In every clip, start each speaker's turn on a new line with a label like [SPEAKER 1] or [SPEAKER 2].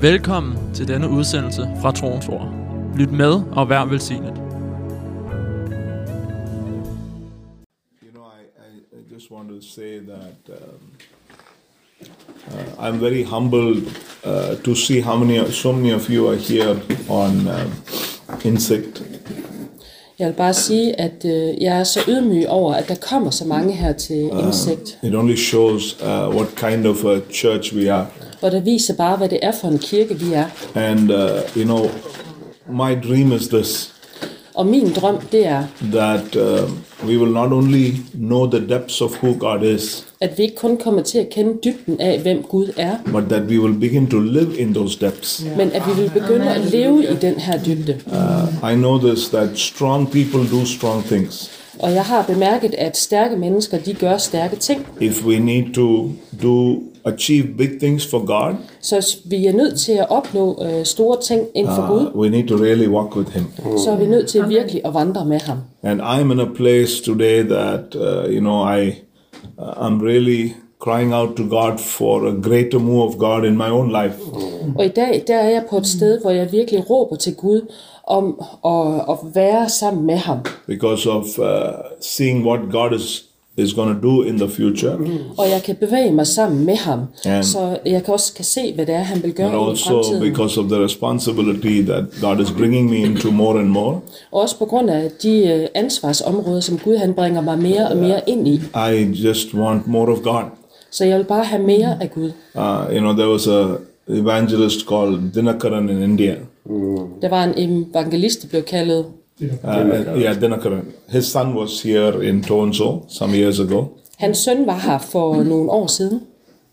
[SPEAKER 1] Velkommen til denne udsendelse fra Troens Ord. Lyt med og vær velsignet.
[SPEAKER 2] You know, I, I, I just want to say that um, uh, I'm very humbled uh, to see how many, so many of you are here on um insect.
[SPEAKER 3] Jeg vil bare sige, at øh, jeg er så ydmyg over, at der kommer så mange her til indsigt,
[SPEAKER 2] It only shows uh, what kind of a church we are.
[SPEAKER 3] og det viser bare, hvad det er for en kirke, vi er.
[SPEAKER 2] And uh, you know, my dream is this:
[SPEAKER 3] Og min drøm, det er,
[SPEAKER 2] that um, we will not only know the depths of who God is,
[SPEAKER 3] at vi ikke kun kommer til at kende dybden af, hvem Gud er,
[SPEAKER 2] but that we will begin to live in those depths.
[SPEAKER 3] men at vi vil begynde at leve i den her dybde.
[SPEAKER 2] Uh, I know this that strong people do strong things.
[SPEAKER 3] Og jeg har bemærket, at stærke mennesker, de gør stærke ting.
[SPEAKER 2] if we need to do achieve big things for god
[SPEAKER 3] Så hvis vi er nødt til at opnå øh, store ting inden for
[SPEAKER 2] uh,
[SPEAKER 3] Gud,
[SPEAKER 2] we need to really walk with him
[SPEAKER 3] så er vi nødt til virkelig at vandre med ham.
[SPEAKER 2] and i'm in a place today that uh, you know i uh, i'm really crying out to god for a greater move of god in my own life
[SPEAKER 3] Og i dag, der er jeg på et sted, hvor jeg virkelig råber til Gud om at, at være sammen med ham.
[SPEAKER 2] because of uh, seeing what god is is going to do in the future
[SPEAKER 3] Og jeg kan bevæge mig sammen med ham,
[SPEAKER 2] Ja.
[SPEAKER 3] så jeg kan også kan se, hvad det er, han vil gøre
[SPEAKER 2] and
[SPEAKER 3] i
[SPEAKER 2] also
[SPEAKER 3] fremtiden.
[SPEAKER 2] because of the responsibility that god is bringing me into more and more
[SPEAKER 3] Og også på grund af de øh, ansvarsområder, som Gud han bringer mig mere og mere ind i.
[SPEAKER 2] i just want more of god
[SPEAKER 3] Så jeg vil bare have mere af Gud.
[SPEAKER 2] uh, you know there was a evangelist called dinakaran in india
[SPEAKER 3] Der var en evangelist, der blev kaldet,
[SPEAKER 2] Uh, yeah, Dinakaran. His son was here in Tonso some years ago.
[SPEAKER 3] hans søn var her for nogle år siden.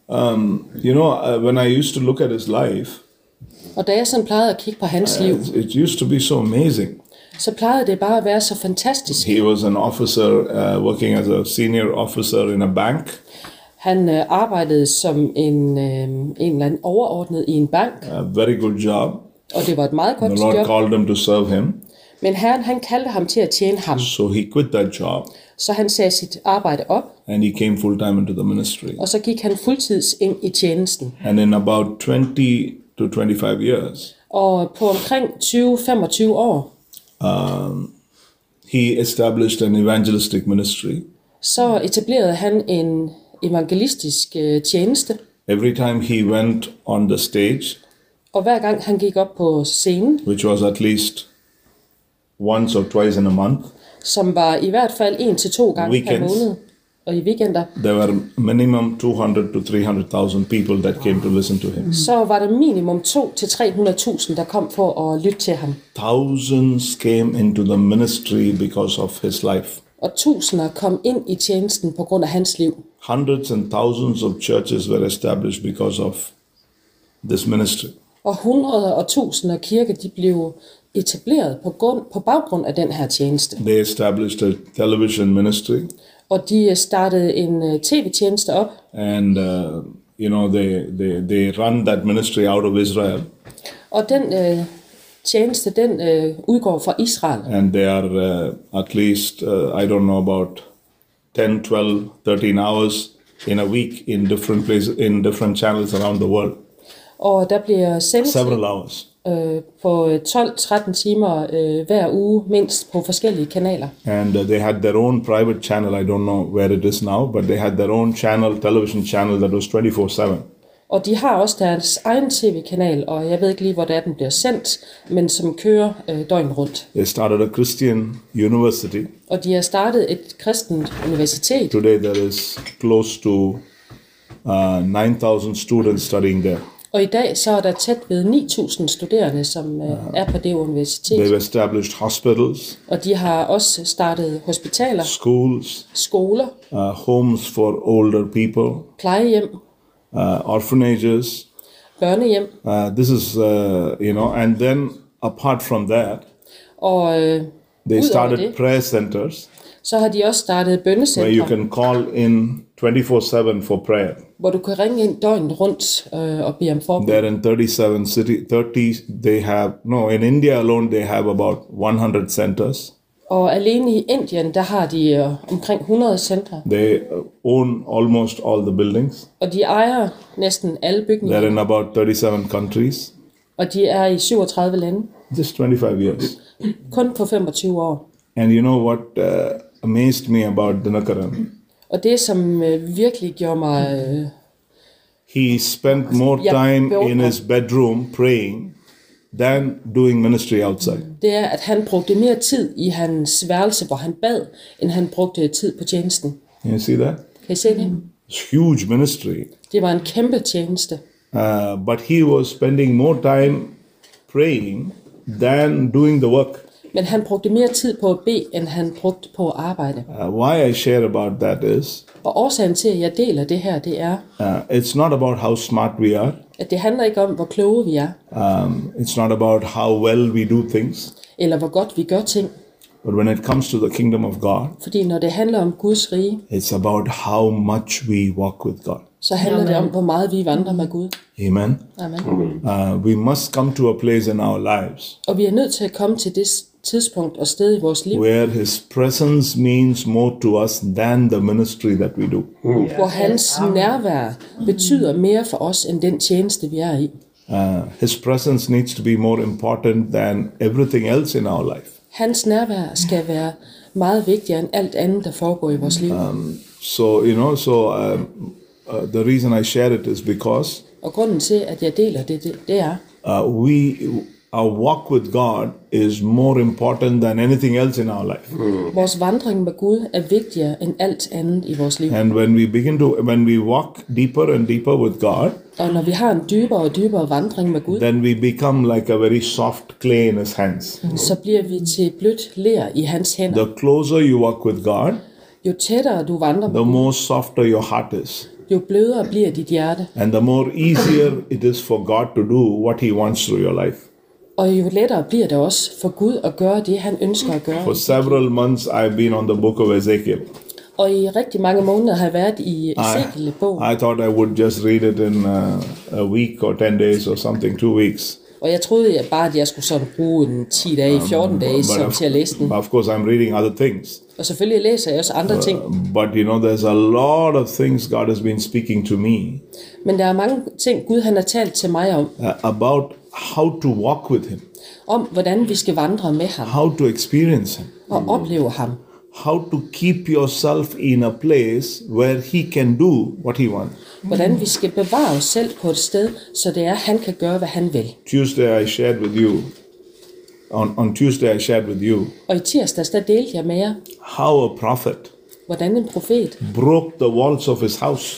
[SPEAKER 2] You know, uh, when I used to look at his life,
[SPEAKER 3] Og da jeg sådan plejede at kigge på hans liv,
[SPEAKER 2] it, it used to be so amazing.
[SPEAKER 3] så plejede det bare at være så fantastisk.
[SPEAKER 2] He was an officer uh, working as a senior officer in a bank.
[SPEAKER 3] Han øh, arbejdede som en, øh, en eller anden overordnet i en bank,
[SPEAKER 2] A very good job.
[SPEAKER 3] og det var et meget
[SPEAKER 2] The
[SPEAKER 3] godt
[SPEAKER 2] Lord
[SPEAKER 3] job.
[SPEAKER 2] called him to serve him,
[SPEAKER 3] Men herren, han kaldte ham til at tjene ham,
[SPEAKER 2] so he quit that job
[SPEAKER 3] så han sagde sit arbejde op,
[SPEAKER 2] and he came full time into the ministry.
[SPEAKER 3] og så gik han fuldtids ind i tjenesten.
[SPEAKER 2] And in about 20 to 25 years,
[SPEAKER 3] Og på omkring 20-25 år,
[SPEAKER 2] he established an evangelistic ministry.
[SPEAKER 3] så etablerede han en evangelistisk øh, tjeneste,
[SPEAKER 2] Every time he went on the stage,
[SPEAKER 3] og hver gang han gik op på scenen,
[SPEAKER 2] which was at least once or twice in a month.
[SPEAKER 3] som var i hvert fald en til to gange per
[SPEAKER 2] Weekends.
[SPEAKER 3] måned, og i weekender,
[SPEAKER 2] There were minimum 200 to 300,000 people that came to listen to him.
[SPEAKER 3] så var der minimum 2-300.000, der kom for at lytte til ham.
[SPEAKER 2] Thousands came into the ministry because of his life.
[SPEAKER 3] Og tusinder kom ind i tjenesten på grund af hans liv.
[SPEAKER 2] Hundreds and thousands of churches were established because of this ministry.
[SPEAKER 3] Og hundreder og tusinder kirker, de blev etableret på, grund, på baggrund af den her tjeneste.
[SPEAKER 2] They established a television ministry
[SPEAKER 3] Og de øh, startede en øh, tv-tjeneste op,
[SPEAKER 2] and uh, you know they, they they run that ministry out of Israel
[SPEAKER 3] og den øh, tjeneste, den øh, udgår fra Israel.
[SPEAKER 2] and they are uh, at least uh, i don't know about 10 12 13 hours in a week in different places in different channels around the world
[SPEAKER 3] Og der bliver sendt
[SPEAKER 2] several hours
[SPEAKER 3] øh, på øh, 12-13 timer øh, hver uge, mindst på forskellige kanaler.
[SPEAKER 2] and uh, they had their own private channel i don't know where it is now but they had their own channel television channel that was 24 7
[SPEAKER 3] Og de har også deres egen tv-kanal, og jeg ved ikke lige, hvor det er, den bliver sendt, men som kører øh, døgnet rundt.
[SPEAKER 2] they started a christian university
[SPEAKER 3] Og de har startet et kristent universitet,
[SPEAKER 2] today there is close to uh, 9000 students studying there
[SPEAKER 3] og i dag så er der tæt ved 9.000 studerende, som øh, er på det universitet.
[SPEAKER 2] they've established hospitals
[SPEAKER 3] Og de har også startet hospitaler,
[SPEAKER 2] schools
[SPEAKER 3] skoler,
[SPEAKER 2] uh, homes for older people
[SPEAKER 3] plejehjem,
[SPEAKER 2] uh, orphanages.
[SPEAKER 3] børnehjem.
[SPEAKER 2] Uh, this is, uh, you know, and then apart from that,
[SPEAKER 3] Og øh,
[SPEAKER 2] they
[SPEAKER 3] Udover
[SPEAKER 2] started
[SPEAKER 3] det.
[SPEAKER 2] prayer centers
[SPEAKER 3] så har de også startet
[SPEAKER 2] where you
[SPEAKER 3] bønnecentre,
[SPEAKER 2] can call in 24 7 for prayer.
[SPEAKER 3] hvor du kan ringe ind døgnet rundt øh, og bede om forbud.
[SPEAKER 2] They're in 37 city 30, they have, no, in India alone, they have about 100 centers.
[SPEAKER 3] Og alene i Indien, der har de øh, omkring 100 centre,
[SPEAKER 2] They uh, own almost all the buildings.
[SPEAKER 3] og de ejer næsten alle
[SPEAKER 2] They're
[SPEAKER 3] bygninger.
[SPEAKER 2] in about 37 countries.
[SPEAKER 3] og de er i 37 lande,
[SPEAKER 2] just 25 years.
[SPEAKER 3] kun på 25 år.
[SPEAKER 2] And you know what uh, amazed me about Dinakaran?
[SPEAKER 3] Og det, som øh, virkelig gjorde mig... Øh,
[SPEAKER 2] He spent more
[SPEAKER 3] Yeah,
[SPEAKER 2] time
[SPEAKER 3] built
[SPEAKER 2] in
[SPEAKER 3] up.
[SPEAKER 2] his bedroom praying than doing ministry outside.
[SPEAKER 3] det er, at han brugte mere tid i hans værelse, hvor han bad, end han brugte tid på tjenesten.
[SPEAKER 2] You see that?
[SPEAKER 3] Kan I se det?
[SPEAKER 2] It's huge ministry.
[SPEAKER 3] Det var en kæmpe tjeneste.
[SPEAKER 2] Uh, but he was spending more time praying than doing the work.
[SPEAKER 3] Men han brugte mere tid på at bede, end han brugte på at arbejde.
[SPEAKER 2] Uh, why I share about that is
[SPEAKER 3] Og årsagen til, at jeg deler det her, det er,
[SPEAKER 2] uh, it's not about how smart we are,
[SPEAKER 3] at det handler ikke om, hvor kloge vi er,
[SPEAKER 2] um, it's not about how well we do things,
[SPEAKER 3] eller hvor godt vi gør ting.
[SPEAKER 2] but when it comes to the kingdom of God,
[SPEAKER 3] Fordi når det handler om Guds rige,
[SPEAKER 2] it's about how much we walk with God.
[SPEAKER 3] så handler Amen. det om, hvor meget vi vandrer med Gud.
[SPEAKER 2] Amen.
[SPEAKER 3] Amen.
[SPEAKER 2] Uh, we must come to a place in our lives
[SPEAKER 3] Og vi er nødt til at komme til det s- tidspunkt og sted i vores liv,
[SPEAKER 2] where His presence means more to us than the ministry that we do.
[SPEAKER 3] hvor hans nærvær betyder mere for os, end den tjeneste, vi er i.
[SPEAKER 2] Uh, his presence needs to be more important than everything else in our life.
[SPEAKER 3] Hans nærvær skal være meget vigtigere end alt andet, der foregår i vores liv.
[SPEAKER 2] So, you know, so um, uh, the reason I share it is because
[SPEAKER 3] Og grunden til, at jeg deler det, det, det er,
[SPEAKER 2] uh, we, our walk with God is more important than anything else in our life.
[SPEAKER 3] Vores vandring med Gud er vigtigere end alt andet i vores liv.
[SPEAKER 2] And when we begin to, when we walk deeper and deeper with God,
[SPEAKER 3] Og når vi har en dybere og dybere vandring med Gud,
[SPEAKER 2] then we become like a very soft clay in His hands.
[SPEAKER 3] så bliver vi til blødt ler i hans hænder.
[SPEAKER 2] The closer you walk with God,
[SPEAKER 3] Jo tættere du vandrer med
[SPEAKER 2] the
[SPEAKER 3] Gud,
[SPEAKER 2] more softer your heart is,
[SPEAKER 3] jo blødere bliver dit hjerte.
[SPEAKER 2] and the more easier it is for God to do what He wants through your life.
[SPEAKER 3] Og jo lettere bliver det også for Gud at gøre det, han ønsker at gøre.
[SPEAKER 2] For several months, I've been on the book of Ezekiel.
[SPEAKER 3] Og i rigtig mange måneder har jeg været i Ezekiel bog,
[SPEAKER 2] I thought I would just read it in uh, a week or 10 days or something, two weeks.
[SPEAKER 3] og jeg troede jeg bare, at jeg skulle sådan bruge en 10 dage, 14 dage som til at læse den.
[SPEAKER 2] of, of course, I'm reading other things.
[SPEAKER 3] Og selvfølgelig læser jeg også andre ting,
[SPEAKER 2] But you know, there's a lot of things God has been speaking to me
[SPEAKER 3] men der er mange ting, Gud han har talt til mig om,
[SPEAKER 2] uh, about how to walk with Him,
[SPEAKER 3] om hvordan vi skal vandre med ham.
[SPEAKER 2] how to experience Him,
[SPEAKER 3] og opleve ham.
[SPEAKER 2] how to keep yourself in a place where He can do what He wants.
[SPEAKER 3] Hvordan vi skal bevare os selv på et sted, så det er, at han kan gøre, hvad han vil.
[SPEAKER 2] Tuesday, I shared with you. On, on Tuesday, I shared with you
[SPEAKER 3] Og i tirsdags, der delte jeg med jer,
[SPEAKER 2] how a prophet
[SPEAKER 3] hvordan en profet
[SPEAKER 2] broke the walls of his house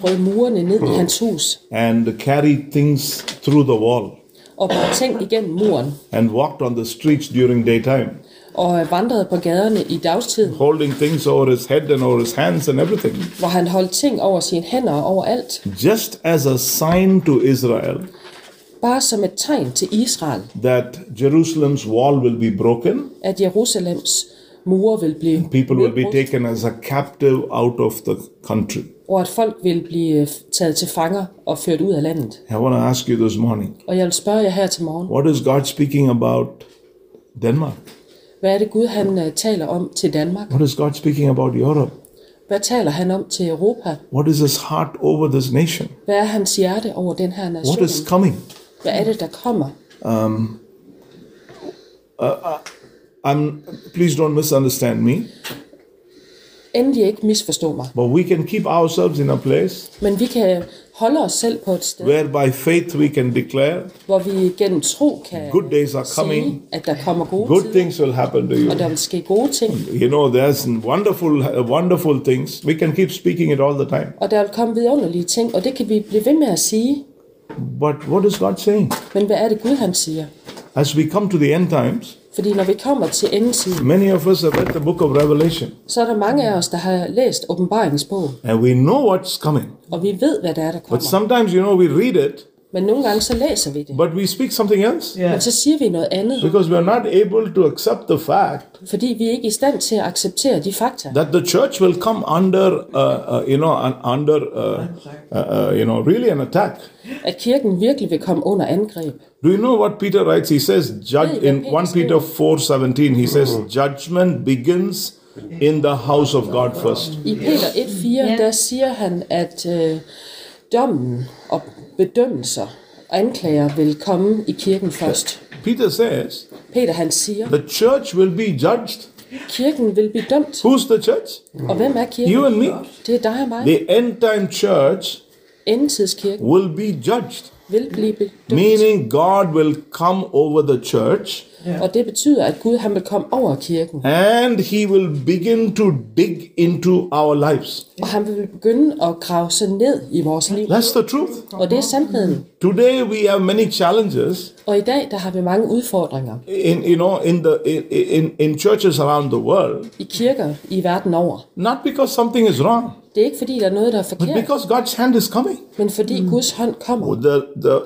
[SPEAKER 3] brød murene ned i hans hus
[SPEAKER 2] and carried things through the wall
[SPEAKER 3] og brød ting igennem muren
[SPEAKER 2] and walked on the streets during daytime,
[SPEAKER 3] og vandrede på gaderne i dagstid,
[SPEAKER 2] holding things over his head and over his hands and everything.
[SPEAKER 3] hvor han holdt ting over sine hænder og overalt,
[SPEAKER 2] Just as a sign to Israel
[SPEAKER 3] bare som et tegn til Israel,
[SPEAKER 2] that Jerusalem's wall will be broken,
[SPEAKER 3] at Jerusalems mure vil blive
[SPEAKER 2] people will be
[SPEAKER 3] nedbrudt,
[SPEAKER 2] taken as a captive out of the country.
[SPEAKER 3] og at folk vil blive øh, taget til fanger og ført ud af landet.
[SPEAKER 2] I want to ask you this morning
[SPEAKER 3] Og jeg vil spørge jer her til morgen,
[SPEAKER 2] what is God speaking about Denmark?
[SPEAKER 3] hvad er det Gud han øh, taler om til Danmark?
[SPEAKER 2] What is God speaking about Europe?
[SPEAKER 3] Hvad taler han om til Europa?
[SPEAKER 2] What is his heart over this nation?
[SPEAKER 3] Hvad er hans hjerte over den her nation?
[SPEAKER 2] What is coming?
[SPEAKER 3] Hvad er det, der kommer?
[SPEAKER 2] I'm please don't misunderstand me,
[SPEAKER 3] Endelig ikke misforstå mig.
[SPEAKER 2] but we can keep ourselves in a place
[SPEAKER 3] Men vi kan holde os selv på et sted,
[SPEAKER 2] where by faith we can declare
[SPEAKER 3] hvor vi gennem tro kan
[SPEAKER 2] good days are
[SPEAKER 3] sige,
[SPEAKER 2] coming,
[SPEAKER 3] at der kommer gode
[SPEAKER 2] good
[SPEAKER 3] tider,
[SPEAKER 2] things will happen to
[SPEAKER 3] og der
[SPEAKER 2] you.
[SPEAKER 3] vil ske gode ting,
[SPEAKER 2] You know, there's wonderful, wonderful things. We can keep speaking it all the time.
[SPEAKER 3] og der vil komme vidunderlige ting, og det kan vi blive ved med at sige.
[SPEAKER 2] But what is God saying?
[SPEAKER 3] Men hvad er det Gud han siger?
[SPEAKER 2] As we come to the end times,
[SPEAKER 3] Fordi når vi kommer til endetiden,
[SPEAKER 2] many of us have read the book of Revelation
[SPEAKER 3] så er der mange af os, der har læst åbenbaringsbogen,
[SPEAKER 2] and we know what's coming.
[SPEAKER 3] og vi ved, hvad der er, der
[SPEAKER 2] But
[SPEAKER 3] kommer.
[SPEAKER 2] sometimes, you know, we read it,
[SPEAKER 3] Men nogle gange så læser vi det,
[SPEAKER 2] but we speak something else
[SPEAKER 3] men så siger vi noget andet,
[SPEAKER 2] because we are not able to accept the fact
[SPEAKER 3] fordi vi er ikke i stand til at acceptere de fakta.
[SPEAKER 2] that the church will come under, uh, uh, you know, un- under, uh, uh, uh, you know, really an attack.
[SPEAKER 3] at kirken virkelig vil komme under angreb.
[SPEAKER 2] Do you know what Peter writes? He says,
[SPEAKER 3] Yeah,
[SPEAKER 2] judge
[SPEAKER 3] yeah,
[SPEAKER 2] in
[SPEAKER 3] Peter
[SPEAKER 2] 1 Peter 4:17. He says, judgment begins in the house of God first.
[SPEAKER 3] I Peter 1.4, der siger han, at øh, dommen og bedømmelser anklager vil komme i kirken først.
[SPEAKER 2] Peter says
[SPEAKER 3] Peter han siger,
[SPEAKER 2] the church will be judged.
[SPEAKER 3] kirken vil blive dømt.
[SPEAKER 2] Who's the church?
[SPEAKER 3] Og hvem er
[SPEAKER 2] You
[SPEAKER 3] kirken?
[SPEAKER 2] and me.
[SPEAKER 3] Det er dig og mig.
[SPEAKER 2] The end time church
[SPEAKER 3] Endtidskirken
[SPEAKER 2] will be judged,
[SPEAKER 3] vil blive bedømt.
[SPEAKER 2] meaning God will come over the church
[SPEAKER 3] Og det betyder, at Gud han vil komme over kirken.
[SPEAKER 2] and he will begin to dig into our lives.
[SPEAKER 3] Og han vil begynde at grave sig ned i vores liv.
[SPEAKER 2] That's the truth.
[SPEAKER 3] Og det er sandheden.
[SPEAKER 2] Today we have many challenges
[SPEAKER 3] Og i dag, der har vi mange udfordringer
[SPEAKER 2] in you know in the in, in, in churches around the world.
[SPEAKER 3] i kirker i verden over.
[SPEAKER 2] Not because something is wrong,
[SPEAKER 3] Det er ikke fordi, der er noget, der er
[SPEAKER 2] but
[SPEAKER 3] forkert,
[SPEAKER 2] because God's hand is coming. Oh,
[SPEAKER 3] men fordi Guds hånd kommer.
[SPEAKER 2] The, the,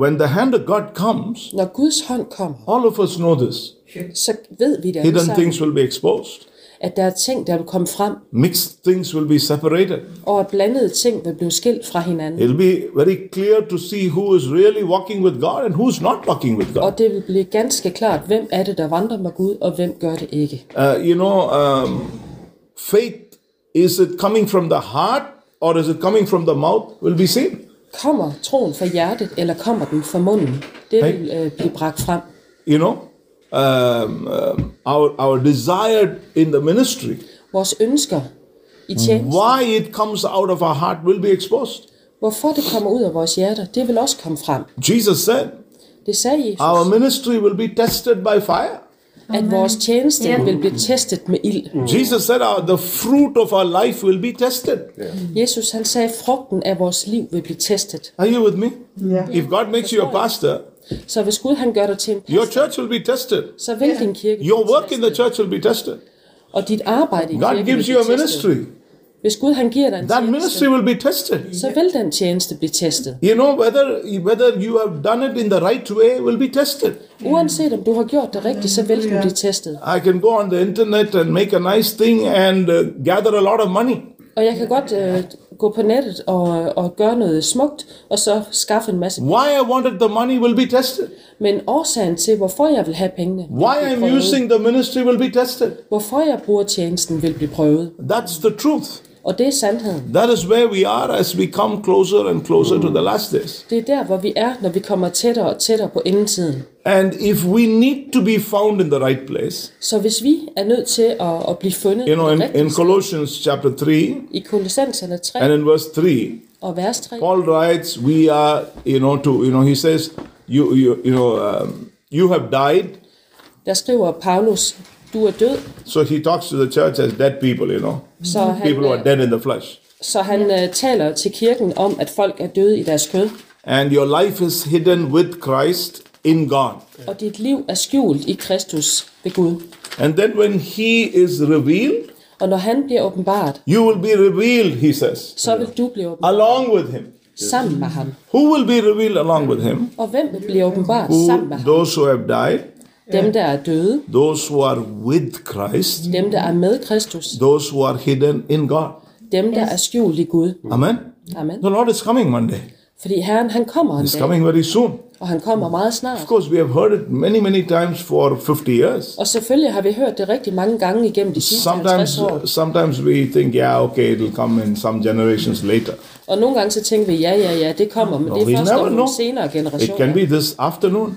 [SPEAKER 2] when the hand of God comes,
[SPEAKER 3] Når Guds hånd kommer,
[SPEAKER 2] all of us know this.
[SPEAKER 3] så ved vi det alle
[SPEAKER 2] Hidden
[SPEAKER 3] sammen,
[SPEAKER 2] things will be exposed.
[SPEAKER 3] at der er ting, der vil komme frem,
[SPEAKER 2] Mixed things will be separated.
[SPEAKER 3] og at blandede ting vil blive skilt fra hinanden.
[SPEAKER 2] It'll be very clear to see who is really walking with God and who's not walking with God.
[SPEAKER 3] Og det vil blive ganske klart, hvem er det, der vandrer med Gud, og hvem gør det ikke.
[SPEAKER 2] Uh, you know, um, faith is it coming from the heart or is it coming from the mouth? Will be seen.
[SPEAKER 3] Kommer troen fra hjertet, eller kommer den fra munden? Det vil øh, blive bragt frem.
[SPEAKER 2] You know, um, um, our our desire in the ministry,
[SPEAKER 3] Vores ønsker i tjenesten,
[SPEAKER 2] why it comes out of our heart, will be exposed.
[SPEAKER 3] hvorfor det kommer ud af vores hjerter, det vil også komme frem.
[SPEAKER 2] Jesus said,
[SPEAKER 3] Det sagde Jesus,
[SPEAKER 2] "Our ministry will be tested by fire."
[SPEAKER 3] at vores tjeneste vil blive testet med ild.
[SPEAKER 2] Jesus said, our, "The fruit of our life will be tested."
[SPEAKER 3] Jesus han sagde, frugten af vores liv vil blive testet.
[SPEAKER 2] Are you with me? Yeah. If God makes you a pastor,
[SPEAKER 3] Så hvis Gud han gør dig til en
[SPEAKER 2] your
[SPEAKER 3] pastor,
[SPEAKER 2] church will be tested.
[SPEAKER 3] så vil din kirke
[SPEAKER 2] Your
[SPEAKER 3] blive
[SPEAKER 2] work in the
[SPEAKER 3] testet.
[SPEAKER 2] church will be tested.
[SPEAKER 3] Og dit arbejde i
[SPEAKER 2] God
[SPEAKER 3] kirken vil
[SPEAKER 2] gives you
[SPEAKER 3] blive
[SPEAKER 2] a
[SPEAKER 3] testet.
[SPEAKER 2] ministry.
[SPEAKER 3] Hvis Gud han giver dig en
[SPEAKER 2] That
[SPEAKER 3] tjeneste,
[SPEAKER 2] ministry will be tested.
[SPEAKER 3] så vil den tjeneste blive testet.
[SPEAKER 2] You know whether whether you have done it in the right way will be tested.
[SPEAKER 3] Uanset om du har gjort det rigtigt, så vil den blive testet.
[SPEAKER 2] I can go on the internet and make a nice thing and uh, gather a lot of money.
[SPEAKER 3] Og jeg kan godt øh, gå på nettet og, og gøre noget smukt, og så skaffe en masse.
[SPEAKER 2] Why I wanted the money will be tested.
[SPEAKER 3] Men årsagen til, hvorfor jeg vil have pengene, vil
[SPEAKER 2] Why
[SPEAKER 3] blive
[SPEAKER 2] I'm
[SPEAKER 3] prøvet.
[SPEAKER 2] using the ministry will be tested.
[SPEAKER 3] hvorfor jeg bruger tjenesten, vil blive prøvet.
[SPEAKER 2] That's the truth.
[SPEAKER 3] Og det er sandheden.
[SPEAKER 2] That is where we are as we come closer and closer to the last days.
[SPEAKER 3] Det er der, hvor vi er, når vi kommer tættere og tættere på endetiden.
[SPEAKER 2] And if we need to be found in the right place,
[SPEAKER 3] Så hvis vi er nødt til at, at blive fundet
[SPEAKER 2] you know,
[SPEAKER 3] på
[SPEAKER 2] in,
[SPEAKER 3] det rigtige
[SPEAKER 2] in
[SPEAKER 3] sted,
[SPEAKER 2] Colossians chapter 3
[SPEAKER 3] i Kolossenserne 3
[SPEAKER 2] and in verse 3,
[SPEAKER 3] og vers 3,
[SPEAKER 2] Paul writes, "We are, you know, to you know." He says, "You, you, you know, um, you have died."
[SPEAKER 3] der skriver Paulus, du er død,
[SPEAKER 2] So he talks to the church as dead people, you know,
[SPEAKER 3] så han,
[SPEAKER 2] people who are
[SPEAKER 3] øh,
[SPEAKER 2] dead in the flesh,
[SPEAKER 3] så han øh, taler til kirken om, at folk er døde i deres kød,
[SPEAKER 2] and your life is hidden with Christ in God.
[SPEAKER 3] og dit liv er skjult i Kristus ved Gud.
[SPEAKER 2] And then when He is revealed,
[SPEAKER 3] Og når han bliver åbenbart,
[SPEAKER 2] you will be revealed. He says,
[SPEAKER 3] så vil du blive åbenbart
[SPEAKER 2] along with Him.
[SPEAKER 3] sammen med ham.
[SPEAKER 2] Who will be revealed along with Him?
[SPEAKER 3] Og hvem vil blive åbenbart sammen
[SPEAKER 2] Who,
[SPEAKER 3] med ham?
[SPEAKER 2] those who have died,
[SPEAKER 3] Dem, der er døde,
[SPEAKER 2] those who are with Christ,
[SPEAKER 3] dem, der er med Kristus,
[SPEAKER 2] those who are hidden in God.
[SPEAKER 3] dem, der er skjult i Gud.
[SPEAKER 2] Amen.
[SPEAKER 3] Amen.
[SPEAKER 2] The Lord is coming one day.
[SPEAKER 3] Fordi Herren, han kommer en
[SPEAKER 2] He's
[SPEAKER 3] dag,
[SPEAKER 2] coming very soon.
[SPEAKER 3] og han kommer meget
[SPEAKER 2] Of
[SPEAKER 3] snart.
[SPEAKER 2] course, we have heard it many, many times for 50 years.
[SPEAKER 3] Og selvfølgelig har vi hørt det rigtig mange gange igennem de sidste 50
[SPEAKER 2] Sometimes,
[SPEAKER 3] år.
[SPEAKER 2] sometimes we think, yeah, okay, it'll come in some generations later.
[SPEAKER 3] Og nogle gange så tænker vi, ja, ja, ja, det kommer, men det
[SPEAKER 2] we
[SPEAKER 3] er først
[SPEAKER 2] never
[SPEAKER 3] om nogle
[SPEAKER 2] know.
[SPEAKER 3] senere
[SPEAKER 2] It can
[SPEAKER 3] generationer.
[SPEAKER 2] be this afternoon.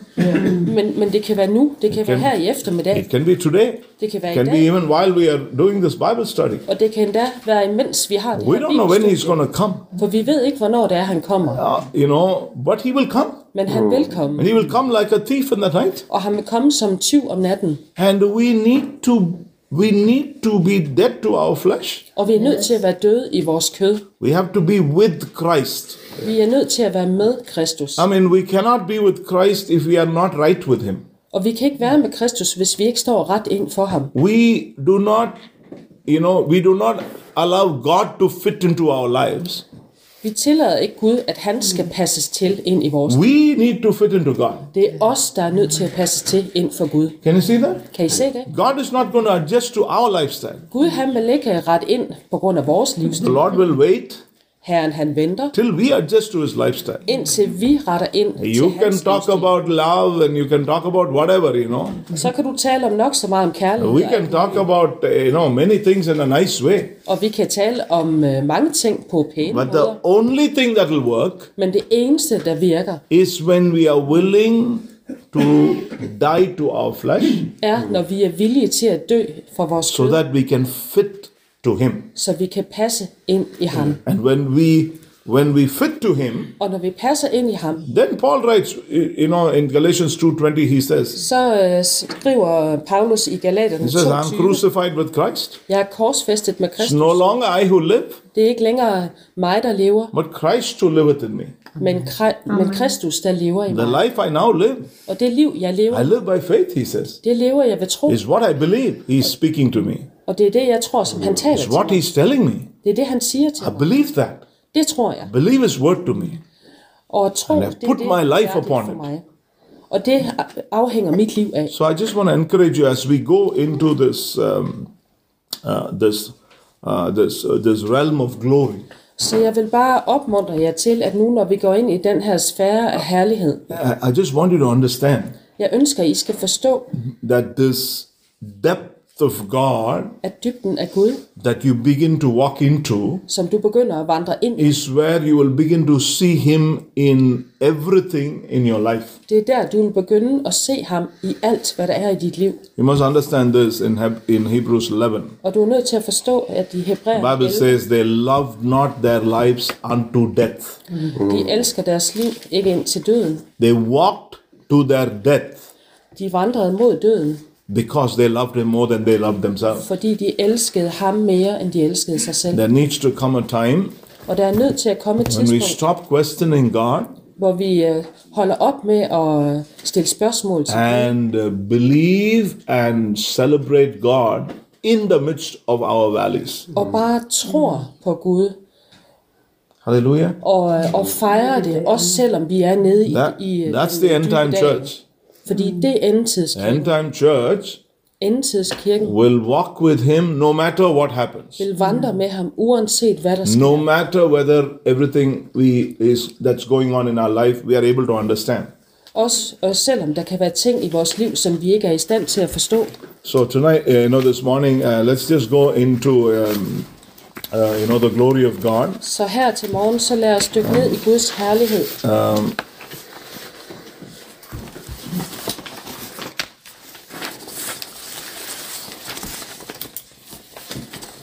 [SPEAKER 3] Men, men det kan være nu, det kan være her i eftermiddag,
[SPEAKER 2] It can be today.
[SPEAKER 3] det kan være i
[SPEAKER 2] Can be
[SPEAKER 3] dag,
[SPEAKER 2] even while we are doing this Bible study.
[SPEAKER 3] og det kan endda være imens vi har det
[SPEAKER 2] We
[SPEAKER 3] her
[SPEAKER 2] don't know when
[SPEAKER 3] bibelstudie.
[SPEAKER 2] he's going to come.
[SPEAKER 3] For vi ved ikke, hvornår det er, han kommer,
[SPEAKER 2] Uh, you know, but he will come.
[SPEAKER 3] men han vil komme.
[SPEAKER 2] And he will come like a thief in the night.
[SPEAKER 3] Og han vil komme som tyv om natten.
[SPEAKER 2] And we need to we need to be dead to our flesh.
[SPEAKER 3] Og vi er nødt til at være døde i vores kød.
[SPEAKER 2] We have to be with Christ.
[SPEAKER 3] Vi er nødt til at være med Kristus.
[SPEAKER 2] I mean, we cannot be with Christ if we are not right with him.
[SPEAKER 3] Og vi kan ikke være med Kristus, hvis vi ikke står ret ind for ham.
[SPEAKER 2] we do not you know we do not allow god to fit into our lives
[SPEAKER 3] Vi tillader ikke Gud, at han skal passes til ind i vores.
[SPEAKER 2] we need to fit into god
[SPEAKER 3] Det er os, der er nødt til at passe til ind for Gud.
[SPEAKER 2] can you see that
[SPEAKER 3] Kan I se det?
[SPEAKER 2] god is not going to adjust to our lifestyle
[SPEAKER 3] Gud han vil ikke ret ind på grund af vores livsstil.
[SPEAKER 2] the lord will wait
[SPEAKER 3] Herren han venter,
[SPEAKER 2] till we adjust to his lifestyle.
[SPEAKER 3] indtil vi retter ind
[SPEAKER 2] You
[SPEAKER 3] til
[SPEAKER 2] can
[SPEAKER 3] hans
[SPEAKER 2] talk
[SPEAKER 3] livsstil.
[SPEAKER 2] about love and you can talk about whatever, you know.
[SPEAKER 3] Så kan du tale om nok så meget om kærlighed,
[SPEAKER 2] We can talk about, uh, you know, many things in a nice way.
[SPEAKER 3] og vi kan tale om øh, mange ting på pæne
[SPEAKER 2] But
[SPEAKER 3] måder.
[SPEAKER 2] the only thing that will work
[SPEAKER 3] Men det eneste, der virker,
[SPEAKER 2] is when we are willing to die to our flesh
[SPEAKER 3] er, når vi er villige til at dø for vores
[SPEAKER 2] Mm. so
[SPEAKER 3] kød,
[SPEAKER 2] that we can fit to him.
[SPEAKER 3] så vi kan passe ind i ham.
[SPEAKER 2] And when we when we fit to him,
[SPEAKER 3] Og når vi passer ind i ham,
[SPEAKER 2] then Paul writes, you you know, in Galatians 2:20 he says,
[SPEAKER 3] så øh, skriver Paulus i Galaterne
[SPEAKER 2] he says, I'm
[SPEAKER 3] 2.20,
[SPEAKER 2] crucified with Christ.
[SPEAKER 3] jeg er korsfæstet med
[SPEAKER 2] It's no
[SPEAKER 3] Kristus.
[SPEAKER 2] longer I who live,
[SPEAKER 3] Det er ikke længere mig, der lever,
[SPEAKER 2] but Christ who liveth in me.
[SPEAKER 3] men, Kri- men Kristus, der lever i
[SPEAKER 2] The
[SPEAKER 3] mig.
[SPEAKER 2] life I now live,
[SPEAKER 3] Og det liv, jeg lever,
[SPEAKER 2] I live by faith, he says.
[SPEAKER 3] det lever jeg ved tro.
[SPEAKER 2] Is what I believe. He's speaking to me.
[SPEAKER 3] Og det er det, jeg tror, som han taler
[SPEAKER 2] It's
[SPEAKER 3] til
[SPEAKER 2] what
[SPEAKER 3] mig.
[SPEAKER 2] he's telling me.
[SPEAKER 3] Det er det, han siger til
[SPEAKER 2] I
[SPEAKER 3] mig.
[SPEAKER 2] believe that.
[SPEAKER 3] Det tror jeg.
[SPEAKER 2] Believe his word to me.
[SPEAKER 3] Og tro,
[SPEAKER 2] And I
[SPEAKER 3] det er det,
[SPEAKER 2] put my
[SPEAKER 3] der
[SPEAKER 2] life
[SPEAKER 3] er det
[SPEAKER 2] upon
[SPEAKER 3] for
[SPEAKER 2] it.
[SPEAKER 3] mig. Og det afhænger mit liv af.
[SPEAKER 2] So I just want to encourage you as we go into this um, uh, this uh, this uh, this realm of glory.
[SPEAKER 3] Så jeg vil bare opmuntre jer til, at nu når vi går ind i den her sfære af herlighed,
[SPEAKER 2] I, I just want you to understand
[SPEAKER 3] jeg ønsker, at I skal forstå,
[SPEAKER 2] that this depth of God
[SPEAKER 3] at dybden af Gud,
[SPEAKER 2] that you begin to walk into
[SPEAKER 3] som du begynder at vandre ind i,
[SPEAKER 2] is where you will begin to see Him in everything in your life.
[SPEAKER 3] det er der, du vil begynde at se ham i alt, hvad der er i dit liv.
[SPEAKER 2] You must understand this in Heb- in Hebrews 11.
[SPEAKER 3] Og du er nødt til at forstå, at i Hebræer
[SPEAKER 2] Bible
[SPEAKER 3] 11,
[SPEAKER 2] says they loved not their lives unto death.
[SPEAKER 3] de elsker deres liv ikke ind til døden.
[SPEAKER 2] They walked to their death
[SPEAKER 3] De vandrede mod døden,
[SPEAKER 2] because they loved him more than they loved themselves.
[SPEAKER 3] fordi de elskede ham mere, end de elskede sig selv.
[SPEAKER 2] There needs to come a time
[SPEAKER 3] Og der er nødt til at komme et
[SPEAKER 2] when we
[SPEAKER 3] tidspunkt,
[SPEAKER 2] stop questioning God
[SPEAKER 3] hvor vi øh, holder op med at øh, stille spørgsmål til Gud,
[SPEAKER 2] and uh, believe and celebrate God in the midst of our valleys.
[SPEAKER 3] og bare tror på Gud,
[SPEAKER 2] Hallelujah.
[SPEAKER 3] og, øh, og fejrer det, også selvom vi er nede i,
[SPEAKER 2] That,
[SPEAKER 3] i øh,
[SPEAKER 2] that's the end
[SPEAKER 3] dybe
[SPEAKER 2] time
[SPEAKER 3] dal.
[SPEAKER 2] church.
[SPEAKER 3] Fordi det er
[SPEAKER 2] The
[SPEAKER 3] endtidskirken.
[SPEAKER 2] end time church
[SPEAKER 3] Endtidskirken
[SPEAKER 2] will walk with him no matter what happens.
[SPEAKER 3] vil vandre med ham, uanset hvad der sker.
[SPEAKER 2] No matter whether everything we is that's going on in our life we are able to understand.
[SPEAKER 3] Også og selvom der kan være ting i vores liv, som vi ikke er i stand til at forstå.
[SPEAKER 2] So tonight, uh, you know, this morning, uh, let's just go into, um, uh, you know, the glory of God.
[SPEAKER 3] Så her til morgen, så lad os dykke ned i Guds herlighed.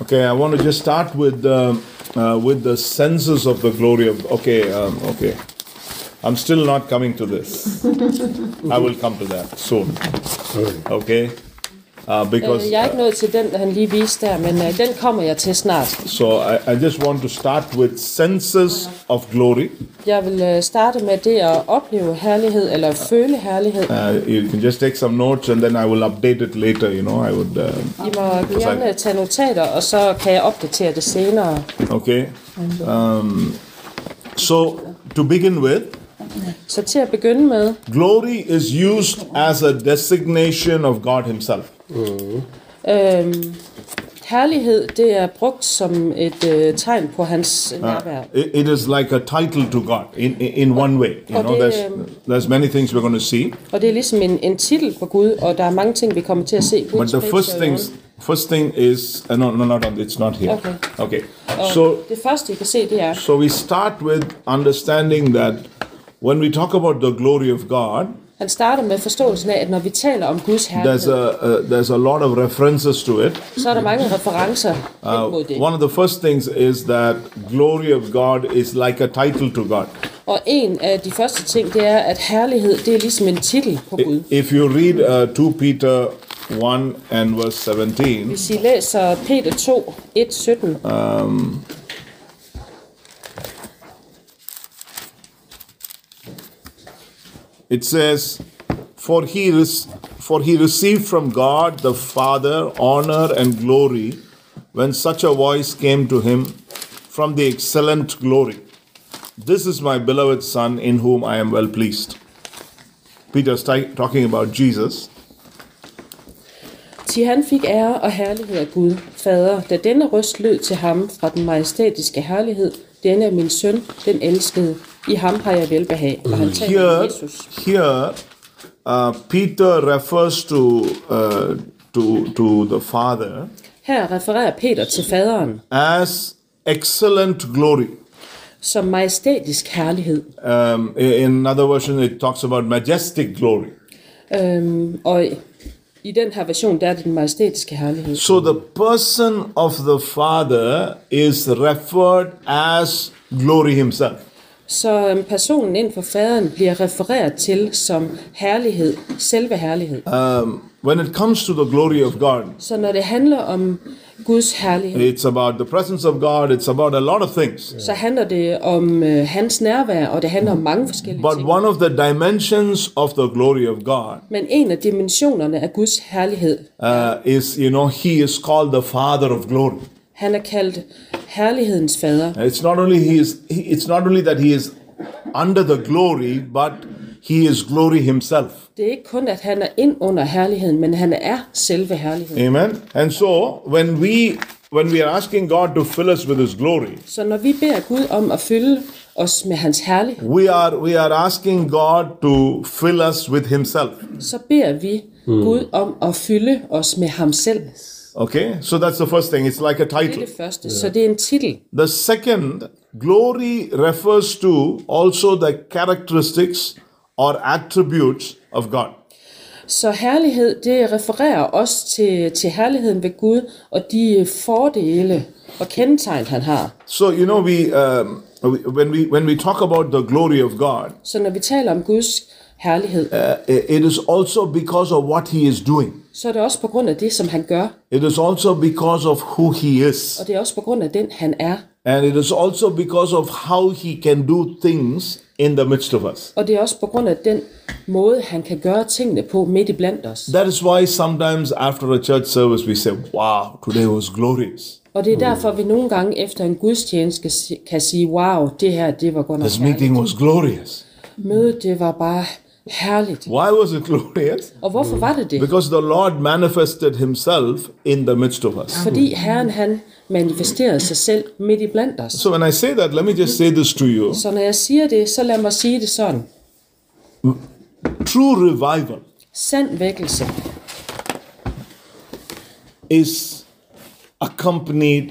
[SPEAKER 2] Okay, I want to just start with um, uh, with the senses of the glory of. Okay, um, okay, I'm still not coming to this. I will come to that soon. Okay, uh, because
[SPEAKER 3] Øh, Jeg er ikke nået til den, han lige viste der, men øh, den kommer jeg til snart.
[SPEAKER 2] so I, I just want to start with senses of glory.
[SPEAKER 3] Jeg vil øh, starte med det at opleve herlighed, eller føle herlighed.
[SPEAKER 2] Uh, you can just take some notes and then I will update it later. You know, I would. Um,
[SPEAKER 3] I må gerne øh, tage notater, og så kan jeg opdatere det senere.
[SPEAKER 2] Okay. Um, so, to begin with,
[SPEAKER 3] Så til at begynde med,
[SPEAKER 2] glory is used as a designation of God Himself.
[SPEAKER 3] øh, herlighed, det er brugt som et øh, tegn på hans øh, nærvær.
[SPEAKER 2] It, it is like a title to God in, in, in one way. You
[SPEAKER 3] Og
[SPEAKER 2] know,
[SPEAKER 3] det,
[SPEAKER 2] there's, there's many things we're going to see.
[SPEAKER 3] Og det er ligesom en, en titel på Gud, og der er mange ting, vi kommer til at se.
[SPEAKER 2] But the first things, first thing is uh, no, no, not on. It's not here.
[SPEAKER 3] Okay.
[SPEAKER 2] Okay.
[SPEAKER 3] Så...
[SPEAKER 2] So,
[SPEAKER 3] Det første, I kan se, det er,
[SPEAKER 2] so we start with understanding that when we talk about the glory of God,
[SPEAKER 3] han starter med forståelsen af, at når vi taler om Guds
[SPEAKER 2] there's
[SPEAKER 3] herlighed,
[SPEAKER 2] a uh, there's a lot of references to it. Uh,
[SPEAKER 3] så er der mange referencer hen mod det.
[SPEAKER 2] One of the first things is that glory of God is like a title to God.
[SPEAKER 3] Og en af de første ting, det er, at herlighed, det er ligesom en titel på Gud.
[SPEAKER 2] If you read uh, 2 Peter 1 and verse 17,
[SPEAKER 3] Hvis I læser Peter 2, 1, 17,
[SPEAKER 2] it says, "For he res- for he received from God the Father honor and glory when such a voice came to him from the excellent glory. This is my beloved son in whom I am well pleased." Peter's ti- talking about Jesus.
[SPEAKER 3] Til han fik ære og herlighed af Gud, fader, da denne røst lød til ham fra den majestætiske herlighed, Denne er min søn, den elskede. I ham har jeg velbehag. Og han taler om
[SPEAKER 2] Here,
[SPEAKER 3] Jesus.
[SPEAKER 2] here, uh, Peter refers to uh, to to the Father
[SPEAKER 3] Her refererer Peter til faderen
[SPEAKER 2] as excellent glory.
[SPEAKER 3] som majestætisk herlighed.
[SPEAKER 2] Um, in other versions, it talks about majestic glory.
[SPEAKER 3] Øhm, og i- i den her version, der er det den majestætiske herlighed.
[SPEAKER 2] So the person of the Father is referred as glory himself.
[SPEAKER 3] Så øhm, personen inden for faderen bliver refereret til som herlighed, selve herlighed.
[SPEAKER 2] Um, when it comes to the glory of God,
[SPEAKER 3] Så når det handler om Guds herlighed,
[SPEAKER 2] it's about the presence of God, it's about a lot of things.
[SPEAKER 3] så handler det om øh, hans nærvær, og det handler om mange forskellige
[SPEAKER 2] But
[SPEAKER 3] ting.
[SPEAKER 2] one of the dimensions of the glory of God
[SPEAKER 3] Men en af dimensionerne af Guds herlighed,
[SPEAKER 2] uh, is, you know, He is called the Father of glory.
[SPEAKER 3] han er kaldt herlighedens fader.
[SPEAKER 2] It's not only He is, he- it's not only that He is under the glory, but He is glory Himself.
[SPEAKER 3] Det er ikke kun, at han er ind under herligheden, men han er selve herligheden.
[SPEAKER 2] Amen. And so when we when we are asking God to fill us with His glory,
[SPEAKER 3] Så når vi beder Gud om at fylde os med hans herlighed,
[SPEAKER 2] we are we are asking God to fill us with Himself.
[SPEAKER 3] så beder vi Gud om at fylde os med ham selv.
[SPEAKER 2] Okay. So that's the first thing. It's like a
[SPEAKER 3] Det er
[SPEAKER 2] title.
[SPEAKER 3] det første. Så det er en titel.
[SPEAKER 2] The second, glory refers to also the characteristics or attributes of God.
[SPEAKER 3] Så herlighed, det refererer også til, til herligheden ved Gud og de fordele og kendetegn, han har.
[SPEAKER 2] So you know we um, we- when we when we talk about the glory of God,
[SPEAKER 3] Så når vi taler om Guds herlighed,
[SPEAKER 2] uh, it is also because of what He is doing.
[SPEAKER 3] så er det også på grund af det, som han gør.
[SPEAKER 2] It is also because of who He is.
[SPEAKER 3] Og det er også på grund af den, han er.
[SPEAKER 2] And it is also because of how he can do things in the midst of us.
[SPEAKER 3] Og det er også på grund af den måde, han kan gøre tingene på midt i blandt os.
[SPEAKER 2] That is why sometimes after a church service we say, wow, today was glorious.
[SPEAKER 3] Og det er derfor, vi nogle gange efter en gudstjeneste kan si- kan sige, wow, det her, det var godt nok
[SPEAKER 2] This
[SPEAKER 3] herligt.
[SPEAKER 2] meeting was glorious.
[SPEAKER 3] Mødet, det var bare herligt.
[SPEAKER 2] Why was it glorious?
[SPEAKER 3] Og hvorfor var det det?
[SPEAKER 2] Because the Lord manifested himself in the midst of us.
[SPEAKER 3] Fordi Herren han manifesterede sig selv midt i blandt os.
[SPEAKER 2] So when I say that, let me just say this to you.
[SPEAKER 3] Så når jeg siger det, så lad mig sige det sådan.
[SPEAKER 2] True revival
[SPEAKER 3] Sand vækkelse
[SPEAKER 2] is accompanied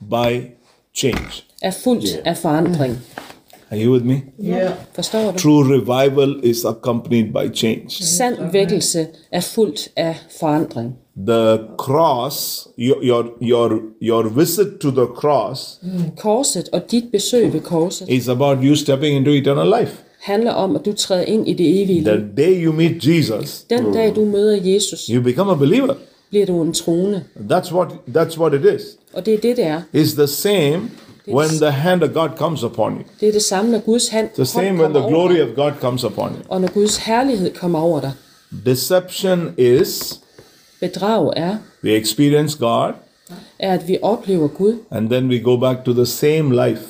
[SPEAKER 2] by change.
[SPEAKER 3] er fuldt af forandring.
[SPEAKER 2] Are you with me?
[SPEAKER 3] Forstår du?
[SPEAKER 2] True revival is accompanied by change.
[SPEAKER 3] Sand vækkelse er fuldt af forandring.
[SPEAKER 2] the cross your your your your visit to the cross
[SPEAKER 3] Korset og dit besøg ved korset
[SPEAKER 2] is about you stepping into eternal life
[SPEAKER 3] handler om, at du træder ind i det evige
[SPEAKER 2] the
[SPEAKER 3] liv.
[SPEAKER 2] day you meet jesus
[SPEAKER 3] Den dag, du møder Jesus,
[SPEAKER 2] you become a believer
[SPEAKER 3] bliver du en troende.
[SPEAKER 2] that's what that's what it is
[SPEAKER 3] Og det er det, det er.
[SPEAKER 2] it's the same when the hand of god comes upon you
[SPEAKER 3] Det er det samme, når Guds hand
[SPEAKER 2] the
[SPEAKER 3] hånd
[SPEAKER 2] same when the
[SPEAKER 3] kommer over
[SPEAKER 2] glory
[SPEAKER 3] dig,
[SPEAKER 2] of god comes upon you
[SPEAKER 3] og når Guds herlighed kommer over dig.
[SPEAKER 2] deception is
[SPEAKER 3] Bedrag er,
[SPEAKER 2] we experience god
[SPEAKER 3] er, at vi oplever Gud,
[SPEAKER 2] and then we go back to the same life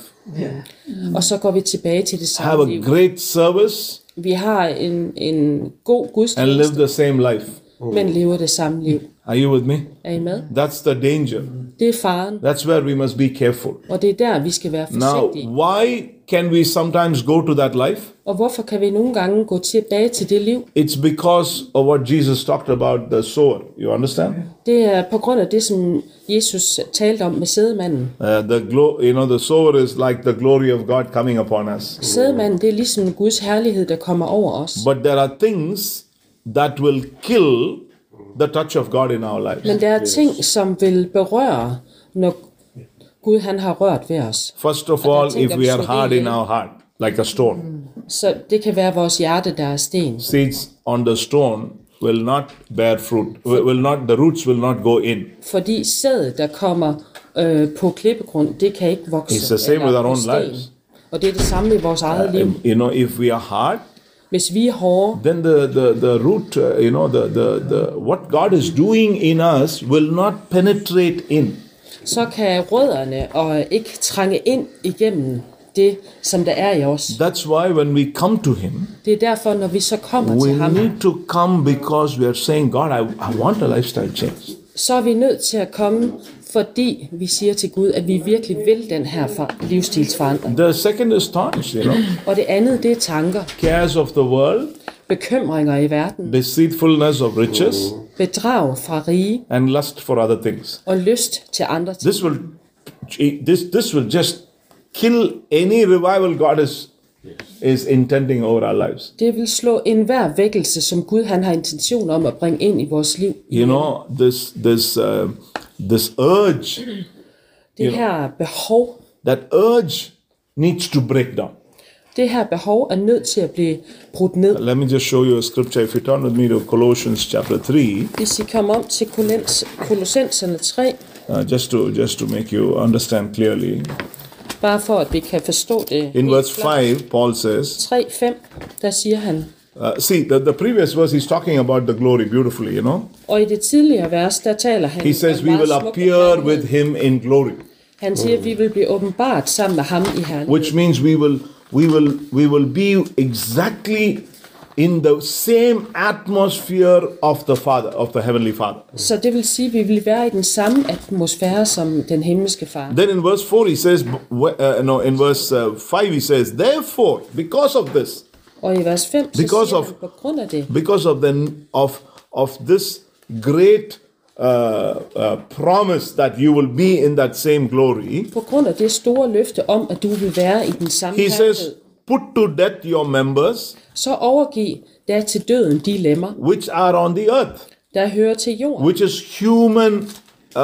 [SPEAKER 3] og så går vi tilbage til det
[SPEAKER 2] have
[SPEAKER 3] samme
[SPEAKER 2] a
[SPEAKER 3] liv.
[SPEAKER 2] great service
[SPEAKER 3] Vi har en, en god
[SPEAKER 2] and live
[SPEAKER 3] gudstjeneste,
[SPEAKER 2] the same life
[SPEAKER 3] men lever det samme liv.
[SPEAKER 2] are you with me
[SPEAKER 3] Er I med?
[SPEAKER 2] that's the danger
[SPEAKER 3] Det er faren,
[SPEAKER 2] that's where we must be careful
[SPEAKER 3] og det er der, vi skal være
[SPEAKER 2] Now,
[SPEAKER 3] forsigtige.
[SPEAKER 2] why can we sometimes go to that life?
[SPEAKER 3] Og hvorfor kan vi nogle gange gå tilbage til det liv?
[SPEAKER 2] It's because of what Jesus talked about the sower. You understand?
[SPEAKER 3] Det er på grund af det, som Jesus talte om med sædemanden.
[SPEAKER 2] Uh, the glo- you know, the sower is like the glory of God coming upon us.
[SPEAKER 3] Sædemanden, det er ligesom Guds herlighed, der kommer over os.
[SPEAKER 2] But there are things that will kill the touch of God in our lives.
[SPEAKER 3] Men der er ting, som vil berøre, når Gud han har rørt ved os.
[SPEAKER 2] First of all, if we are hard in our heart, like a stone,
[SPEAKER 3] Så det kan være vores hjerte, der er sten.
[SPEAKER 2] seeds on the stone will not bear fruit. Will will not the roots will not go in.
[SPEAKER 3] Fordi sædet, der kommer øh, på klippegrund, det kan ikke vokse.
[SPEAKER 2] It's the same
[SPEAKER 3] eller
[SPEAKER 2] with our
[SPEAKER 3] på
[SPEAKER 2] own
[SPEAKER 3] sten.
[SPEAKER 2] lives.
[SPEAKER 3] Og det er det samme i vores eget liv.
[SPEAKER 2] You know, if we are hard,
[SPEAKER 3] Hvis vi er hårde,
[SPEAKER 2] then the, the, the root, uh, you know, the, the, the, what God is doing in us will not penetrate in.
[SPEAKER 3] så kan rødderne og ikke trænge ind igennem det, som der er i os.
[SPEAKER 2] That's why when we come to Him,
[SPEAKER 3] Det er derfor, når vi så kommer
[SPEAKER 2] we
[SPEAKER 3] til ham,
[SPEAKER 2] need to come because we are saying, God, I, I want a lifestyle change.
[SPEAKER 3] så er vi nødt til at komme, fordi vi siger til Gud, at vi virkelig vil den her for- livsstilsforandring.
[SPEAKER 2] The second is thorns, you know,
[SPEAKER 3] Og det andet, det er tanker,
[SPEAKER 2] cares of the world,
[SPEAKER 3] bekymringer i verden,
[SPEAKER 2] deceitfulness of riches,
[SPEAKER 3] Oh. bedrag fra rige
[SPEAKER 2] and lust for other things.
[SPEAKER 3] og lyst til andre ting.
[SPEAKER 2] This will, this this will just kill any revival God is is intending over our lives.
[SPEAKER 3] Det vil slå enhver vækkelse, som Gud han har intention om at bringe ind i vores liv.
[SPEAKER 2] You know, this this uh, this urge,
[SPEAKER 3] Det her behov,
[SPEAKER 2] that urge needs to break down.
[SPEAKER 3] det her behov er nødt til at blive brudt ned.
[SPEAKER 2] Let me just show you a scripture. If you turn with me to Colossians chapter three,
[SPEAKER 3] Hvis I kommer om til Kolens, Kolossenserne 3,
[SPEAKER 2] uh, just to just to make you understand clearly.
[SPEAKER 3] bare for at vi kan forstå det.
[SPEAKER 2] In
[SPEAKER 3] helt
[SPEAKER 2] verse
[SPEAKER 3] klart.
[SPEAKER 2] five, Paul says,
[SPEAKER 3] 3, 5, der siger han,
[SPEAKER 2] uh, "See, the, the previous verse he's talking about the glory beautifully. You know,
[SPEAKER 3] og i det tidligere vers, der taler han,
[SPEAKER 2] he says
[SPEAKER 3] om
[SPEAKER 2] we
[SPEAKER 3] meget
[SPEAKER 2] will
[SPEAKER 3] smuk
[SPEAKER 2] appear
[SPEAKER 3] herlighed.
[SPEAKER 2] with him in glory,
[SPEAKER 3] Han siger, at vi vil blive åbenbart sammen med ham i herlighed.
[SPEAKER 2] which means we will we will we will be exactly in the same atmosphere of the Father of the heavenly Father."
[SPEAKER 3] Så det vil sige, at vi vil være i den samme atmosfære som den himmelske far.
[SPEAKER 2] Then in verse 4 he says, uh, no, in verse uh, 5 he says, therefore, because of this,
[SPEAKER 3] Og i vers 5, så
[SPEAKER 2] Because
[SPEAKER 3] siger
[SPEAKER 2] of-
[SPEAKER 3] han, på grund af det,
[SPEAKER 2] because of the of of this great uh, uh, promise that you will be in that same glory,
[SPEAKER 3] på grund af det store løfte om, at du vil være i den samme
[SPEAKER 2] he says,
[SPEAKER 3] herlighed,
[SPEAKER 2] put to death your members
[SPEAKER 3] så overgiv da til døden de lemmer,
[SPEAKER 2] which are on the earth,
[SPEAKER 3] der hører til jorden,
[SPEAKER 2] which is human, uh,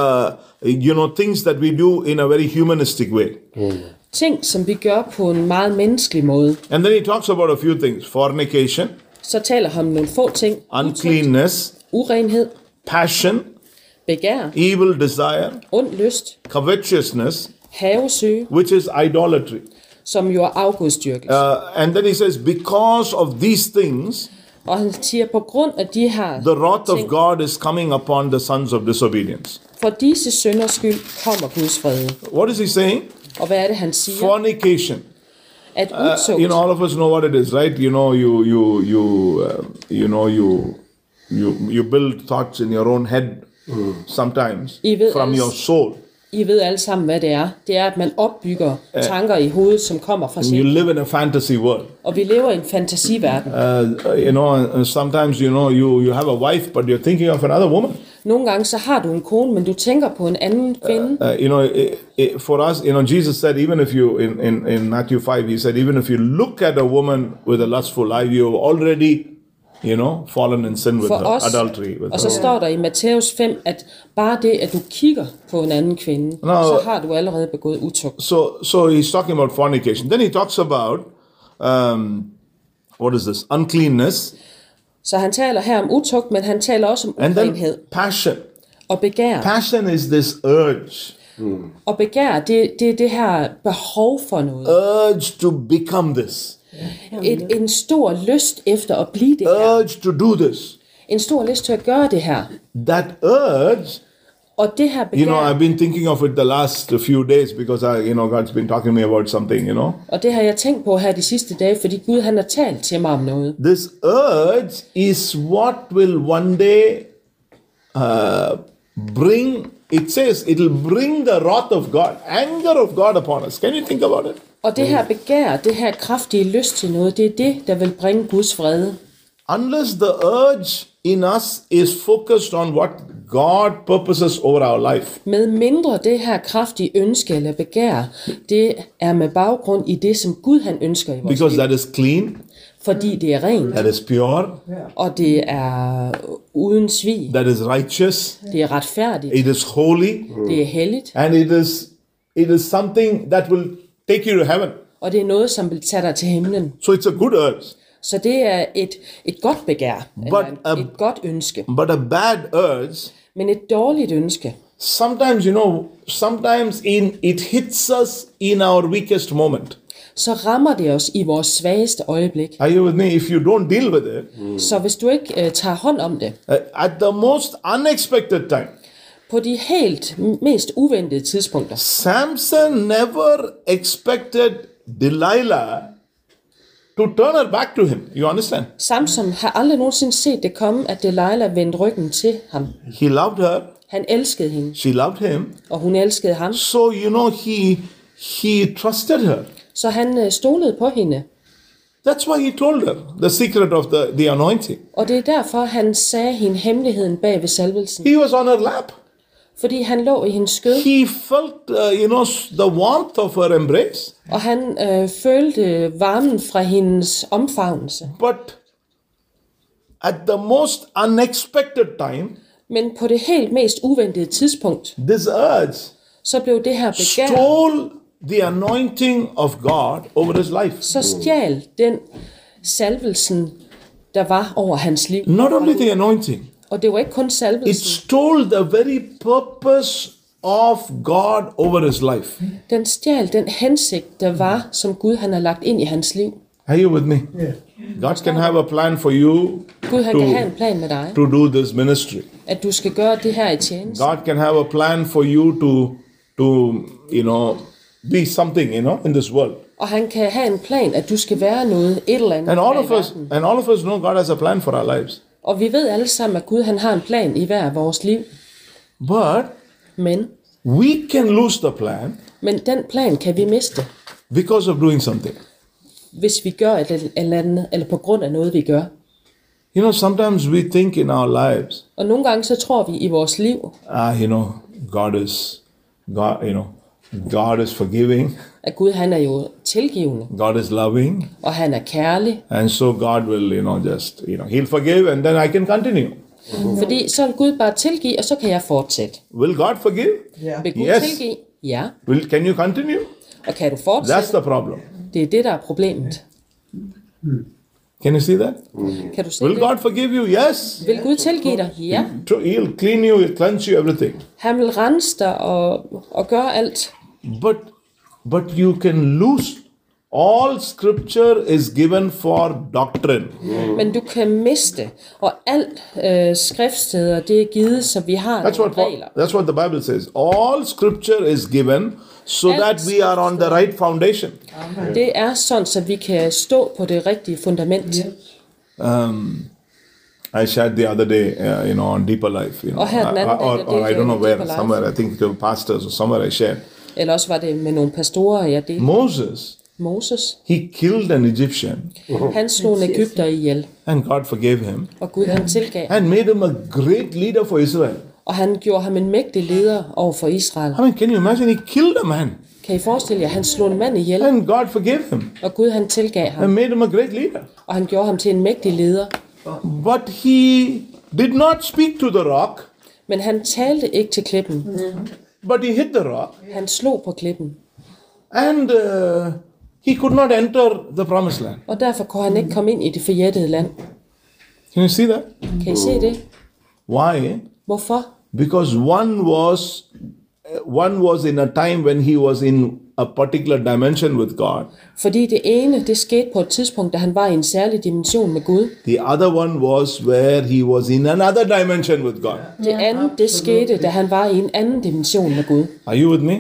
[SPEAKER 2] you know, things that we do in a very humanistic way.
[SPEAKER 3] ting som vi gør på en meget menneskelig måde.
[SPEAKER 2] And then he talks about a few things: fornication,
[SPEAKER 3] Så taler han om nogle få ting,
[SPEAKER 2] uncleanness,
[SPEAKER 3] urenhed,
[SPEAKER 2] passion,
[SPEAKER 3] begær,
[SPEAKER 2] evil desire,
[SPEAKER 3] ond lyst,
[SPEAKER 2] covetousness,
[SPEAKER 3] havesøge,
[SPEAKER 2] which is idolatry.
[SPEAKER 3] som jo er afgudstyrkelse.
[SPEAKER 2] Uh, and then he says, because of these things,
[SPEAKER 3] Og han siger, på grund af de her
[SPEAKER 2] the wrath of
[SPEAKER 3] ting,
[SPEAKER 2] God is coming upon the sons of disobedience.
[SPEAKER 3] for disse synders skyld kommer Guds fred.
[SPEAKER 2] What is he saying?
[SPEAKER 3] Og hvad er det, han siger?
[SPEAKER 2] Fornication.
[SPEAKER 3] at
[SPEAKER 2] Uh,
[SPEAKER 3] utugt,
[SPEAKER 2] you know, all of us know what it is, right? You know, you you you uh, you know you you you build thoughts in your own head sometimes
[SPEAKER 3] I ved
[SPEAKER 2] from
[SPEAKER 3] alles.
[SPEAKER 2] your soul.
[SPEAKER 3] I ved alle sammen, hvad det er. Det er, at man opbygger tanker i hovedet, som kommer fra
[SPEAKER 2] You
[SPEAKER 3] sig.
[SPEAKER 2] live in a fantasy world.
[SPEAKER 3] Og vi lever i en fantasiverden.
[SPEAKER 2] Uh, you know, and sometimes you know you you have a wife, but you're thinking of another woman.
[SPEAKER 3] Nogle gange så har du en kone, men du tænker på en anden kvinde.
[SPEAKER 2] Uh, you know, it, it, for us, you know, Jesus said, even if you, in, in, in Matthew 5, he said, even if you look at a woman with a lustful eye, you have already, you know, fallen in sin with
[SPEAKER 3] For
[SPEAKER 2] her,
[SPEAKER 3] os,
[SPEAKER 2] adultery with
[SPEAKER 3] og så
[SPEAKER 2] her.
[SPEAKER 3] står der i Matthæus 5, at bare det, at du kigger på en anden kvinde,
[SPEAKER 2] Nå.
[SPEAKER 3] så har du allerede begået utugt.
[SPEAKER 2] So, so he's talking about fornication. Then he talks about, um, what is this? Uncleanness.
[SPEAKER 3] Så han taler her om utugt, men han taler også om
[SPEAKER 2] And
[SPEAKER 3] urenhed
[SPEAKER 2] then passion.
[SPEAKER 3] og begær.
[SPEAKER 2] Passion is this urge,
[SPEAKER 3] Og begær, det, det er det her behov for
[SPEAKER 2] Øh.
[SPEAKER 3] noget.
[SPEAKER 2] urge to become this,
[SPEAKER 3] Et, en stor lyst efter at blive det her.
[SPEAKER 2] urge to do this.
[SPEAKER 3] En stor lyst til at gøre det her.
[SPEAKER 2] That urge
[SPEAKER 3] Og det her begær...
[SPEAKER 2] You know, I've been thinking of it the last few days because I, you know, God's been talking to me about something, you know.
[SPEAKER 3] Og det har jeg tænkt på her de sidste dage, fordi Gud han har talt til mig om noget.
[SPEAKER 2] This urge is what will one day uh, bring, it says, it'll bring the wrath of God, anger of God upon us. Can you think about it?
[SPEAKER 3] Og det
[SPEAKER 2] Mm.
[SPEAKER 3] her begær, det her kraftige lyst til noget, det er det, der vil bringe Guds fred.
[SPEAKER 2] Unless the urge in us is focused on what God purposes over our life,
[SPEAKER 3] Med mindre det her kraftige ønske eller begær, det er med baggrund i det, som Gud han ønsker i vores
[SPEAKER 2] because that is clean,
[SPEAKER 3] Fordi det er rent,
[SPEAKER 2] that is pure,
[SPEAKER 3] og det er uden svig,
[SPEAKER 2] that is righteous,
[SPEAKER 3] det er retfærdigt,
[SPEAKER 2] it is holy,
[SPEAKER 3] det er helligt,
[SPEAKER 2] and it is it is something that will take you to heaven
[SPEAKER 3] og det er noget, som vil tage dig til himlen.
[SPEAKER 2] so it's a good urge
[SPEAKER 3] Så det er et, et godt begær,
[SPEAKER 2] But,
[SPEAKER 3] eller
[SPEAKER 2] um,
[SPEAKER 3] et, et godt ønske,
[SPEAKER 2] but a bad urge
[SPEAKER 3] men et dårligt ønske.
[SPEAKER 2] sometimes you know sometimes in it hits us in our weakest moment
[SPEAKER 3] så rammer det os i vores svageste øjeblik.
[SPEAKER 2] are you with me if you don't deal with it
[SPEAKER 3] Så hvis du ikke øh, tager hånd om det,
[SPEAKER 2] uh, at the most unexpected time
[SPEAKER 3] på de helt m- mest uventede tidspunkter.
[SPEAKER 2] samson never expected delilah to turn her back to him. You understand?
[SPEAKER 3] Samson har aldrig nogensinde set det komme, at Delilah vendte ryggen til ham.
[SPEAKER 2] He loved her.
[SPEAKER 3] Han elskede hende,
[SPEAKER 2] She loved him.
[SPEAKER 3] og hun elskede ham,
[SPEAKER 2] So you know he he trusted her.
[SPEAKER 3] så han øh, stolede på hende.
[SPEAKER 2] That's why he told her the secret of the, the anointing.
[SPEAKER 3] Og det er derfor, han sagde hende hemmeligheden bag ved salvelsen.
[SPEAKER 2] He was on her lap.
[SPEAKER 3] Fordi han lå i hendes skød,
[SPEAKER 2] He felt uh, you know s- the warmth of her embrace,
[SPEAKER 3] og han øh, følte varmen fra hendes omfavnelse.
[SPEAKER 2] but at the most unexpected time,
[SPEAKER 3] Men på det helt mest uventede tidspunkt,
[SPEAKER 2] this urge
[SPEAKER 3] så blev det her begær,
[SPEAKER 2] stole the anointing of God over his life.
[SPEAKER 3] så stjal den salvelsen, der var over hans liv.
[SPEAKER 2] Not only the anointing,
[SPEAKER 3] Og det var ikke kun
[SPEAKER 2] it
[SPEAKER 3] salvelsen.
[SPEAKER 2] stole the very purpose of God over his life.
[SPEAKER 3] Den stjal den hensigt, der var, som Gud han har lagt ind i hans liv.
[SPEAKER 2] Are you with me? Yeah. God can have a plan for you
[SPEAKER 3] Gud han kan have
[SPEAKER 2] to,
[SPEAKER 3] en plan med dig,
[SPEAKER 2] to do this ministry.
[SPEAKER 3] at du skal gøre det her i tjeneste.
[SPEAKER 2] God can have a plan for you to to you know be something you know in this world.
[SPEAKER 3] Og han kan have en plan, at du skal være noget, et eller andet.
[SPEAKER 2] And all
[SPEAKER 3] her i
[SPEAKER 2] of us
[SPEAKER 3] verden.
[SPEAKER 2] and all of us know God has a plan for our lives.
[SPEAKER 3] Og vi ved alle sammen, at Gud han har en plan i hver vores liv.
[SPEAKER 2] But
[SPEAKER 3] Men,
[SPEAKER 2] we can lose the plan
[SPEAKER 3] men den plan kan vi miste,
[SPEAKER 2] because of doing something.
[SPEAKER 3] hvis vi gør et eller- eller andet, eller på grund af noget, vi gør.
[SPEAKER 2] You know, sometimes we think in our lives,
[SPEAKER 3] Og nogle gange så tror vi i vores liv,
[SPEAKER 2] ah, you know, God is God, you know, God is forgiving,
[SPEAKER 3] at Gud han er jo tilgivende,
[SPEAKER 2] God is loving,
[SPEAKER 3] og han er kærlig.
[SPEAKER 2] and so God will, you know, just you know, He'll forgive and then I can continue.
[SPEAKER 3] Fordi så vil Gud bare tilgive, og så kan jeg fortsætte.
[SPEAKER 2] Will God forgive?
[SPEAKER 3] Vil Gud
[SPEAKER 2] Yes.
[SPEAKER 3] tilgive? Ja.
[SPEAKER 2] Will can you continue?
[SPEAKER 3] Og kan du fortsætte?
[SPEAKER 2] That's the problem.
[SPEAKER 3] Det er det, der er problemet.
[SPEAKER 2] Can you see that?
[SPEAKER 3] Kan du se
[SPEAKER 2] Will
[SPEAKER 3] det?
[SPEAKER 2] God forgive you? Yes.
[SPEAKER 3] Vil Gud tilgive dig? Ja.
[SPEAKER 2] True. He'll clean you, he'll cleanse you, everything.
[SPEAKER 3] Han vil rense dig og, og gøre alt.
[SPEAKER 2] But but you can lose. All scripture is given for doctrine.
[SPEAKER 3] Men du kan miste. Og alt øh, skriftsteder, det er givet, så vi har
[SPEAKER 2] That's
[SPEAKER 3] nogle
[SPEAKER 2] what
[SPEAKER 3] regler.
[SPEAKER 2] that's what the Bible says. All scripture is given so that we are on the right foundation.
[SPEAKER 3] Det er sådan, så vi kan stå på det rigtige
[SPEAKER 2] I
[SPEAKER 3] fundament.
[SPEAKER 2] shared the other day, uh, you know, on Deeper Life, you know,
[SPEAKER 3] Og her den anden
[SPEAKER 2] I- I-
[SPEAKER 3] dag,
[SPEAKER 2] or,
[SPEAKER 3] der
[SPEAKER 2] or I
[SPEAKER 3] delte
[SPEAKER 2] don't know
[SPEAKER 3] jeg
[SPEAKER 2] where,
[SPEAKER 3] Deeper Life.
[SPEAKER 2] somewhere, I think to pastors or somewhere I shared.
[SPEAKER 3] Eller også var det med nogle pastorer, ja, det er
[SPEAKER 2] Moses,
[SPEAKER 3] Moses.
[SPEAKER 2] he killed an Egyptian
[SPEAKER 3] Han slog en Ægypter ihjel,
[SPEAKER 2] and God forgave him
[SPEAKER 3] og Gud han tilgav.
[SPEAKER 2] and made him a great leader for Israel.
[SPEAKER 3] Og han gjorde ham en mægtig leder over for Israel.
[SPEAKER 2] I mean, can you imagine? He killed a man
[SPEAKER 3] Kan I forestille jer, han slog en mand ihjel,
[SPEAKER 2] and God forgave him
[SPEAKER 3] og Gud han tilgav ham.
[SPEAKER 2] and made him a great leader.
[SPEAKER 3] Og han gjorde ham til en mægtig leder.
[SPEAKER 2] But he did not speak to the rock,
[SPEAKER 3] Men han talte ikke til klippen.
[SPEAKER 2] but he hit the rock
[SPEAKER 3] Han slog på klippen.
[SPEAKER 2] and uh, he could not enter the promised land.
[SPEAKER 3] Og derfor kunne han ikke komme ind i det forjættede land.
[SPEAKER 2] Can you see that?
[SPEAKER 3] Kan I se det?
[SPEAKER 2] Why?
[SPEAKER 3] Hvorfor?
[SPEAKER 2] Because one was uh, one was in a time when he was in a particular dimension with God.
[SPEAKER 3] Fordi det ene, det skete på et tidspunkt, da han var i en særlig dimension med Gud.
[SPEAKER 2] The other one was where he was in another dimension with God.
[SPEAKER 3] Det andet, det skete, da han var i en anden dimension med Gud.
[SPEAKER 2] Are you with me?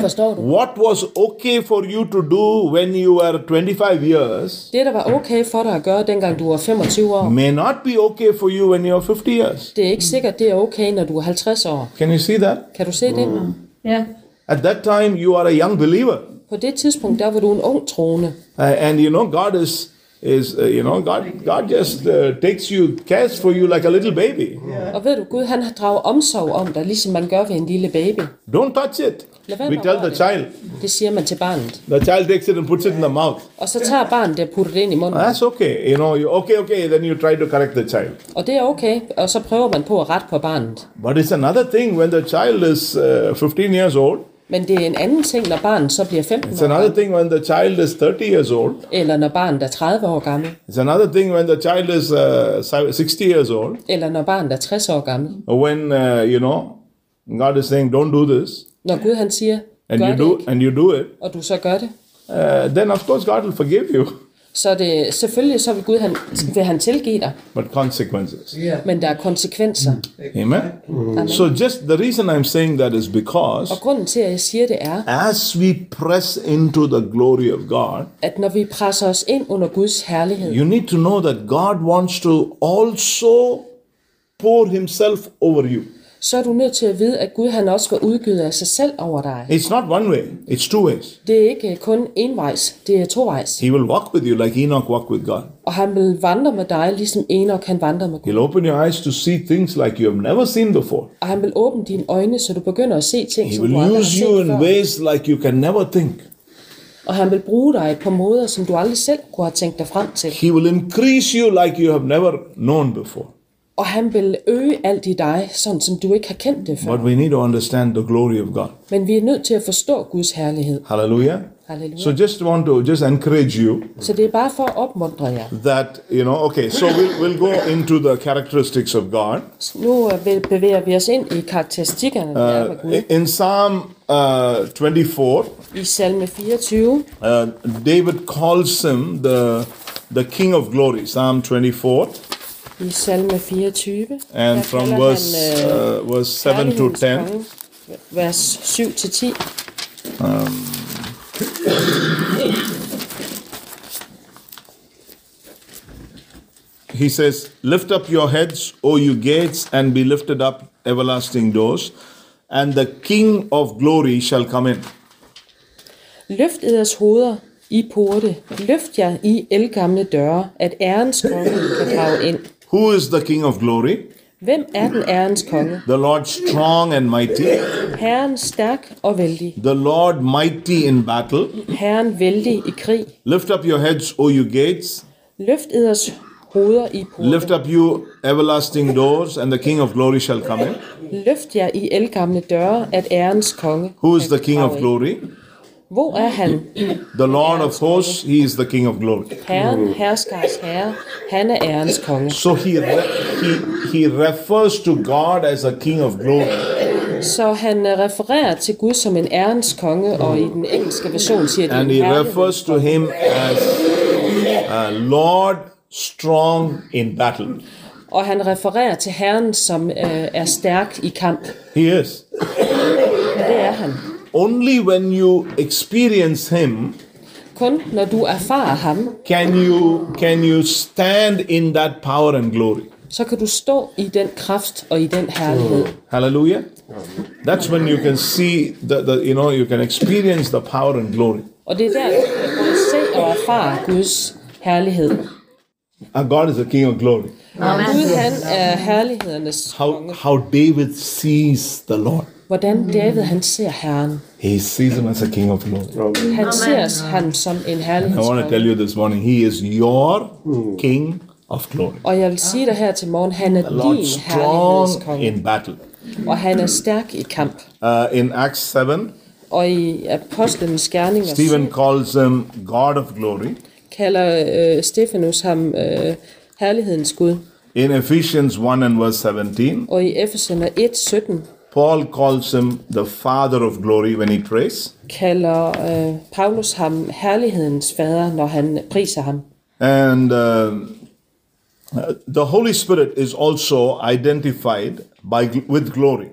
[SPEAKER 3] Forstår du?
[SPEAKER 2] What was okay for you to do when you were 25 years
[SPEAKER 3] Det, der var okay for dig at gøre, dengang du var 25 år,
[SPEAKER 2] may not be okay for you when you're 50 years.
[SPEAKER 3] det er ikke sikkert, det er okay, når du er 50 år.
[SPEAKER 2] Can you see that?
[SPEAKER 3] Kan du se det?
[SPEAKER 4] Yeah.
[SPEAKER 2] At that time, you are a young believer.
[SPEAKER 3] På det tidspunkt, der var du en ung troende.
[SPEAKER 2] Uh, and you know, God is, is uh, you know, God, God just uh, takes you, cares for you like a little baby.
[SPEAKER 3] Og ved du, Gud han har draget omsorg om dig, ligesom man gør ved en lille baby.
[SPEAKER 2] Don't touch it.
[SPEAKER 3] Lad være
[SPEAKER 2] We
[SPEAKER 3] med at
[SPEAKER 2] tell
[SPEAKER 3] røre
[SPEAKER 2] the
[SPEAKER 3] det.
[SPEAKER 2] child.
[SPEAKER 3] Det siger man til barnet.
[SPEAKER 2] The child takes it and puts it in the mouth.
[SPEAKER 3] Og så tager barnet det og putter det ind i munden.
[SPEAKER 2] That's okay. You know, you okay, okay. Then you try to correct the child.
[SPEAKER 3] Og det er okay, og så prøver man på at rette på barnet.
[SPEAKER 2] But it's another thing when the child is uh, 15 years old.
[SPEAKER 3] Men det er en anden ting, når barnet så bliver 15
[SPEAKER 2] It's
[SPEAKER 3] år,
[SPEAKER 2] another thing when the child is 30 years old.
[SPEAKER 3] eller når barnet er 30 år gammel,
[SPEAKER 2] It's another thing when the child is uh, si- 60 years old.
[SPEAKER 3] eller når barnet er 60 år gammel.
[SPEAKER 2] When uh, you know, God is saying, "Don't do this,"
[SPEAKER 3] Når Gud han siger,
[SPEAKER 2] and
[SPEAKER 3] gør
[SPEAKER 2] you
[SPEAKER 3] det
[SPEAKER 2] do,
[SPEAKER 3] ikke,
[SPEAKER 2] and you do it.
[SPEAKER 3] og du så gør det,
[SPEAKER 2] Uh, then of course God will forgive you.
[SPEAKER 3] Så det, selvfølgelig så vil Gud han, vil han tilgive dig,
[SPEAKER 2] but consequences.
[SPEAKER 4] Yeah.
[SPEAKER 3] men der er konsekvenser.
[SPEAKER 2] Amen? So, just the reason I'm saying that is
[SPEAKER 3] Og
[SPEAKER 2] because
[SPEAKER 3] grunden til, at jeg siger det er,
[SPEAKER 2] as we press into the glory of God,
[SPEAKER 3] at når vi presser os ind under Guds herlighed,
[SPEAKER 2] you need to know that God wants to also pour Himself over you.
[SPEAKER 3] så er du nødt til at vide, at Gud han også vil udgyde af sig selv over dig.
[SPEAKER 2] It's not one way, it's two ways.
[SPEAKER 3] Det er ikke øh, kun envejs, det er tovejs.
[SPEAKER 2] He will walk with you like Enoch walked with God.
[SPEAKER 3] Og han vil vandre med dig, ligesom Enoch han vandrer med Gud.
[SPEAKER 2] He'll open your eyes to see things like you have never seen before.
[SPEAKER 3] Og han vil åbne dine øjne, så du begynder at se ting,
[SPEAKER 2] He
[SPEAKER 3] som
[SPEAKER 2] will
[SPEAKER 3] du aldrig har
[SPEAKER 2] use you
[SPEAKER 3] set
[SPEAKER 2] in
[SPEAKER 3] før.
[SPEAKER 2] ways like you can never think.
[SPEAKER 3] Og han vil bruge dig på måder, som du aldrig selv kunne have tænkt dig frem til.
[SPEAKER 2] He will increase you like you have never known before.
[SPEAKER 3] Og han vil øge alt i dig, sådan som du ikke har kendt det før.
[SPEAKER 2] But we need to understand the glory of God.
[SPEAKER 3] Men vi er nødt til at forstå Guds herlighed.
[SPEAKER 2] Hallelujah.
[SPEAKER 3] Halleluja.
[SPEAKER 2] So just want to just encourage you
[SPEAKER 3] Så det er bare for at opmuntre jer.
[SPEAKER 2] that you know. Okay, so we'll we'll go into the characteristics of God.
[SPEAKER 3] Nu øh, vil- bevæger vi os ind i karakteristikkerne
[SPEAKER 2] Øh,
[SPEAKER 3] der med Gud.
[SPEAKER 2] In Psalm uh, 24,
[SPEAKER 3] I salme 24,
[SPEAKER 2] uh, David calls him the the King of Glory. Psalm 24,
[SPEAKER 3] i salme 24,
[SPEAKER 2] and
[SPEAKER 3] der
[SPEAKER 2] from
[SPEAKER 3] kalder
[SPEAKER 2] verse
[SPEAKER 3] han, øh,
[SPEAKER 2] uh, verse 7 to
[SPEAKER 3] kærlighedens
[SPEAKER 2] 10.
[SPEAKER 3] konge, vers 7 til 10.
[SPEAKER 2] He says, Lift up your heads, O you gates, and be lifted up, everlasting doors, and the King of glory shall come in.
[SPEAKER 3] Løft eders hoveder, I porte. Løft jer, I elgamle døre, at ærens konge kan drage ind.
[SPEAKER 2] Who is the King of glory?
[SPEAKER 3] Hvem er den ærens konge?
[SPEAKER 2] The Lord strong and mighty,
[SPEAKER 3] Herren stærk og vældig.
[SPEAKER 2] the Lord mighty in battle.
[SPEAKER 3] Herren vældig i krig.
[SPEAKER 2] Lift up your heads, O you gates,
[SPEAKER 3] Løft eders hoveder i porte.
[SPEAKER 2] lift up you everlasting doors, and the King of glory shall come in.
[SPEAKER 3] Løft jer i elgamle døre, at ærens konge
[SPEAKER 2] Who is
[SPEAKER 3] kan
[SPEAKER 2] the King
[SPEAKER 3] drage
[SPEAKER 2] of
[SPEAKER 3] ind.
[SPEAKER 2] glory?
[SPEAKER 3] Hvor er han?
[SPEAKER 2] The Lord of hosts, he is the King of glory.
[SPEAKER 3] Herren, herskars herre, han er ærens konge.
[SPEAKER 2] So he, re- he, he refers to God as a King of glory.
[SPEAKER 3] Så han øh, refererer til Gud som en ærens konge, og i den engelske version siger det
[SPEAKER 2] And
[SPEAKER 3] en
[SPEAKER 2] he
[SPEAKER 3] herlig-
[SPEAKER 2] refers to him as uh, Lord strong in battle.
[SPEAKER 3] Og han refererer til herren, som øh, er stærk i kamp.
[SPEAKER 2] He is.
[SPEAKER 3] Og det er han.
[SPEAKER 2] Only when you experience him
[SPEAKER 3] Kun når du erfarer ham,
[SPEAKER 2] can you can you stand in that power and glory.
[SPEAKER 3] så kan du stå i den kraft og i den herlighed.
[SPEAKER 2] Hallelujah. That's when you can see the, the you know you can experience the power and glory.
[SPEAKER 3] Og det er der, du kan både se og erfare Guds herlighed.
[SPEAKER 2] Our Ah, God is the King of glory.
[SPEAKER 3] Gud, han er herlighedernes
[SPEAKER 2] How how David sees the Lord.
[SPEAKER 3] Hvordan David, han ser herren.
[SPEAKER 2] He sees him as a King of glory.
[SPEAKER 3] Han ser ham som en
[SPEAKER 2] I want to tell
[SPEAKER 3] herlighedskonge.
[SPEAKER 2] you this morning, he is your King of glory.
[SPEAKER 3] Og jeg vil sige dig her til morgen, han er
[SPEAKER 2] Lord
[SPEAKER 3] din
[SPEAKER 2] strong
[SPEAKER 3] herlighedskonge,
[SPEAKER 2] in battle.
[SPEAKER 3] og han er stærk i kamp.
[SPEAKER 2] Uh, in Acts 7,
[SPEAKER 3] Og i Apostlenes Gerninger
[SPEAKER 2] Stephen calls him God of glory.
[SPEAKER 3] kalder øh, Stefanus ham øh, herlighedens Gud.
[SPEAKER 2] In Ephesians 1 and verse 17,
[SPEAKER 3] Og i Efeserne 1, 17
[SPEAKER 2] Paul calls him the Father of glory when he prays.
[SPEAKER 3] kalder øh, Paulus ham herlighedens fader, når han priser ham.
[SPEAKER 2] And uh, uh, the Holy Spirit is also identified by gl- with glory.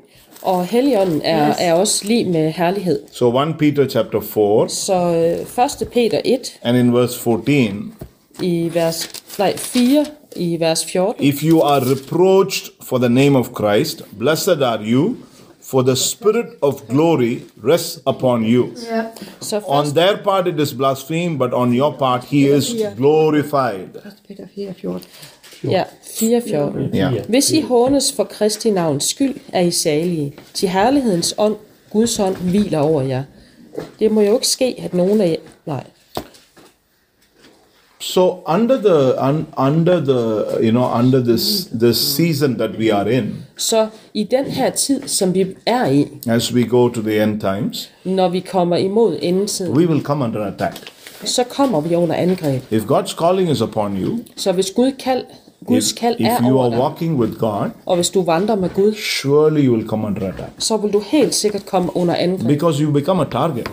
[SPEAKER 3] Og Helligånden er, er også lige med herlighed.
[SPEAKER 2] So 1 Peter chapter 4
[SPEAKER 3] Så øh, 1. Peter 1
[SPEAKER 2] and in verse 14,
[SPEAKER 3] i vers, nej, 4 i vers 14.
[SPEAKER 2] If you are reproached for the name of Christ, blessed are you, for the spirit of glory rests upon you.
[SPEAKER 3] Så
[SPEAKER 2] On their part it is blasphemed, but on your part he is glorified.
[SPEAKER 5] Peter 4, 14.
[SPEAKER 3] Ja, 4.14.
[SPEAKER 2] Yeah.
[SPEAKER 3] Hvis I hånes for Kristi navns skyld, er I salige. Til herlighedens ånd, Guds ånd, hviler over jer. Det må jo ikke ske, at nogen af jer... Nej.
[SPEAKER 2] So under the un, under the you know under this this season that we are in,
[SPEAKER 3] Så i den her tid, som vi er i,
[SPEAKER 2] as we go to the end times,
[SPEAKER 3] når vi kommer imod endetiden,
[SPEAKER 2] we will come under attack.
[SPEAKER 3] så kommer vi under angreb.
[SPEAKER 2] If God's calling is upon you,
[SPEAKER 3] Så hvis Gud kald, Guds
[SPEAKER 2] if,
[SPEAKER 3] kald
[SPEAKER 2] if
[SPEAKER 3] er
[SPEAKER 2] you are
[SPEAKER 3] over dig,
[SPEAKER 2] walking with God,
[SPEAKER 3] og hvis du vandrer med Gud,
[SPEAKER 2] surely you will come under attack
[SPEAKER 3] så vil du helt sikkert komme under angreb,
[SPEAKER 2] because you become a target.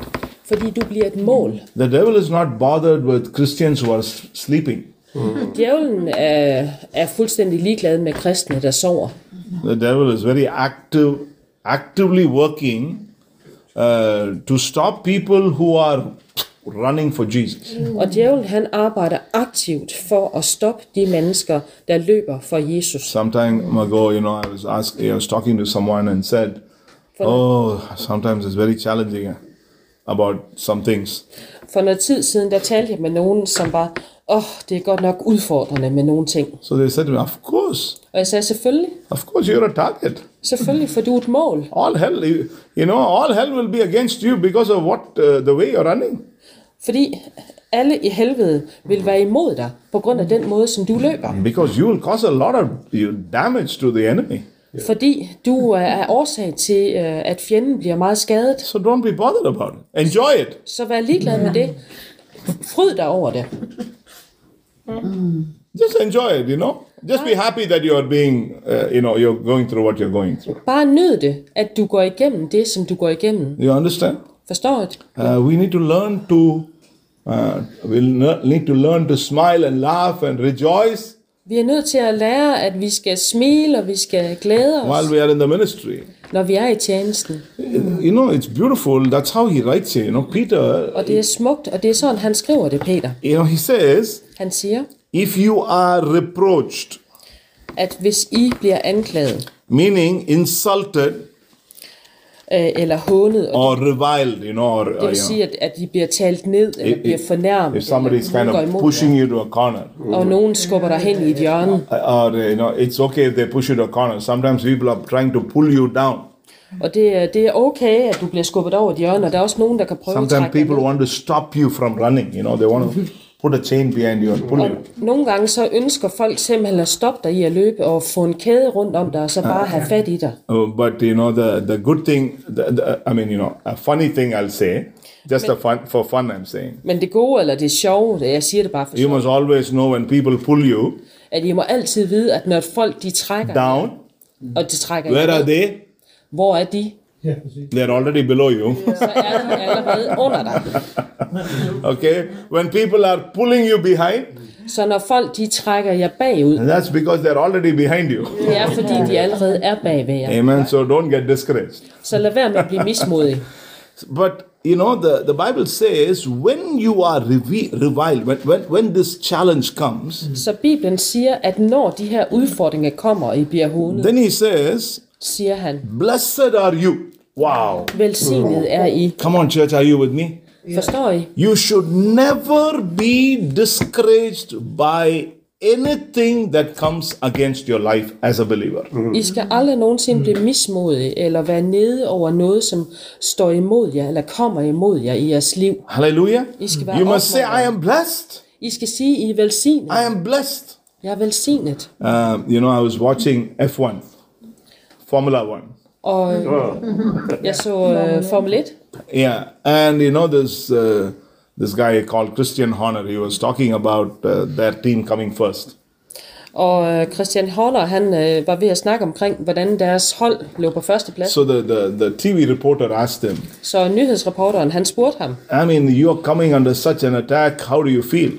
[SPEAKER 3] fordi du bliver et mål.
[SPEAKER 2] The devil is not bothered with Christians who are s- sleeping.
[SPEAKER 3] Djævlen er, er fuldstændig ligeglad med kristne, der sover.
[SPEAKER 2] The devil is very active, actively working uh, to stop people who are running for Jesus.
[SPEAKER 3] Og djævlen han arbejder aktivt for at stoppe de mennesker, der løber for Jesus.
[SPEAKER 2] Some time ago, you know, I was asked, I was talking to someone and said, "Oh, sometimes it's very challenging uh, about some things."
[SPEAKER 3] For noget tid siden, der talte jeg med nogen, som var, åh, oh, det er godt nok udfordrende med nogle ting.
[SPEAKER 2] So they said to me, "Of course,
[SPEAKER 3] Og jeg sagde, selvfølgelig,
[SPEAKER 2] of course, you're a target.
[SPEAKER 3] selvfølgelig, for du er et mål.
[SPEAKER 2] All hell, you you know, all hell will be against you because of what uh, the way you're running."
[SPEAKER 3] Fordi alle i helvede vil være imod dig, på grund af den måde, som du løber.
[SPEAKER 2] Because you will cause a lot of you damage to the enemy.
[SPEAKER 3] Fordi du øh, er årsag til, øh, at fjenden bliver meget skadet.
[SPEAKER 2] So don't be bothered about it. Enjoy it.
[SPEAKER 3] Så vær ligeglad med det. Fryd dig over det.
[SPEAKER 2] Just enjoy it, you know. Just be happy that you are being, uh, you know, you're going through what you're going through.
[SPEAKER 3] Bare nyd det, at du går igennem det, som du går igennem.
[SPEAKER 2] You understand?
[SPEAKER 3] Forstår du?
[SPEAKER 2] Uh, we need to learn to, uh, we lear- need to learn to smile and laugh and rejoice
[SPEAKER 3] Vi er nødt til at lære, at vi skal smile, og vi skal glæde os,
[SPEAKER 2] while we are in the ministry.
[SPEAKER 3] når vi er i tjenesten.
[SPEAKER 2] You know, it's beautiful. That's how he writes it. You know, Peter,
[SPEAKER 3] Og det er smukt, og det er sådan, han skriver det, Peter.
[SPEAKER 2] you know, he says,
[SPEAKER 3] Han siger,
[SPEAKER 2] if you are reproached,
[SPEAKER 3] at hvis I bliver anklaget,
[SPEAKER 2] meaning insulted
[SPEAKER 3] øh, eller hånet, og
[SPEAKER 2] or reviled, you know, or,
[SPEAKER 3] det
[SPEAKER 2] or
[SPEAKER 3] vil
[SPEAKER 2] you know,
[SPEAKER 3] sige, at, at I bliver talt ned, eller
[SPEAKER 2] If-
[SPEAKER 3] bliver
[SPEAKER 2] if-
[SPEAKER 3] fornærmet,
[SPEAKER 2] if somebody is
[SPEAKER 3] eller
[SPEAKER 2] kind
[SPEAKER 3] nogen går
[SPEAKER 2] of
[SPEAKER 3] imod
[SPEAKER 2] pushing
[SPEAKER 3] dig,
[SPEAKER 2] you to a corner
[SPEAKER 3] og nogen skubber dig hen i et hjørne.
[SPEAKER 2] or uh, you know it's okay if they push you to a corner sometimes people are trying to pull you down
[SPEAKER 3] Og det er, det er okay, at du bliver skubbet over et hjørne, og der er også nogen, der kan prøve at
[SPEAKER 2] sometimes
[SPEAKER 3] trække dig
[SPEAKER 2] people
[SPEAKER 3] ned.
[SPEAKER 2] want to stop you from running you know they want to put a chain behind you and pull you
[SPEAKER 3] Nogle gange så ønsker folk simpelthen at stoppe dig i at løbe og få en kæde rundt om dig, og så bare have fat i dig.
[SPEAKER 2] Uh, but you know the the good thing the, the, i mean you know a funny thing i'll say just a fun for fun i'm saying
[SPEAKER 3] Men det gode eller det sjove, det- jeg siger det bare for
[SPEAKER 2] you
[SPEAKER 3] sjov,
[SPEAKER 2] must always know when people pull you
[SPEAKER 3] at I må altid vide, at når folk de trækker,
[SPEAKER 2] down
[SPEAKER 3] og de trækker,
[SPEAKER 2] where are
[SPEAKER 3] jer,
[SPEAKER 2] they
[SPEAKER 3] hvor er de?
[SPEAKER 2] they're already below you
[SPEAKER 3] Så er de allerede under dig.
[SPEAKER 2] okay when people are pulling you behind
[SPEAKER 3] Så når folk de trækker jer bagud,
[SPEAKER 2] that's because they're already behind you
[SPEAKER 3] det er fordi, de allerede er bagved jer.
[SPEAKER 2] Amen. So don't get discouraged.
[SPEAKER 3] Så lad være med at blive mismodig.
[SPEAKER 2] But you know, the, the Bible says when you are revi- reviled, when, when, when this challenge comes,
[SPEAKER 3] Så Bibelen siger, at når de her udfordringer kommer, og I bliver hånet,
[SPEAKER 2] then he says,
[SPEAKER 3] siger han,
[SPEAKER 2] Blessed are you. Wow.
[SPEAKER 3] velsignet er I.
[SPEAKER 2] Come on, church, are you with me?
[SPEAKER 3] Forstår I?
[SPEAKER 2] You should never be discouraged by anything that comes against your life as a believer.
[SPEAKER 3] I skal aldrig nogensinde blive mismodige eller være nede over noget, som står imod jer eller kommer imod jer i jeres liv.
[SPEAKER 2] Hallelujah.
[SPEAKER 3] I skal være
[SPEAKER 2] You must say, I
[SPEAKER 3] opmuntrede.
[SPEAKER 2] am blessed.
[SPEAKER 3] I skal sige, I er velsignet.
[SPEAKER 2] I am blessed.
[SPEAKER 3] Jeg er velsignet.
[SPEAKER 2] Uh, you know, I was watching F1, Formula One.
[SPEAKER 3] Og øh, jeg så øh, Formel 1,
[SPEAKER 2] Yeah, and you know this uh, this guy called Christian Horner. He was talking about uh, their team coming first.
[SPEAKER 3] og øh, Christian Horner han øh, var ved at snakke omkring, hvordan deres hold lå på førsteplads.
[SPEAKER 2] So the, the, the TV reporter asked him,
[SPEAKER 3] Så nyhedsreporteren han spurgte ham,
[SPEAKER 2] "I mean, you are coming under such an attack. How do you feel?"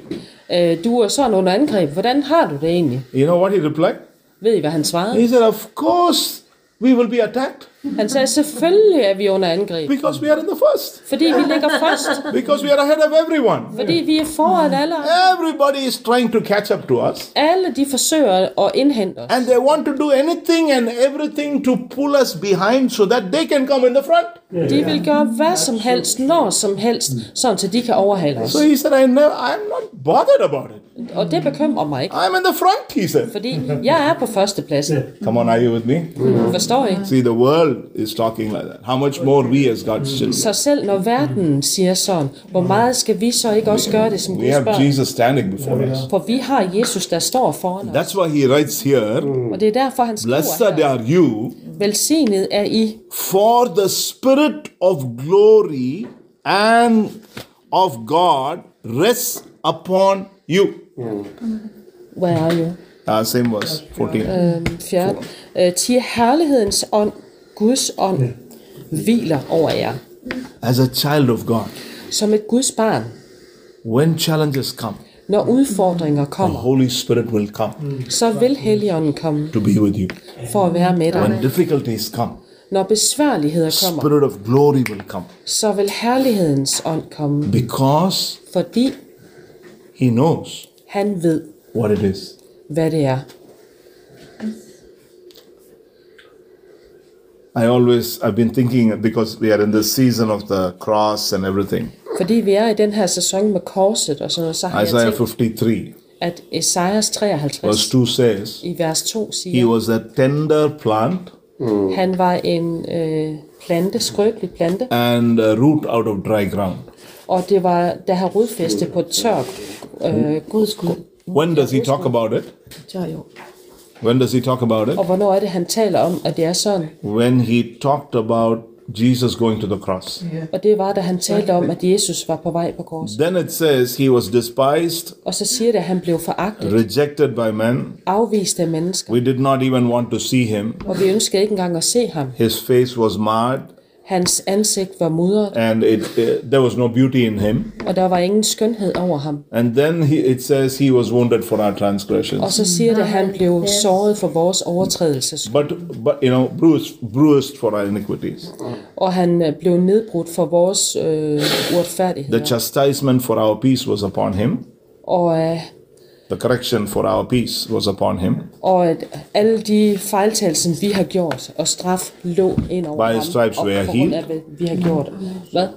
[SPEAKER 3] øh, du er sådan under angreb, hvordan har du det egentlig?
[SPEAKER 2] You know what he replied?
[SPEAKER 3] Ved I, hvad han svarede?
[SPEAKER 2] He said, "Of course, we will be attacked
[SPEAKER 3] Han sagde, selvfølgelig er vi under angreb,
[SPEAKER 2] because we are in the first.
[SPEAKER 3] fordi vi ligger først,
[SPEAKER 2] Because we are ahead of everyone.
[SPEAKER 3] fordi vi er foran alle andre.
[SPEAKER 2] Everybody is trying to catch up to us."
[SPEAKER 3] Alle de forsøger at indhente os,
[SPEAKER 2] And they want to do anything and everything to pull us behind so that they can come in the front.
[SPEAKER 3] de vil gøre hvad som helst, når som helst, sådan så de kan overhale os.
[SPEAKER 2] So he said, I never, I'm not bothered about it.
[SPEAKER 3] Og det bekymrer mig ikke,
[SPEAKER 2] I'm in the front, he said.
[SPEAKER 3] fordi jeg er på førstepladsen.
[SPEAKER 2] Come on, are you with me?
[SPEAKER 3] Forstår I?
[SPEAKER 2] See, the world is talking like that. How much more we as God's children?
[SPEAKER 3] Så selv når verden siger sådan, hvor meget skal vi så ikke også gøre det som
[SPEAKER 2] We
[SPEAKER 3] Guds
[SPEAKER 2] have
[SPEAKER 3] børn?
[SPEAKER 2] Jesus standing before us.
[SPEAKER 3] For vi har Jesus, der står foran os.
[SPEAKER 2] That's why he writes here,
[SPEAKER 3] Og det er derfor, han skriver
[SPEAKER 2] Blessed
[SPEAKER 3] her,
[SPEAKER 2] are you,
[SPEAKER 3] velsignet er I,
[SPEAKER 2] for the Spirit of glory and of God rests upon you.
[SPEAKER 3] where are you?
[SPEAKER 2] Uh, same verse, 14.
[SPEAKER 3] Øhm, Fjerde. Øh, Til herlighedens ånd, Guds ånd, hviler over jer.
[SPEAKER 2] As a child of God,
[SPEAKER 3] Som et Guds barn,
[SPEAKER 2] When challenges come,
[SPEAKER 3] når udfordringer
[SPEAKER 2] the
[SPEAKER 3] kommer,
[SPEAKER 2] Holy Spirit will come
[SPEAKER 3] så vil Helligånden komme
[SPEAKER 2] to be with you.
[SPEAKER 3] for at være med dig.
[SPEAKER 2] When difficulties come,
[SPEAKER 3] Når besværligheder kommer,
[SPEAKER 2] Spirit of glory will come
[SPEAKER 3] så vil herlighedens ånd komme,
[SPEAKER 2] because
[SPEAKER 3] fordi
[SPEAKER 2] He knows
[SPEAKER 3] han ved,
[SPEAKER 2] what it is.
[SPEAKER 3] hvad det er.
[SPEAKER 2] I always I've been thinking because we are in the season of the cross and everything.
[SPEAKER 3] Fordi vi er i den her sæson med korset og sådan noget, så har
[SPEAKER 2] Isaiah
[SPEAKER 3] jeg tænkt,
[SPEAKER 2] 53
[SPEAKER 3] at Esajas
[SPEAKER 2] verse
[SPEAKER 3] 53
[SPEAKER 2] 2 says,
[SPEAKER 3] i vers 2
[SPEAKER 2] He
[SPEAKER 3] siger,
[SPEAKER 2] was a tender plant
[SPEAKER 3] han var en øh, plante, skrøbelig plante,
[SPEAKER 2] and a root out of dry ground.
[SPEAKER 3] og det var, da han rodfæste på et tørt øh, Guds gud.
[SPEAKER 2] When does he talk about it? When does he talk about it?
[SPEAKER 3] Og hvornår er det, han taler om, at det er sådan?
[SPEAKER 2] When he talked about Jesus going to the cross.
[SPEAKER 3] Og det var, da han talte om, at Jesus var på vej på korset.
[SPEAKER 2] Then it says he was despised,
[SPEAKER 3] Og så siger det, at han blev foragtet,
[SPEAKER 2] rejected by men.
[SPEAKER 3] afvist af mennesker,
[SPEAKER 2] We did not even want to see him.
[SPEAKER 3] og vi ønskede ikke engang at se ham.
[SPEAKER 2] His face was marred
[SPEAKER 3] Hans ansigt var mudret,
[SPEAKER 2] and it, uh, there was no beauty in him.
[SPEAKER 3] og der var ingen skønhed over ham.
[SPEAKER 2] And then he, it says he was wounded for our
[SPEAKER 3] Og
[SPEAKER 2] transgressions.
[SPEAKER 3] så siger det, at han blev såret for vores overtrædelses,
[SPEAKER 2] But, but you know, bruised, bruised for our iniquities.
[SPEAKER 3] og han øh, blev nedbrudt for vores øh,
[SPEAKER 2] The
[SPEAKER 3] uretfærdigheder.
[SPEAKER 2] chastisement for our peace was upon him.
[SPEAKER 3] Og, øh,
[SPEAKER 2] The correction for our peace was upon him.
[SPEAKER 3] og at alle de fejltagelser, vi har gjort, og straf lå ind over
[SPEAKER 2] By his
[SPEAKER 3] ham,
[SPEAKER 2] stripes
[SPEAKER 3] og
[SPEAKER 2] we are
[SPEAKER 3] på grund
[SPEAKER 2] healed.
[SPEAKER 3] af, hvad vi har gjort. Hvad?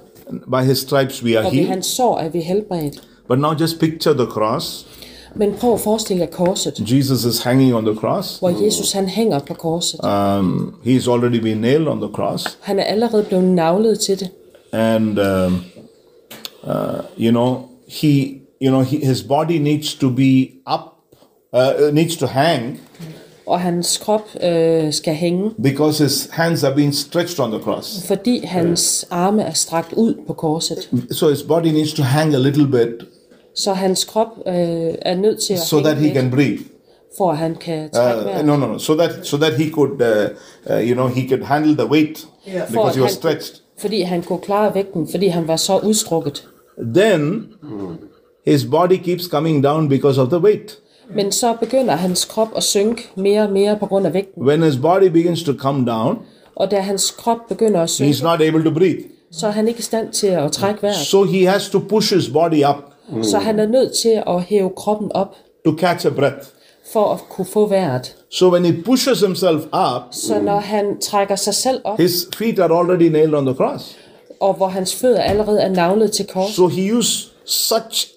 [SPEAKER 2] By his stripes we are
[SPEAKER 3] Og ved
[SPEAKER 2] healed.
[SPEAKER 3] hans sår er vi helbredt.
[SPEAKER 2] But now just picture the cross.
[SPEAKER 3] Men prøv at forestille jer korset,
[SPEAKER 2] Jesus is hanging on the cross.
[SPEAKER 3] hvor Jesus han hænger på korset.
[SPEAKER 2] Um, he's already been nailed on the cross.
[SPEAKER 3] Han er allerede blevet navlet til det.
[SPEAKER 2] And, um, uh, you know, he, you know, he, his body needs to be up, uh, needs to hang
[SPEAKER 3] Og hans krop øh, skal hænge,
[SPEAKER 2] because his hands are being stretched on the cross.
[SPEAKER 3] fordi hans arme er strakt ud på korset.
[SPEAKER 2] So his body needs to hang a little bit
[SPEAKER 3] Så hans krop øh, er nødt til at
[SPEAKER 2] so that
[SPEAKER 3] hænge
[SPEAKER 2] he
[SPEAKER 3] lidt,
[SPEAKER 2] can breathe.
[SPEAKER 3] for at han kan trække
[SPEAKER 2] Uh,
[SPEAKER 3] vejret.
[SPEAKER 2] no, no, no. So that so that he could, uh, uh, you know, he could handle the weight because he was
[SPEAKER 3] For-
[SPEAKER 2] stretched.
[SPEAKER 3] Fordi han kunne klare vægten, fordi han var så udstrukket.
[SPEAKER 2] Then his body keeps coming down because of the weight.
[SPEAKER 3] Men så begynder hans krop at synke mere og mere på grund af vægten.
[SPEAKER 2] When his body begins to come down,
[SPEAKER 3] Og da hans krop begynder at synke,
[SPEAKER 2] he's not able to breathe.
[SPEAKER 3] så er han ikke i stand til at trække vejret.
[SPEAKER 2] So he has to push his body up
[SPEAKER 3] Så han er nødt til at hæve kroppen op
[SPEAKER 2] to catch a breath.
[SPEAKER 3] for at kunne få vejret.
[SPEAKER 2] So when he pushes himself up,
[SPEAKER 3] Så når han trækker sig selv op,
[SPEAKER 2] his feet are already nailed on the cross.
[SPEAKER 3] og hvor hans fødder allerede er navlet til kors,
[SPEAKER 2] So he used such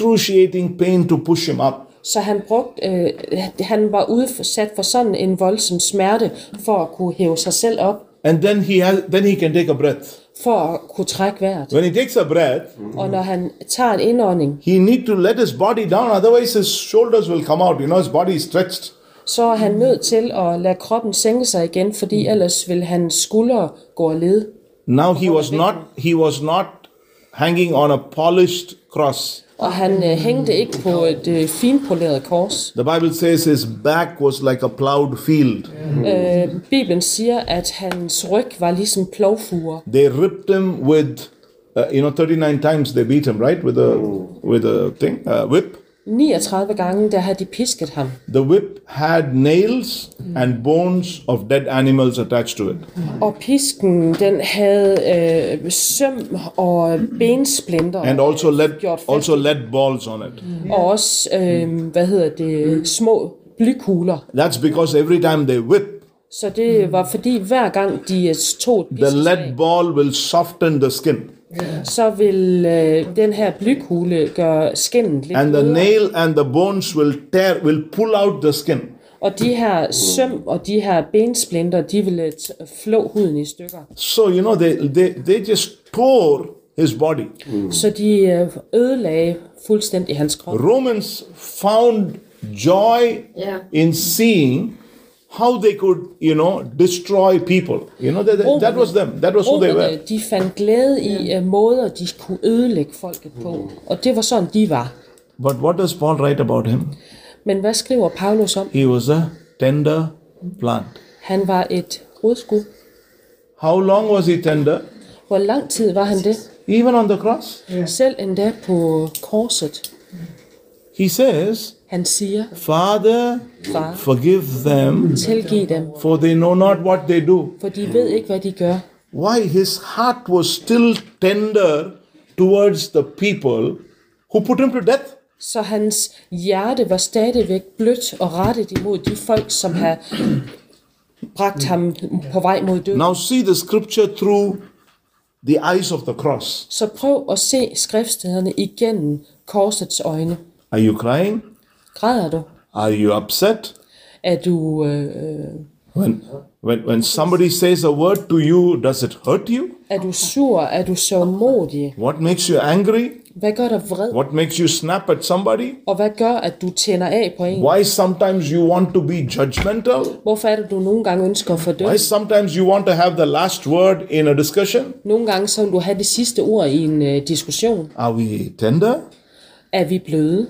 [SPEAKER 2] excruciating pain to push him up.
[SPEAKER 3] så han brugte, øh, han var udsat for sådan en voldsom smerte for at kunne hæve sig selv op,
[SPEAKER 2] And then he has then he can take a breath.
[SPEAKER 3] for at kunne trække vejret.
[SPEAKER 2] When he takes a breath,
[SPEAKER 3] Og når han tager en indånding,
[SPEAKER 2] he need to let his body down, otherwise his shoulders will come out. You know, his body is stretched.
[SPEAKER 3] så er han nødt til at lade kroppen sænke sig igen, fordi ellers vil hans skuldre gå af led.
[SPEAKER 2] Now he was not he was not hanging on a polished cross.
[SPEAKER 3] Og han øh, hængte ikke på et øh, finpoleret kors.
[SPEAKER 2] The Bible says his back was like a plowed field.
[SPEAKER 3] Øh, Bibelen siger, at hans ryg var ligesom plovfuger.
[SPEAKER 2] They ripped him with uh, you know 39 times they beat him, right? With a with a thing, a whip.
[SPEAKER 3] 39 gange, der har de pisket ham.
[SPEAKER 2] The whip had nails and bones of dead animals attached to it.
[SPEAKER 3] Og pisken, den havde øh, søm og bensplinter.
[SPEAKER 2] And also lead
[SPEAKER 3] Gjort fast
[SPEAKER 2] also
[SPEAKER 3] i-
[SPEAKER 2] lead balls on it.
[SPEAKER 3] Og også, øh,
[SPEAKER 2] Mm.
[SPEAKER 3] hvad hedder det, små blykugler.
[SPEAKER 2] That's because every time they whip,
[SPEAKER 3] Så det var fordi, hver gang de øh, tog et
[SPEAKER 2] Mm. the
[SPEAKER 3] pisketræ,
[SPEAKER 2] lead ball will soften the skin.
[SPEAKER 3] så vil øh, den her blykugle gøre skinnet lidt
[SPEAKER 2] And the
[SPEAKER 3] blødere.
[SPEAKER 2] nail and the bones will tear will pull out the skin.
[SPEAKER 3] Og de
[SPEAKER 2] Mm.
[SPEAKER 3] her søm og de her bensplinter, de vil øh, t- flå huden i stykker.
[SPEAKER 2] So you know they they, they just tore his body.
[SPEAKER 3] Så de øh, ødelagde fuldstændig hans krop.
[SPEAKER 2] Romans found joy
[SPEAKER 4] Yeah.
[SPEAKER 2] in seeing how they could you know destroy people. You know that, that, that was them. That was who Oh. they were.
[SPEAKER 3] Romerne, de fandt glæde i øh, måder, de kunne ødelægge folket
[SPEAKER 2] Mm.
[SPEAKER 3] på. Og det var sådan, de var.
[SPEAKER 2] But what does Paul write about him?
[SPEAKER 3] Men hvad skriver Paulus om?
[SPEAKER 2] He was a tender plant.
[SPEAKER 3] Han var et rodskud.
[SPEAKER 2] How long was he tender?
[SPEAKER 3] Hvor lang tid var han det?
[SPEAKER 2] even on the cross.
[SPEAKER 3] Selv endda på korset.
[SPEAKER 2] He says,
[SPEAKER 3] Han siger,
[SPEAKER 2] Father,
[SPEAKER 3] Far,
[SPEAKER 2] forgive them,
[SPEAKER 3] tilgiv dem,
[SPEAKER 2] for they know not what they do.
[SPEAKER 3] for de ved ikke, hvad de gør.
[SPEAKER 2] Why? His heart was still tender towards the people who put him to death.
[SPEAKER 3] Så hans hjerte var stadigvæk blødt og rettet imod de folk, som har bragt ham på vej mod døden.
[SPEAKER 2] Now see the scripture through the eyes of the cross.
[SPEAKER 3] Så prøv at se skriftstederne igennem korsets øjne.
[SPEAKER 2] Are you crying?
[SPEAKER 3] Græder du?
[SPEAKER 2] Are you upset?
[SPEAKER 3] Er du... Øh,
[SPEAKER 2] When, when, when somebody says a word to you, does it hurt you?
[SPEAKER 3] er du sur? Er du sørgmodig?
[SPEAKER 2] What makes you angry?
[SPEAKER 3] Hvad gør dig vred?
[SPEAKER 2] What makes you snap at somebody?
[SPEAKER 3] Og hvad gør, at du tænder af på en?
[SPEAKER 2] Why sometimes you want to be judgmental?
[SPEAKER 3] Hvorfor er det, du nogle gange ønsker at
[SPEAKER 2] Why
[SPEAKER 3] fordømme?
[SPEAKER 2] sometimes you want to have the last word in a discussion?
[SPEAKER 3] Nogle gange så vil du have det sidste ord i en øh, diskussion.
[SPEAKER 2] Are we tender?
[SPEAKER 3] Er vi bløde?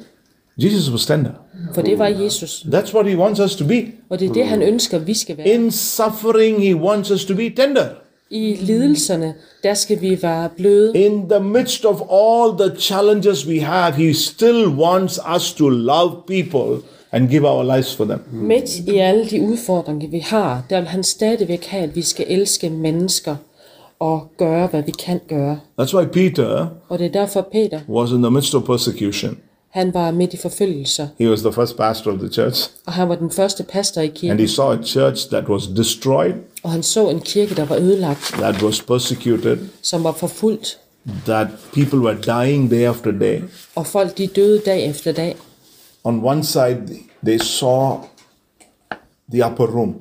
[SPEAKER 2] Jesus was tender.
[SPEAKER 3] For det var Jesus.
[SPEAKER 2] That's what he wants us to be.
[SPEAKER 3] Og det er det, han ønsker, vi skal være.
[SPEAKER 2] In suffering, he wants us to be tender.
[SPEAKER 3] I lidelserne, der skal vi være bløde.
[SPEAKER 2] In the midst of all the challenges we have, he still wants us to love people and give our lives for them.
[SPEAKER 3] Midt i alle de udfordringer, vi har, der vil han stadigvæk have, at vi skal elske mennesker og gøre, hvad vi kan gøre.
[SPEAKER 2] That's why Peter
[SPEAKER 3] Og det er derfor, Peter,
[SPEAKER 2] was in the midst of persecution.
[SPEAKER 3] han var midt i forfølgelser,
[SPEAKER 2] He was the first pastor of the church,
[SPEAKER 3] og han var den første pastor i
[SPEAKER 2] and
[SPEAKER 3] kirken,
[SPEAKER 2] he saw a church that was destroyed,
[SPEAKER 3] og han så en kirke, der var ødelagt,
[SPEAKER 2] that was persecuted,
[SPEAKER 3] som var forfulgt,
[SPEAKER 2] that people were dying day after day.
[SPEAKER 3] og folk de døde dag efter dag.
[SPEAKER 2] On one side, they saw the upper room,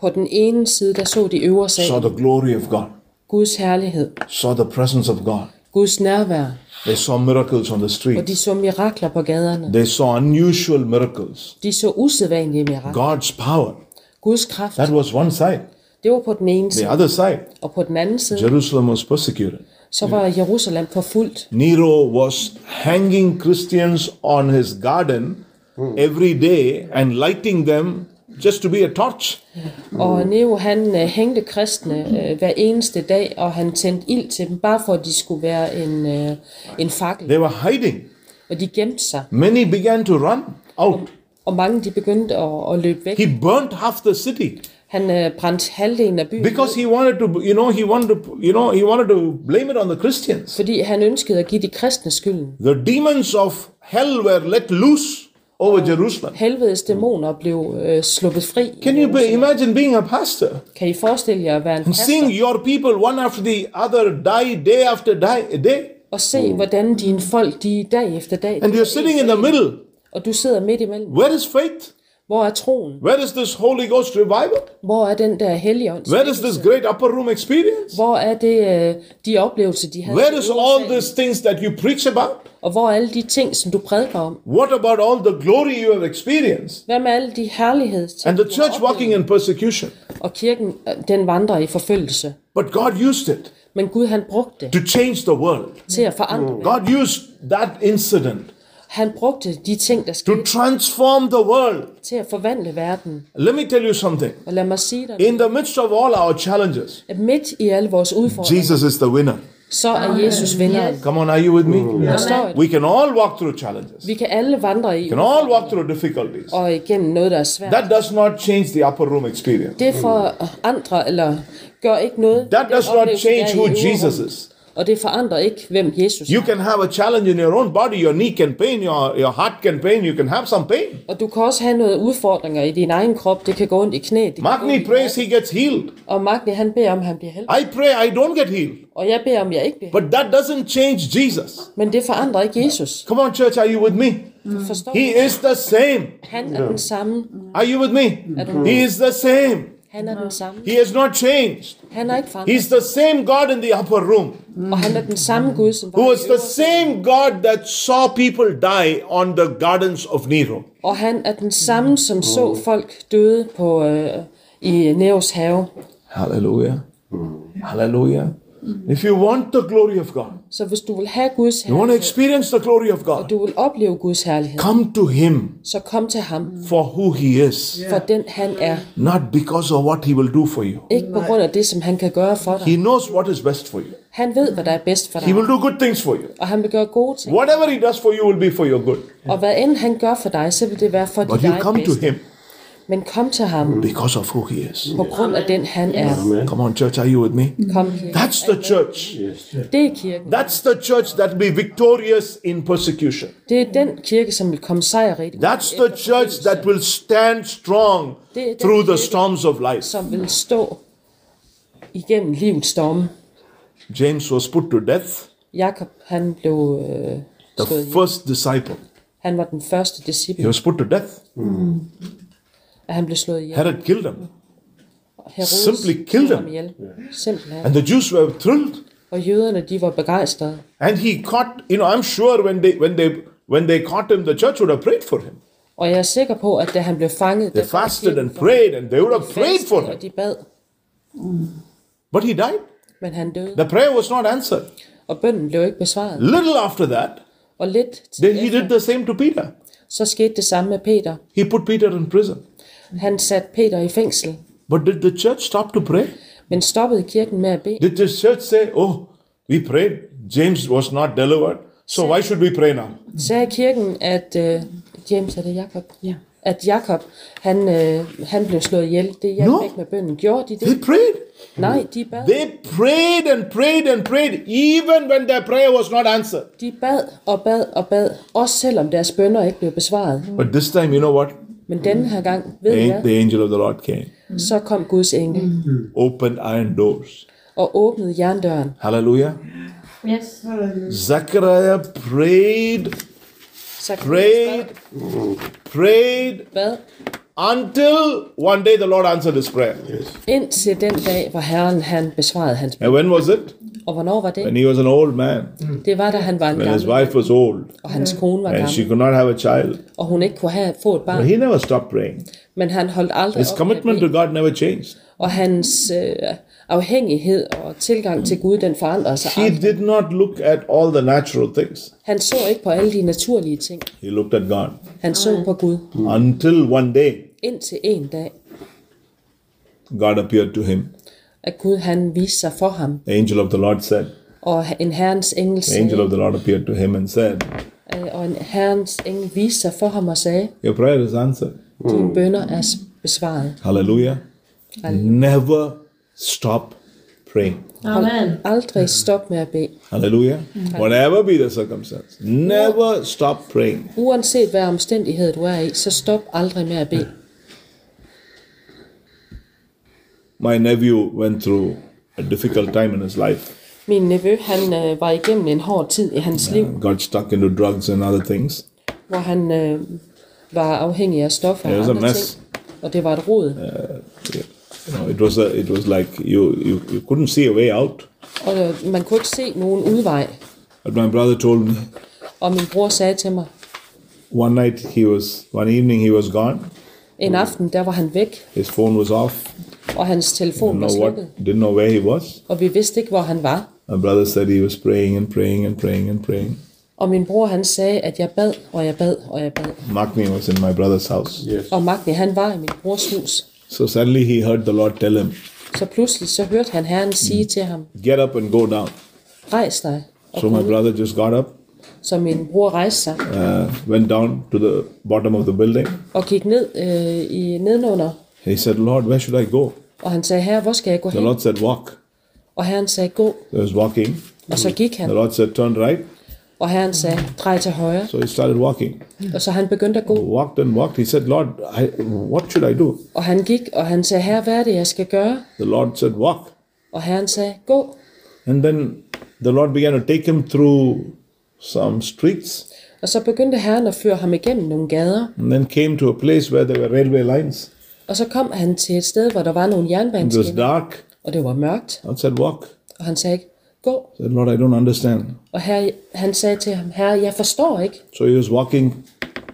[SPEAKER 3] På den ene side, der så de øvre sag,
[SPEAKER 2] saw the glory of God,
[SPEAKER 3] Guds herlighed,
[SPEAKER 2] saw the presence of God.
[SPEAKER 3] Guds nærvær,
[SPEAKER 2] They saw miracles on the
[SPEAKER 3] og
[SPEAKER 2] street.
[SPEAKER 3] de så mirakler på gaderne.
[SPEAKER 2] They saw unusual miracles.
[SPEAKER 3] De så usædvanlige mirakler.
[SPEAKER 2] God's power.
[SPEAKER 3] Guds kraft,
[SPEAKER 2] That was one side.
[SPEAKER 3] det var på den ene
[SPEAKER 2] The
[SPEAKER 3] side,
[SPEAKER 2] other side,
[SPEAKER 3] og på den anden side,
[SPEAKER 2] Jerusalem was persecuted.
[SPEAKER 3] så var Jerusalem forfulgt.
[SPEAKER 2] Nero was hanging Christians on his garden every day and lighting them just to be a torch. Mm.
[SPEAKER 3] Og Neo han øh, hængte kristne øh, hver eneste dag, og han tændte ild til dem, bare for at de skulle være en, øh, en fakkel.
[SPEAKER 2] They were hiding.
[SPEAKER 3] Og de gemte sig,
[SPEAKER 2] Many began to run out.
[SPEAKER 3] og mange de begyndte at, at løbe væk.
[SPEAKER 2] He burnt half the city
[SPEAKER 3] Han øh, brændte halvdelen af byen, ned,
[SPEAKER 2] because he wanted to, you know, he wanted to, you know, he wanted to blame it on the Christians.
[SPEAKER 3] fordi han ønskede at give de kristne skylden.
[SPEAKER 2] The demons of hell were let loose over Jerusalem.
[SPEAKER 3] Helvedes dæmoner blev øh, sluppet fri.
[SPEAKER 2] Can you be, imagine being a pastor?
[SPEAKER 3] kan I forestille jer at være en
[SPEAKER 2] seeing
[SPEAKER 3] pastor
[SPEAKER 2] your people one after the other die day after die, day,
[SPEAKER 3] og se, hvordan dine folk de dag efter dag,
[SPEAKER 2] and you're sitting in the middle.
[SPEAKER 3] og du sidder midt imellem.
[SPEAKER 2] Where is faith?
[SPEAKER 3] Hvor er troen?
[SPEAKER 2] Where is this Holy Ghost revival?
[SPEAKER 3] Hvor er den der helligånd?
[SPEAKER 2] Where is this great upper room experience?
[SPEAKER 3] Hvor er det øh, de oplevelser, de havde?
[SPEAKER 2] Where is all
[SPEAKER 3] det?
[SPEAKER 2] these things that you preach about?
[SPEAKER 3] Og hvor er alle de ting, som du prædiker om?
[SPEAKER 2] What about all the glory you have experienced?
[SPEAKER 3] Hvad med alle de herligheds
[SPEAKER 2] And the church walking in persecution.
[SPEAKER 3] Og kirken, øh, den vandrer i forfølgelse.
[SPEAKER 2] But God used it
[SPEAKER 3] Men Gud, han brugte det
[SPEAKER 2] to change the world.
[SPEAKER 3] til at forandre verden.
[SPEAKER 2] God used that incident
[SPEAKER 3] Han brugte de ting, der
[SPEAKER 2] to
[SPEAKER 3] skete,
[SPEAKER 2] transform the world.
[SPEAKER 3] til at forvandle verden.
[SPEAKER 2] Let me tell you something.
[SPEAKER 3] Og lad mig sige dig,
[SPEAKER 2] In the midst of all our challenges,
[SPEAKER 3] at midt i alle vores udfordringer,
[SPEAKER 2] Jesus is the winner.
[SPEAKER 3] så er Jesus vinderen.
[SPEAKER 2] Come on, are you with me?
[SPEAKER 3] Der står, at
[SPEAKER 2] We can all walk through challenges. We
[SPEAKER 3] vi kan alle vandre i
[SPEAKER 2] can all walk through difficulties.
[SPEAKER 3] og igennem noget, der er svært.
[SPEAKER 2] That does not change the upper room experience.
[SPEAKER 3] Det for andre, eller gør ikke noget.
[SPEAKER 2] That does
[SPEAKER 3] Den
[SPEAKER 2] not
[SPEAKER 3] oplevelse,
[SPEAKER 2] change
[SPEAKER 3] der er i
[SPEAKER 2] who
[SPEAKER 3] øvrigt.
[SPEAKER 2] Jesus is.
[SPEAKER 3] Og det forandrer ikke, hvem Jesus
[SPEAKER 2] You
[SPEAKER 3] er.
[SPEAKER 2] can have a challenge in your own body. Your knee can pain, your, your heart can pain, you can have some pain.
[SPEAKER 3] Og du kan også have noget udfordringer i din egen krop. Det kan gå ondt i knæet. det kan gå ondt
[SPEAKER 2] Magni
[SPEAKER 3] i
[SPEAKER 2] prays, he gets healed.
[SPEAKER 3] Og Magni, han beder om, at han bliver helbredt.
[SPEAKER 2] I pray, I don't get healed.
[SPEAKER 3] Og jeg beder om, at jeg ikke bliver helbredt.
[SPEAKER 2] But that doesn't change Jesus.
[SPEAKER 3] Men det forandrer ikke Jesus.
[SPEAKER 2] Come on, church, are you with me?
[SPEAKER 3] Du forstår?
[SPEAKER 2] He is the same.
[SPEAKER 3] Han er den samme.
[SPEAKER 2] Are you with me? He is the same.
[SPEAKER 3] Han er den samme.
[SPEAKER 2] He has not changed.
[SPEAKER 3] Han er ikke forandret.
[SPEAKER 2] He's the same God in the upper room.
[SPEAKER 3] Og han er den samme Gud, som var
[SPEAKER 2] who
[SPEAKER 3] i
[SPEAKER 2] was the
[SPEAKER 3] øvrigt.
[SPEAKER 2] same God that saw people die on the gardens of Nero.
[SPEAKER 3] Og han er den samme, som
[SPEAKER 2] Mm.
[SPEAKER 3] så folk døde på, øh, i Neos have.
[SPEAKER 2] Hallelujah. Hallelujah. If you want the glory of God,
[SPEAKER 3] Så hvis du vil have Guds
[SPEAKER 2] you want to
[SPEAKER 3] herlighed,
[SPEAKER 2] experience the glory of God,
[SPEAKER 3] du vil opleve Guds herlighed,
[SPEAKER 2] come to Him
[SPEAKER 3] så kom til ham,
[SPEAKER 2] for who He is,
[SPEAKER 3] for den han er.
[SPEAKER 2] not because of what He will do for you.
[SPEAKER 3] Ikke på grund af det, som han kan gøre for dig.
[SPEAKER 2] He knows what is best for you.
[SPEAKER 3] Han ved, hvad der er bedst for dig,
[SPEAKER 2] He will do good things for you.
[SPEAKER 3] og han vil gøre gode ting.
[SPEAKER 2] Whatever He does for you will be for your good.
[SPEAKER 3] Og hvad end han gør for dig, så vil det være for dit
[SPEAKER 2] But you
[SPEAKER 3] eget
[SPEAKER 2] come to
[SPEAKER 3] bedste.
[SPEAKER 2] Him
[SPEAKER 3] Men kom til ham
[SPEAKER 2] because of who He is.
[SPEAKER 3] på grund af den, han er.
[SPEAKER 2] Come on, church, are you with me?
[SPEAKER 3] Kom kirken.
[SPEAKER 2] That's the church.
[SPEAKER 3] Det er kirken.
[SPEAKER 2] That's the church that will be victorious in persecution.
[SPEAKER 3] Det er den kirke, som vil komme sejrigt,
[SPEAKER 2] That's the church that will stand strong through the storms of life.
[SPEAKER 3] som vil stå igennem livets storme.
[SPEAKER 2] James was put to death,
[SPEAKER 3] Jakob, han blev øh,
[SPEAKER 2] the
[SPEAKER 3] slået ihjel.
[SPEAKER 2] first disciple.
[SPEAKER 3] Han var den første
[SPEAKER 2] He
[SPEAKER 3] disciple,
[SPEAKER 2] was put to death.
[SPEAKER 3] og han blev slået ihjel.
[SPEAKER 2] Herod killed him.
[SPEAKER 3] Herodes
[SPEAKER 2] simply killed
[SPEAKER 3] slog ham
[SPEAKER 2] him.
[SPEAKER 3] ihjel. Simpelthen.
[SPEAKER 2] And the Jews were thrilled.
[SPEAKER 3] Og jøderne, de var begejstrede.
[SPEAKER 2] And he caught, you know, I'm sure when they when they when they caught him, the church would have prayed for him.
[SPEAKER 3] Og jeg er sikker på, at da han blev fanget,
[SPEAKER 2] They
[SPEAKER 3] der var
[SPEAKER 2] fasted
[SPEAKER 3] kirken
[SPEAKER 2] and prayed and they would have
[SPEAKER 3] for-
[SPEAKER 2] prayed for
[SPEAKER 3] fastede,
[SPEAKER 2] him.
[SPEAKER 3] og de bad,
[SPEAKER 2] But he died.
[SPEAKER 3] men han døde.
[SPEAKER 2] The prayer was not answered.
[SPEAKER 3] Og bønnen blev ikke besvaret.
[SPEAKER 2] Little after that,
[SPEAKER 3] Og lidt tid
[SPEAKER 2] they, he did
[SPEAKER 3] efter,
[SPEAKER 2] the same to Peter.
[SPEAKER 3] så skete det samme med Peter.
[SPEAKER 2] He put Peter in prison.
[SPEAKER 3] Han satte Peter i fængsel,
[SPEAKER 2] But did the church stop to pray?
[SPEAKER 3] men stoppede kirken med at bede.
[SPEAKER 2] Did the church say, oh, we prayed, James was not delivered, so why should we pray now?
[SPEAKER 3] Sagde kirken, at øh, James, er det Jakob? Ja. At Jakob, han, øh, han blev slået ihjel. Det hjalp
[SPEAKER 2] Nå.
[SPEAKER 3] ikke med bønnen. Gjorde de
[SPEAKER 2] They
[SPEAKER 3] det?
[SPEAKER 2] prayed.
[SPEAKER 3] Nej, de bad.
[SPEAKER 2] They prayed and prayed and prayed, even when their prayer was not answered.
[SPEAKER 3] De bad og bad og bad, også selvom deres bønner ikke blev besvaret.
[SPEAKER 2] But this time, you know what?
[SPEAKER 3] Men denne her gang, ved
[SPEAKER 2] The,
[SPEAKER 3] jeg,
[SPEAKER 2] an- the angel of the Lord came,
[SPEAKER 3] så kom Guds engel
[SPEAKER 2] opened iron doors.
[SPEAKER 3] og åbnede jerndøren.
[SPEAKER 2] Hallelujah.
[SPEAKER 4] Yes.
[SPEAKER 2] Zechariah prayed,
[SPEAKER 3] Så
[SPEAKER 2] prayed, prayed
[SPEAKER 3] bad,
[SPEAKER 2] until one day the Lord answered his prayer.
[SPEAKER 3] indtil den dag, hvor Herren han besvarede hans bøn.
[SPEAKER 2] And when was it?
[SPEAKER 3] Og hvornår var
[SPEAKER 2] When
[SPEAKER 3] det?
[SPEAKER 2] he was an old man,
[SPEAKER 3] Det var, da han var en
[SPEAKER 2] when his
[SPEAKER 3] gammel,
[SPEAKER 2] wife was old,
[SPEAKER 3] og hans kone var
[SPEAKER 2] and she
[SPEAKER 3] gammel,
[SPEAKER 2] could not have a child.
[SPEAKER 3] og hun ikke kunne have, få et
[SPEAKER 2] But
[SPEAKER 3] barn.
[SPEAKER 2] he never stopped praying.
[SPEAKER 3] Men han holdt aldrig
[SPEAKER 2] His
[SPEAKER 3] op med at
[SPEAKER 2] commitment
[SPEAKER 3] bede.
[SPEAKER 2] to God never changed.
[SPEAKER 3] og hans øh, afhængighed og tilgang til Gud, den forandrede sig
[SPEAKER 2] He
[SPEAKER 3] aldrig.
[SPEAKER 2] did not look at all the natural things.
[SPEAKER 3] Han så ikke på alle de naturlige ting.
[SPEAKER 2] He looked at God
[SPEAKER 3] Han så på Gud.
[SPEAKER 2] until one day
[SPEAKER 3] Indtil en dag,
[SPEAKER 2] God appeared to him.
[SPEAKER 3] at Gud han viste sig for ham,
[SPEAKER 2] The angel of the Lord said,
[SPEAKER 3] og en herrens engel
[SPEAKER 2] The angel
[SPEAKER 3] sagde,
[SPEAKER 2] of the Lord appeared to him and said,
[SPEAKER 3] øh, og en herrens engel viste sig for ham og sagde,
[SPEAKER 2] Your prayer is answered.
[SPEAKER 3] dine bønder er s- besvaret.
[SPEAKER 2] Hallelujah. Never stop praying.
[SPEAKER 4] Amen.
[SPEAKER 3] Aldrig stop med at bede.
[SPEAKER 2] Hallelujah. Whatever be the circumstance, never stop praying.
[SPEAKER 3] Uanset hvad omstændighed du er i, så stop aldrig med at bede.
[SPEAKER 2] My nephew went through a difficult time in his life,
[SPEAKER 3] Min nevø, han øh, var igennem en hård tid i hans liv,
[SPEAKER 2] got stuck into drugs and other things.
[SPEAKER 3] hvor han øh, var afhængig af stoffer
[SPEAKER 2] Ja,
[SPEAKER 3] og
[SPEAKER 2] det er
[SPEAKER 3] andre
[SPEAKER 2] en masse.
[SPEAKER 3] ting. Og det var et rod.
[SPEAKER 2] You know, it was a, it was like you, you, you couldn't see a way out.
[SPEAKER 3] Og øh, man kunne ikke se nogen udvej.
[SPEAKER 2] But my brother told me
[SPEAKER 3] Og min bror sagde til mig,
[SPEAKER 2] one night he was, one evening he was gone. Mm.
[SPEAKER 3] en aften, der var han væk,
[SPEAKER 2] His phone was off.
[SPEAKER 3] og hans telefon
[SPEAKER 2] Didn't
[SPEAKER 3] var
[SPEAKER 2] know
[SPEAKER 3] slukket.
[SPEAKER 2] what, didn't know where he was.
[SPEAKER 3] Og vi vidste ikke, hvor han var.
[SPEAKER 2] My brother said he was praying and praying and praying and praying.
[SPEAKER 3] Og min bror, han sagde, at jeg bad, og jeg bad, og jeg bad.
[SPEAKER 2] Magni was in my brother's house.
[SPEAKER 3] Og Magni, han var i min brors hus.
[SPEAKER 2] So suddenly he heard the Lord tell him,
[SPEAKER 3] Så pludselig, så hørte han herren
[SPEAKER 2] Mm.
[SPEAKER 3] sige til ham,
[SPEAKER 2] get up and go down.
[SPEAKER 3] rejs dig. Og
[SPEAKER 2] So my brother just got up,
[SPEAKER 3] så min bror rejste sig
[SPEAKER 2] uh, went down to the bottom of the building.
[SPEAKER 3] og gik ned øh, i nedenunder.
[SPEAKER 2] He said, Lord, where should I go?
[SPEAKER 3] Og han sagde, herre, hvor skal jeg gå
[SPEAKER 2] The
[SPEAKER 3] hen?
[SPEAKER 2] Lord said, walk.
[SPEAKER 3] Og herren sagde, gå.
[SPEAKER 2] He was walking.
[SPEAKER 3] Og så gik
[SPEAKER 2] The
[SPEAKER 3] han.
[SPEAKER 2] Lord said, turn right.
[SPEAKER 3] Og herren sagde, drej til højre.
[SPEAKER 2] So he started walking.
[SPEAKER 3] Og så han begyndte at gå.
[SPEAKER 2] Walked and walked. He said, Lord, I, what should I do?
[SPEAKER 3] Og han gik, og han sagde, herre, hvad er det, jeg skal gøre?
[SPEAKER 2] The Lord said, walk.
[SPEAKER 3] Og herren sagde, gå.
[SPEAKER 2] And then the Lord began to take him through some streets
[SPEAKER 3] Og så begyndte herren at føre ham igennem nogle gader.
[SPEAKER 2] and then came to a place where there were railway lines.
[SPEAKER 3] Og så kom han til et sted, hvor der var nogle
[SPEAKER 2] It was
[SPEAKER 3] jernbaneskinner,
[SPEAKER 2] dark.
[SPEAKER 3] og det var mørkt.
[SPEAKER 2] The Lord said, walk.
[SPEAKER 3] Og han sagde, gå.
[SPEAKER 2] I said, Lord, I don't understand.
[SPEAKER 3] Og her, han sagde til ham, herre, jeg forstår ikke.
[SPEAKER 2] So he was walking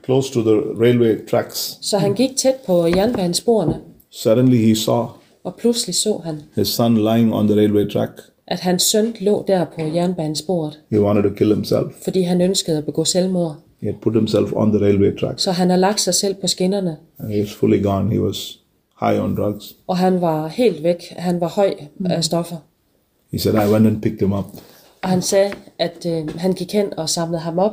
[SPEAKER 2] close to the railway tracks.
[SPEAKER 3] Så han gik tæt på jernbanesporene,
[SPEAKER 2] Suddenly he saw
[SPEAKER 3] og pludselig så han,
[SPEAKER 2] his son lying on the railway track.
[SPEAKER 3] at hans søn lå der på jernbanesporet,
[SPEAKER 2] He wanted to kill himself.
[SPEAKER 3] fordi han ønskede at begå selvmord.
[SPEAKER 2] He had put himself on the railway tracks.
[SPEAKER 3] Så han har lagt sig selv på skinnerne,
[SPEAKER 2] And he was fully gone. He was high on drugs.
[SPEAKER 3] og han var helt væk. Han var høj af stoffer.
[SPEAKER 2] He said, I went and picked him up.
[SPEAKER 3] Og han sagde, at øh, han gik hen og samlede ham op.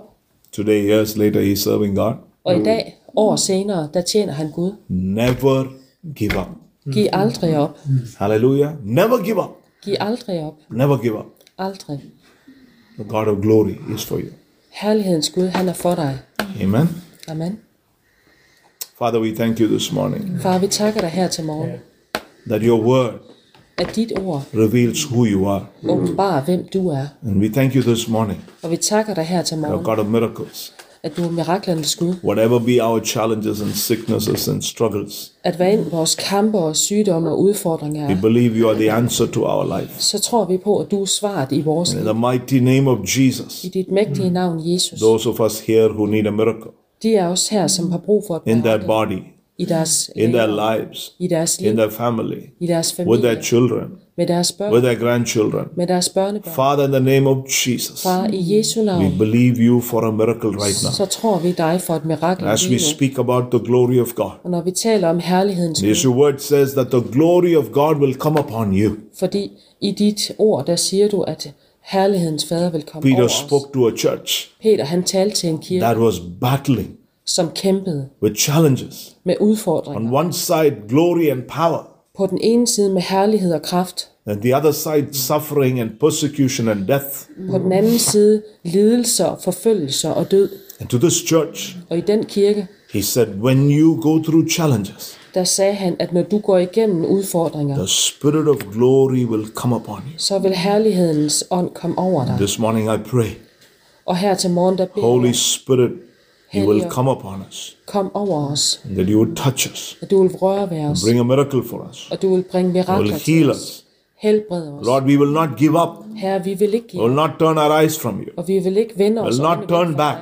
[SPEAKER 2] Today, years later, he's serving God.
[SPEAKER 3] Og i dag, år senere, der tjener han Gud.
[SPEAKER 2] Never give up.
[SPEAKER 3] Giv aldrig op.
[SPEAKER 2] Hallelujah. Never give up.
[SPEAKER 3] Giv aldrig op.
[SPEAKER 2] Never give up.
[SPEAKER 3] Aldrig.
[SPEAKER 2] The God of glory is for you.
[SPEAKER 3] Herlighedens Gud, han er for dig.
[SPEAKER 2] Amen.
[SPEAKER 3] Amen.
[SPEAKER 2] Father, we thank you this morning
[SPEAKER 3] Far, vi takker dig her til morgen,
[SPEAKER 2] that your word
[SPEAKER 3] at dit ord
[SPEAKER 2] reveals who you are.
[SPEAKER 3] åbenbarer, hvem du er.
[SPEAKER 2] And we thank you this morning,
[SPEAKER 3] Og vi takker dig her til
[SPEAKER 2] our
[SPEAKER 3] morgen,
[SPEAKER 2] God of miracles.
[SPEAKER 3] at du er miraklernes Gud.
[SPEAKER 2] Whatever be our challenges and sicknesses and struggles,
[SPEAKER 3] At hvad end vores kampe og sygdomme og udfordringer
[SPEAKER 2] we
[SPEAKER 3] er,
[SPEAKER 2] believe you are the answer to our life.
[SPEAKER 3] så tror vi på, at du er svaret i vores
[SPEAKER 2] In
[SPEAKER 3] liv.
[SPEAKER 2] the mighty name of Jesus,
[SPEAKER 3] I dit mægtige navn, Jesus.
[SPEAKER 2] those of us here who need a miracle
[SPEAKER 3] De er også her, som har brug for et
[SPEAKER 2] in their
[SPEAKER 3] mirakel
[SPEAKER 2] body,
[SPEAKER 3] i deres
[SPEAKER 2] in their
[SPEAKER 3] læger,
[SPEAKER 2] lives,
[SPEAKER 3] i deres liv,
[SPEAKER 2] in their family,
[SPEAKER 3] i deres
[SPEAKER 2] with their
[SPEAKER 3] familie,
[SPEAKER 2] children,
[SPEAKER 3] med deres
[SPEAKER 2] with
[SPEAKER 3] børn,
[SPEAKER 2] their grandchildren.
[SPEAKER 3] med deres børnebørn.
[SPEAKER 2] Father, in the name of Jesus,
[SPEAKER 3] Far, i Jesu
[SPEAKER 2] we
[SPEAKER 3] navn,
[SPEAKER 2] believe you for a miracle right now.
[SPEAKER 3] så tror vi dig for et mirakel
[SPEAKER 2] As we
[SPEAKER 3] lige nu.
[SPEAKER 2] speak about the glory of God,
[SPEAKER 3] Og når vi taler om herlighedens Gud,
[SPEAKER 2] Yes, your word says that the glory of God will come upon you.
[SPEAKER 3] Fordi i dit ord, der siger du, at herlighedens fader vil komme
[SPEAKER 2] Peter
[SPEAKER 3] over os.
[SPEAKER 2] spoke to a church
[SPEAKER 3] Peter han talte til en kirke,
[SPEAKER 2] that was battling
[SPEAKER 3] som kæmpede
[SPEAKER 2] with challenges.
[SPEAKER 3] med udfordringer.
[SPEAKER 2] On one side, glory and power,
[SPEAKER 3] På den ene side med herlighed og kraft,
[SPEAKER 2] and the other side, suffering and persecution and death.
[SPEAKER 3] på den anden side lidelser, forfølgelser og død.
[SPEAKER 2] And to this church,
[SPEAKER 3] Og i den kirke,
[SPEAKER 2] he said, When you go through challenges,
[SPEAKER 3] der sagde han, at når du går igennem udfordringer,
[SPEAKER 2] the spirit of glory will come upon you.
[SPEAKER 3] så vil herlighedens ånd komme over dig.
[SPEAKER 2] This morning, I pray,
[SPEAKER 3] Og her til morgen, der beder
[SPEAKER 2] Holy
[SPEAKER 3] jeg,
[SPEAKER 2] Spirit, you will
[SPEAKER 3] Helio.
[SPEAKER 2] come upon us,
[SPEAKER 3] kom over os,
[SPEAKER 2] and that you would touch us,
[SPEAKER 3] at du vil røre ved os,
[SPEAKER 2] bring a miracle for us,
[SPEAKER 3] og du vil bringe
[SPEAKER 2] you will
[SPEAKER 3] mirakler til
[SPEAKER 2] heal
[SPEAKER 3] os.
[SPEAKER 2] us.
[SPEAKER 3] Helbred os.
[SPEAKER 2] Lord, we will not give up.
[SPEAKER 3] Herre, vi vil ikke give
[SPEAKER 2] will not turn our eyes from you,
[SPEAKER 3] Og vi vil ikke vende os
[SPEAKER 2] will
[SPEAKER 3] om
[SPEAKER 2] not turn back.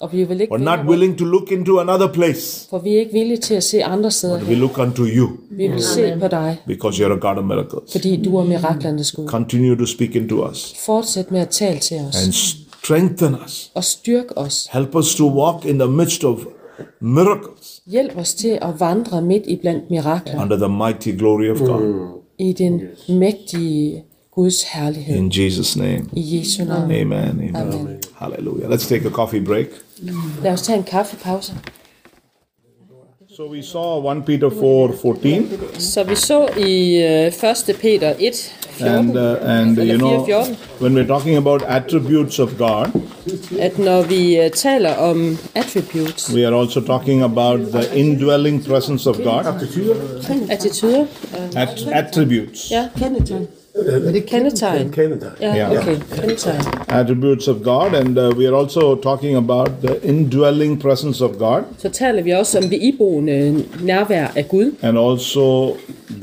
[SPEAKER 3] Og vi vil ikke
[SPEAKER 2] We're
[SPEAKER 3] vende
[SPEAKER 2] not
[SPEAKER 3] rundt,
[SPEAKER 2] willing to look into another place.
[SPEAKER 3] For vi er ikke villige til at se andre steder
[SPEAKER 2] We
[SPEAKER 3] hen.
[SPEAKER 2] look unto you
[SPEAKER 3] Vi vil se på dig,
[SPEAKER 2] because you're a God of miracles.
[SPEAKER 3] fordi du er miraklernes Gud.
[SPEAKER 2] Continue to speak into us
[SPEAKER 3] Fortsæt med at tale til os.
[SPEAKER 2] and strengthen us.
[SPEAKER 3] Og styrk os.
[SPEAKER 2] Help us to walk in the midst of miracles
[SPEAKER 3] Hjælp os til at vandre midt i blandt mirakler.
[SPEAKER 2] under the mighty glory of God.
[SPEAKER 3] I den mægtige Guds herlighed.
[SPEAKER 2] In Jesus' name.
[SPEAKER 3] I Jesu navn.
[SPEAKER 2] Amen. Amen.
[SPEAKER 3] Amen.
[SPEAKER 2] Hallelujah. Let's take a coffee break.
[SPEAKER 3] Lad os tage en kaffepause.
[SPEAKER 2] So we saw 1 Peter 4 14.
[SPEAKER 3] Så vi så i øh, 1. Peter 1, 14,
[SPEAKER 2] And, uh, and you know, when we're talking about attributes of God,
[SPEAKER 3] at når vi øh, taler om attributes,
[SPEAKER 2] We are also talking about the indwelling presence of God,
[SPEAKER 3] attityder, øh,
[SPEAKER 2] at- attributes,
[SPEAKER 3] ja, kendetegn. Ja,
[SPEAKER 2] Ja.
[SPEAKER 3] okay. Kendetegn.
[SPEAKER 2] attributes of God, and uh, we are also talking about the indwelling presence of God
[SPEAKER 3] Så taler vi også om det iboende nærvær af Gud,
[SPEAKER 2] and also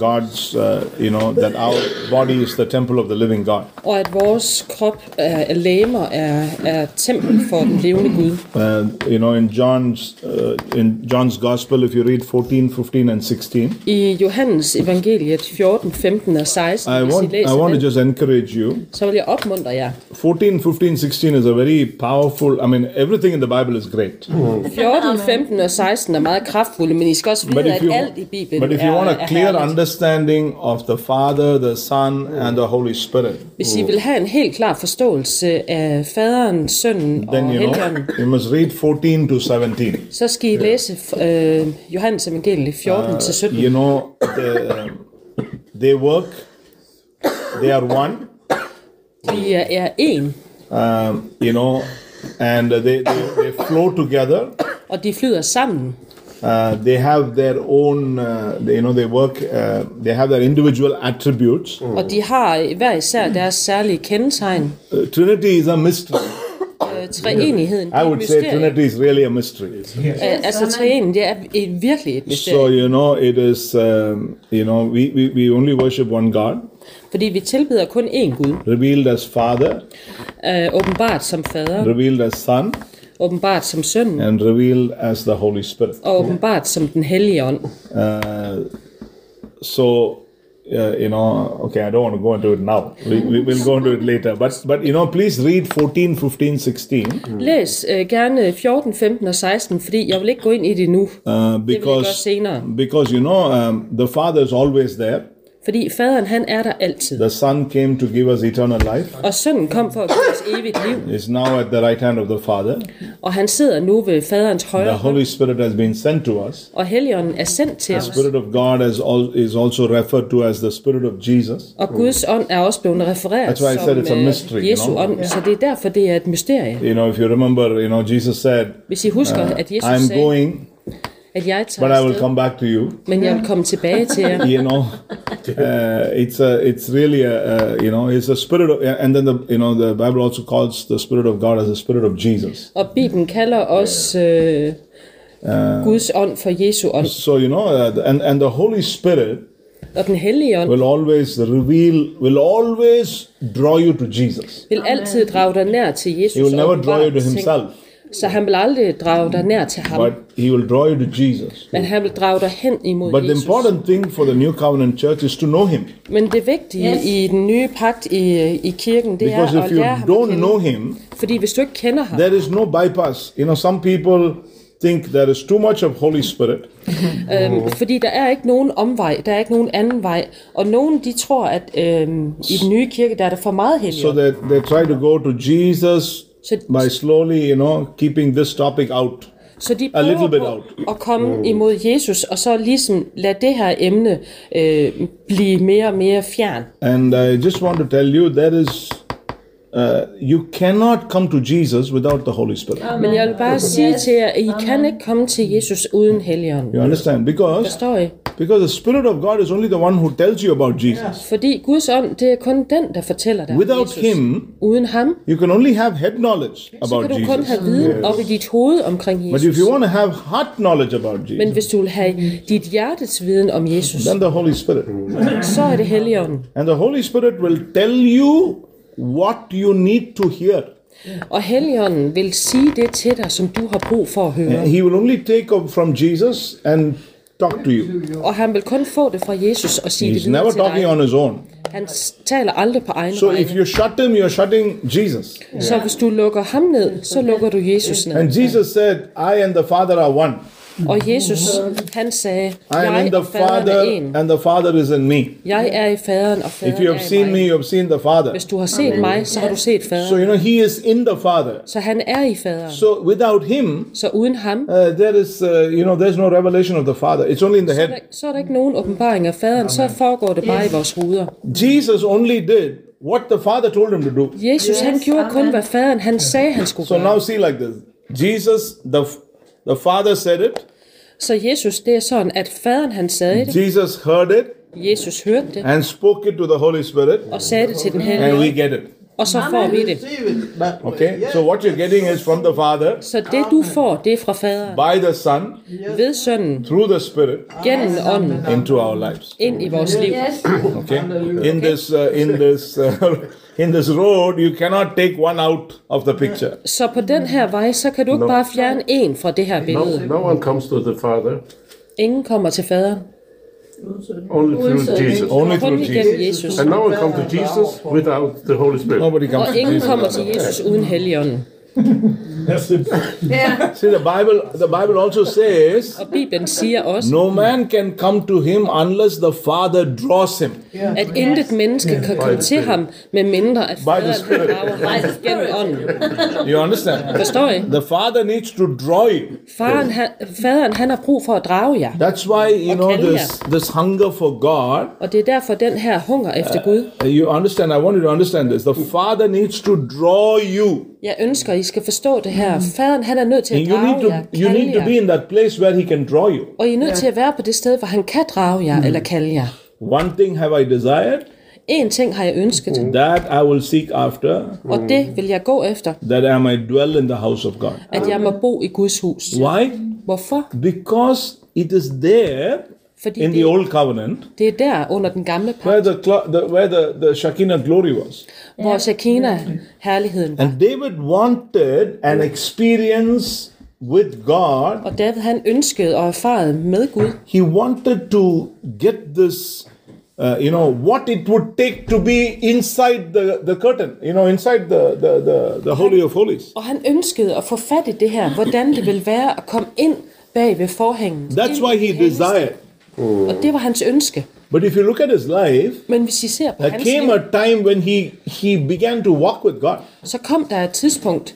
[SPEAKER 2] God's, uh, you know, that our body is the temple of the living God.
[SPEAKER 3] og at vores krop er læmer, er, er tempel for den levende Gud.
[SPEAKER 2] And, Uh, you know, in John's, uh, in John's Gospel, if you read 14, 15, and 16,
[SPEAKER 3] I Johannes evangeliet 14, 15 og 16,
[SPEAKER 2] I
[SPEAKER 3] hvis I
[SPEAKER 2] want, I
[SPEAKER 3] læser
[SPEAKER 2] want to
[SPEAKER 3] den,
[SPEAKER 2] just encourage you.
[SPEAKER 3] så vil jeg opmuntre jer.
[SPEAKER 2] 14, 15, 16 is a very powerful, I mean, everything in the Bible is great.
[SPEAKER 3] 14, 15 og 16 er meget kraftfulde, men I skal også
[SPEAKER 2] But
[SPEAKER 3] vide,
[SPEAKER 2] if
[SPEAKER 3] at
[SPEAKER 2] you,
[SPEAKER 3] alt i Bibelen
[SPEAKER 2] but if you
[SPEAKER 3] er,
[SPEAKER 2] want
[SPEAKER 3] er
[SPEAKER 2] a clear
[SPEAKER 3] herligt.
[SPEAKER 2] understanding of the Father, the Son, and the Holy Spirit,
[SPEAKER 3] Hvis I vil have en helt klar forståelse af faderen, sønnen og
[SPEAKER 2] then you know
[SPEAKER 3] helligånden,
[SPEAKER 2] you must read 14 to 17.
[SPEAKER 3] så skal I læse øh, Johannes evangeliet
[SPEAKER 2] Øh,
[SPEAKER 3] 14 til 17.
[SPEAKER 2] You know they, they work. They are one.
[SPEAKER 3] Vi er, er én,
[SPEAKER 2] Um, you know, and they they, they flow together.
[SPEAKER 3] og de flyder sammen.
[SPEAKER 2] Uh, they have their own. Uh, they, you know they work. Uh, they have their individual attributes.
[SPEAKER 3] Og de har hver især deres særlige kendetegn.
[SPEAKER 2] Uh, Trinity is a mystery.
[SPEAKER 3] Øh, treenigheden, det
[SPEAKER 2] I
[SPEAKER 3] er et
[SPEAKER 2] would say
[SPEAKER 3] mysterie.
[SPEAKER 2] Trinity is really a mystery.
[SPEAKER 3] Øh, altså treenigheden, det er et, virkelig et
[SPEAKER 2] So
[SPEAKER 3] mysterie.
[SPEAKER 2] you know it is um, you know we, we, we only worship one God
[SPEAKER 3] Fordi vi tilbeder kun én Gud.
[SPEAKER 2] revealed as Father,
[SPEAKER 3] Øh, åbenbart som fader,
[SPEAKER 2] revealed as Son,
[SPEAKER 3] åbenbart som søn,
[SPEAKER 2] and revealed as the Holy Spirit.
[SPEAKER 3] og åbenbart som den hellige ånd.
[SPEAKER 2] Uh, so uh, you know, okay, I don't want to go into it now. We, we will go into it later. But, but you know, please read 14, 15, 16
[SPEAKER 3] Læs øh, gerne 14, 15 og 16, fordi jeg vil ikke gå ind i det nu.
[SPEAKER 2] uh,
[SPEAKER 3] gøre
[SPEAKER 2] because,
[SPEAKER 3] senere.
[SPEAKER 2] because, you know, um, the Father is always there.
[SPEAKER 3] Fordi faderen, han er der altid.
[SPEAKER 2] The Son came to give us eternal life.
[SPEAKER 3] Og sønnen kom for at give os evigt liv,
[SPEAKER 2] Is now at the right hand of the Father.
[SPEAKER 3] og han sidder nu ved faderens højre
[SPEAKER 2] The
[SPEAKER 3] hånd,
[SPEAKER 2] Holy Spirit has been sent to us.
[SPEAKER 3] og helligånden er sendt til os.
[SPEAKER 2] Spirit of God is, al- is also referred to as the Spirit of Jesus.
[SPEAKER 3] Og Guds ånd er også blevet refereret
[SPEAKER 2] That's why I said it's a
[SPEAKER 3] som øh,
[SPEAKER 2] mystery, you
[SPEAKER 3] Jesu
[SPEAKER 2] know?
[SPEAKER 3] ånd, så det er derfor, det er et mysterie.
[SPEAKER 2] You know, if you remember, you know, Jesus said,
[SPEAKER 3] Hvis I husker, at Jesus
[SPEAKER 2] Uh, I'm
[SPEAKER 3] sagde,
[SPEAKER 2] going,
[SPEAKER 3] at jeg
[SPEAKER 2] but
[SPEAKER 3] tager
[SPEAKER 2] I will
[SPEAKER 3] afsted,
[SPEAKER 2] come back to you.
[SPEAKER 3] men jeg vil komme tilbage til jer.
[SPEAKER 2] You know, uh, it's a, it's really a, uh, you know, it's a spirit of, and then the, you know, the Bible also calls the Spirit of God as the Spirit of Jesus.
[SPEAKER 3] Og Bibelen kalder os øh,
[SPEAKER 2] Uh,
[SPEAKER 3] Guds ånd for Jesu ånd.
[SPEAKER 2] So, you know, uh, and, and the Holy Spirit
[SPEAKER 3] Og den hellige ånd
[SPEAKER 2] will always reveal, will always draw you to Jesus.
[SPEAKER 3] vil altid drage dig nær til Jesus.
[SPEAKER 2] He will
[SPEAKER 3] og
[SPEAKER 2] never
[SPEAKER 3] åbenbare
[SPEAKER 2] draw you to
[SPEAKER 3] ting.
[SPEAKER 2] himself,
[SPEAKER 3] Så han vil aldrig drage dig nær til ham,
[SPEAKER 2] but he will draw you to Jesus.
[SPEAKER 3] men han vil drage dig hen imod
[SPEAKER 2] But the
[SPEAKER 3] Jesus.
[SPEAKER 2] important thing for the new covenant church is to know him.
[SPEAKER 3] Men det vigtige yes.
[SPEAKER 4] Yes.
[SPEAKER 3] i den nye pagt i, i kirken, det
[SPEAKER 2] Because
[SPEAKER 3] er at
[SPEAKER 2] if you
[SPEAKER 3] lære ham at
[SPEAKER 2] don't
[SPEAKER 3] kende.
[SPEAKER 2] know him,
[SPEAKER 3] Fordi hvis du ikke kender ham,
[SPEAKER 2] there is no bypass. You know, some people think there is too much of Holy Spirit.
[SPEAKER 3] øhm, fordi der er ikke nogen omvej, der er ikke nogen anden vej. Og nogen de tror, at øhm, i den nye kirke, der er der for meget
[SPEAKER 2] So
[SPEAKER 3] helligånd.
[SPEAKER 2] they, they try to go to Jesus
[SPEAKER 3] Så,
[SPEAKER 2] by slowly, you know, keeping this topic out.
[SPEAKER 3] så de
[SPEAKER 2] a little bit
[SPEAKER 3] prøver
[SPEAKER 2] out. Mm.
[SPEAKER 3] på at komme imod Jesus, og så ligesom lade det her emne øh, blive mere og mere fjern.
[SPEAKER 2] And I just want to tell you, there is, uh, you cannot come to Jesus without the Holy Spirit.
[SPEAKER 3] Men jeg vil bare sige
[SPEAKER 4] Yes.
[SPEAKER 3] til jer, at I kan ikke komme til Jesus uden helligånden.
[SPEAKER 2] You understand? Because
[SPEAKER 3] Forstår I?
[SPEAKER 2] because the Spirit of God is only the one who tells you about Jesus.
[SPEAKER 3] Fordi Guds ånd, det er kun den, der fortæller dig om
[SPEAKER 2] Without
[SPEAKER 3] Jesus.
[SPEAKER 2] Him,
[SPEAKER 3] Uden ham,
[SPEAKER 2] you can only have head knowledge
[SPEAKER 3] så
[SPEAKER 2] about
[SPEAKER 3] kan du kun
[SPEAKER 2] Jesus.
[SPEAKER 3] have viden op i dit hoved omkring
[SPEAKER 2] But if you
[SPEAKER 3] Jesus.
[SPEAKER 2] want to have heart knowledge about
[SPEAKER 3] Men
[SPEAKER 2] Jesus,
[SPEAKER 3] hvis du vil have dit hjertes viden om Jesus,
[SPEAKER 2] then the Holy Spirit.
[SPEAKER 3] så er det Helligånden.
[SPEAKER 2] And the Holy Spirit will tell you what you need to hear.
[SPEAKER 3] Og Helligånden vil sige det til dig, som du har brug for at høre.
[SPEAKER 2] He will only take up from Jesus and talk to you.
[SPEAKER 3] Og han vil kun få det fra Jesus og sige
[SPEAKER 2] He's
[SPEAKER 3] det
[SPEAKER 2] never
[SPEAKER 3] videre til
[SPEAKER 2] talking
[SPEAKER 3] dig.
[SPEAKER 2] on his own.
[SPEAKER 3] Han s- taler aldrig på egne
[SPEAKER 2] So if
[SPEAKER 3] vegne.
[SPEAKER 2] you shut him, you're shutting Jesus.
[SPEAKER 3] Så hvis du lukker ham ned, så lukker du Jesus ned.
[SPEAKER 2] And Jesus said, I and the Father are one.
[SPEAKER 3] Og Jesus, han sagde,
[SPEAKER 2] I am
[SPEAKER 3] jeg
[SPEAKER 2] in the
[SPEAKER 3] og faderen er
[SPEAKER 2] Father,
[SPEAKER 3] en.
[SPEAKER 2] and the Father is in me.
[SPEAKER 3] Jeg er i faderen, og
[SPEAKER 2] If you
[SPEAKER 3] faderen
[SPEAKER 2] have
[SPEAKER 3] er i
[SPEAKER 2] seen
[SPEAKER 3] mig.
[SPEAKER 2] me, you have seen the Father.
[SPEAKER 3] Hvis du har set mig, så har du set
[SPEAKER 2] So
[SPEAKER 3] faderen.
[SPEAKER 2] you know, He is in the Father.
[SPEAKER 3] Så han er i faderen.
[SPEAKER 2] So without Him,
[SPEAKER 3] Så uden ham,
[SPEAKER 2] uh, there is, uh, you know, there's no revelation of the Father. It's only in the
[SPEAKER 3] så er,
[SPEAKER 2] head.
[SPEAKER 3] der, så er der ikke nogen åbenbaring af faderen, så foregår det bare i vores hoveder.
[SPEAKER 2] Jesus only did what the Father told him to do.
[SPEAKER 3] Jesus, han
[SPEAKER 4] Yes,
[SPEAKER 3] gjorde kun,
[SPEAKER 4] amen.
[SPEAKER 3] hvad faderen han sagde, han skulle
[SPEAKER 2] So
[SPEAKER 3] gøre.
[SPEAKER 2] now see like this. Jesus, the the Father said it.
[SPEAKER 3] Så Jesus, det er sådan, at faderen han sagde det,
[SPEAKER 2] Jesus heard it
[SPEAKER 3] Jesus hørte det,
[SPEAKER 2] and spoke it to the Holy Spirit,
[SPEAKER 3] og sagde det til den
[SPEAKER 2] and we
[SPEAKER 3] hellige,
[SPEAKER 2] get it.
[SPEAKER 3] og så får vi det.
[SPEAKER 5] receive it that way.
[SPEAKER 2] Okay.
[SPEAKER 5] Yes.
[SPEAKER 2] So what you're getting is from the Father
[SPEAKER 3] Så det du får, det er fra faderen,
[SPEAKER 2] by the Son
[SPEAKER 3] ved sønnen,
[SPEAKER 2] through the Spirit
[SPEAKER 3] gennem ånden,
[SPEAKER 2] into our lives.
[SPEAKER 3] ind i vores liv.
[SPEAKER 4] Yes.
[SPEAKER 2] Okay. In this uh, in this uh, in this road, you cannot take one out of the picture.
[SPEAKER 3] Så på den her vej, så kan du ikke bare fjerne en fra det her
[SPEAKER 6] No,
[SPEAKER 3] billede.
[SPEAKER 6] no one comes to the Father,
[SPEAKER 3] Ingen kommer til faderen,
[SPEAKER 6] only through Jesus.
[SPEAKER 2] Only
[SPEAKER 3] kun
[SPEAKER 2] through Jesus.
[SPEAKER 3] igennem Jesus.
[SPEAKER 6] And no one comes to Jesus without the Holy Spirit.
[SPEAKER 2] Nobody comes
[SPEAKER 3] Og
[SPEAKER 2] to
[SPEAKER 3] ingen kommer
[SPEAKER 2] Jesus.
[SPEAKER 3] til Jesus uden helligånden.
[SPEAKER 4] Yeah.
[SPEAKER 2] See, the Bible the Bible also says
[SPEAKER 3] Og Bibelen siger også,
[SPEAKER 2] No man can come to him unless the Father draws him.
[SPEAKER 3] at intet menneske kan komme til ham, med mindre at faderen
[SPEAKER 2] Spirit.
[SPEAKER 3] drager ham gennem ånden.
[SPEAKER 2] You understand?
[SPEAKER 3] Forstår I?
[SPEAKER 2] The Father needs to draw you.
[SPEAKER 3] Faren, han, faderen han har brug for at drage jer.
[SPEAKER 2] That's why you know this this hunger for God.
[SPEAKER 3] Og det er derfor den her hunger efter Gud.
[SPEAKER 2] uh, You understand? I want you to understand this. The Father needs to draw you.
[SPEAKER 3] Jeg ønsker, I skal forstå det her. Faderen han er nødt til
[SPEAKER 2] And
[SPEAKER 3] at
[SPEAKER 2] Mm. you need
[SPEAKER 3] drage jer,
[SPEAKER 2] to you
[SPEAKER 3] kalde
[SPEAKER 2] need to be
[SPEAKER 3] jer.
[SPEAKER 2] in that place where He can draw you.
[SPEAKER 3] Og I er nødt til at være på det sted, hvor han kan drage
[SPEAKER 2] Mm.
[SPEAKER 3] jer eller kalde jer.
[SPEAKER 2] One thing have I desired
[SPEAKER 3] En ting har jeg ønsket,
[SPEAKER 2] that I will seek after
[SPEAKER 3] og det vil jeg gå efter,
[SPEAKER 2] that I might dwell in the house of God.
[SPEAKER 3] at jeg må bo i Guds hus.
[SPEAKER 2] Why?
[SPEAKER 3] Hvorfor?
[SPEAKER 2] Because it is there
[SPEAKER 3] Fordi
[SPEAKER 2] in the
[SPEAKER 3] det,
[SPEAKER 2] old covenant
[SPEAKER 3] det er der under den gamle pagt,
[SPEAKER 2] where the clo- the where the, the Shekinah glory was.
[SPEAKER 3] hvor Shekinah herligheden var.
[SPEAKER 2] And David wanted an experience with God.
[SPEAKER 3] Og David han ønskede og erfarede med Gud.
[SPEAKER 2] He wanted to get this uh, you know what it would take to be inside the, the curtain you know inside the, the, the, the holy of holies
[SPEAKER 3] Og han ønskede at få fat i det her, hvordan det ville være at komme ind bag ved forhængen.
[SPEAKER 2] that's
[SPEAKER 3] Ind
[SPEAKER 2] why
[SPEAKER 3] i
[SPEAKER 2] he
[SPEAKER 3] det helligste.
[SPEAKER 2] desired
[SPEAKER 3] Og det var hans ønske.
[SPEAKER 2] but if you look at his life
[SPEAKER 3] Men hvis I ser på
[SPEAKER 2] there
[SPEAKER 3] hans
[SPEAKER 2] came
[SPEAKER 3] liv,
[SPEAKER 2] a time when he he began to walk with god
[SPEAKER 3] så kom der et tidspunkt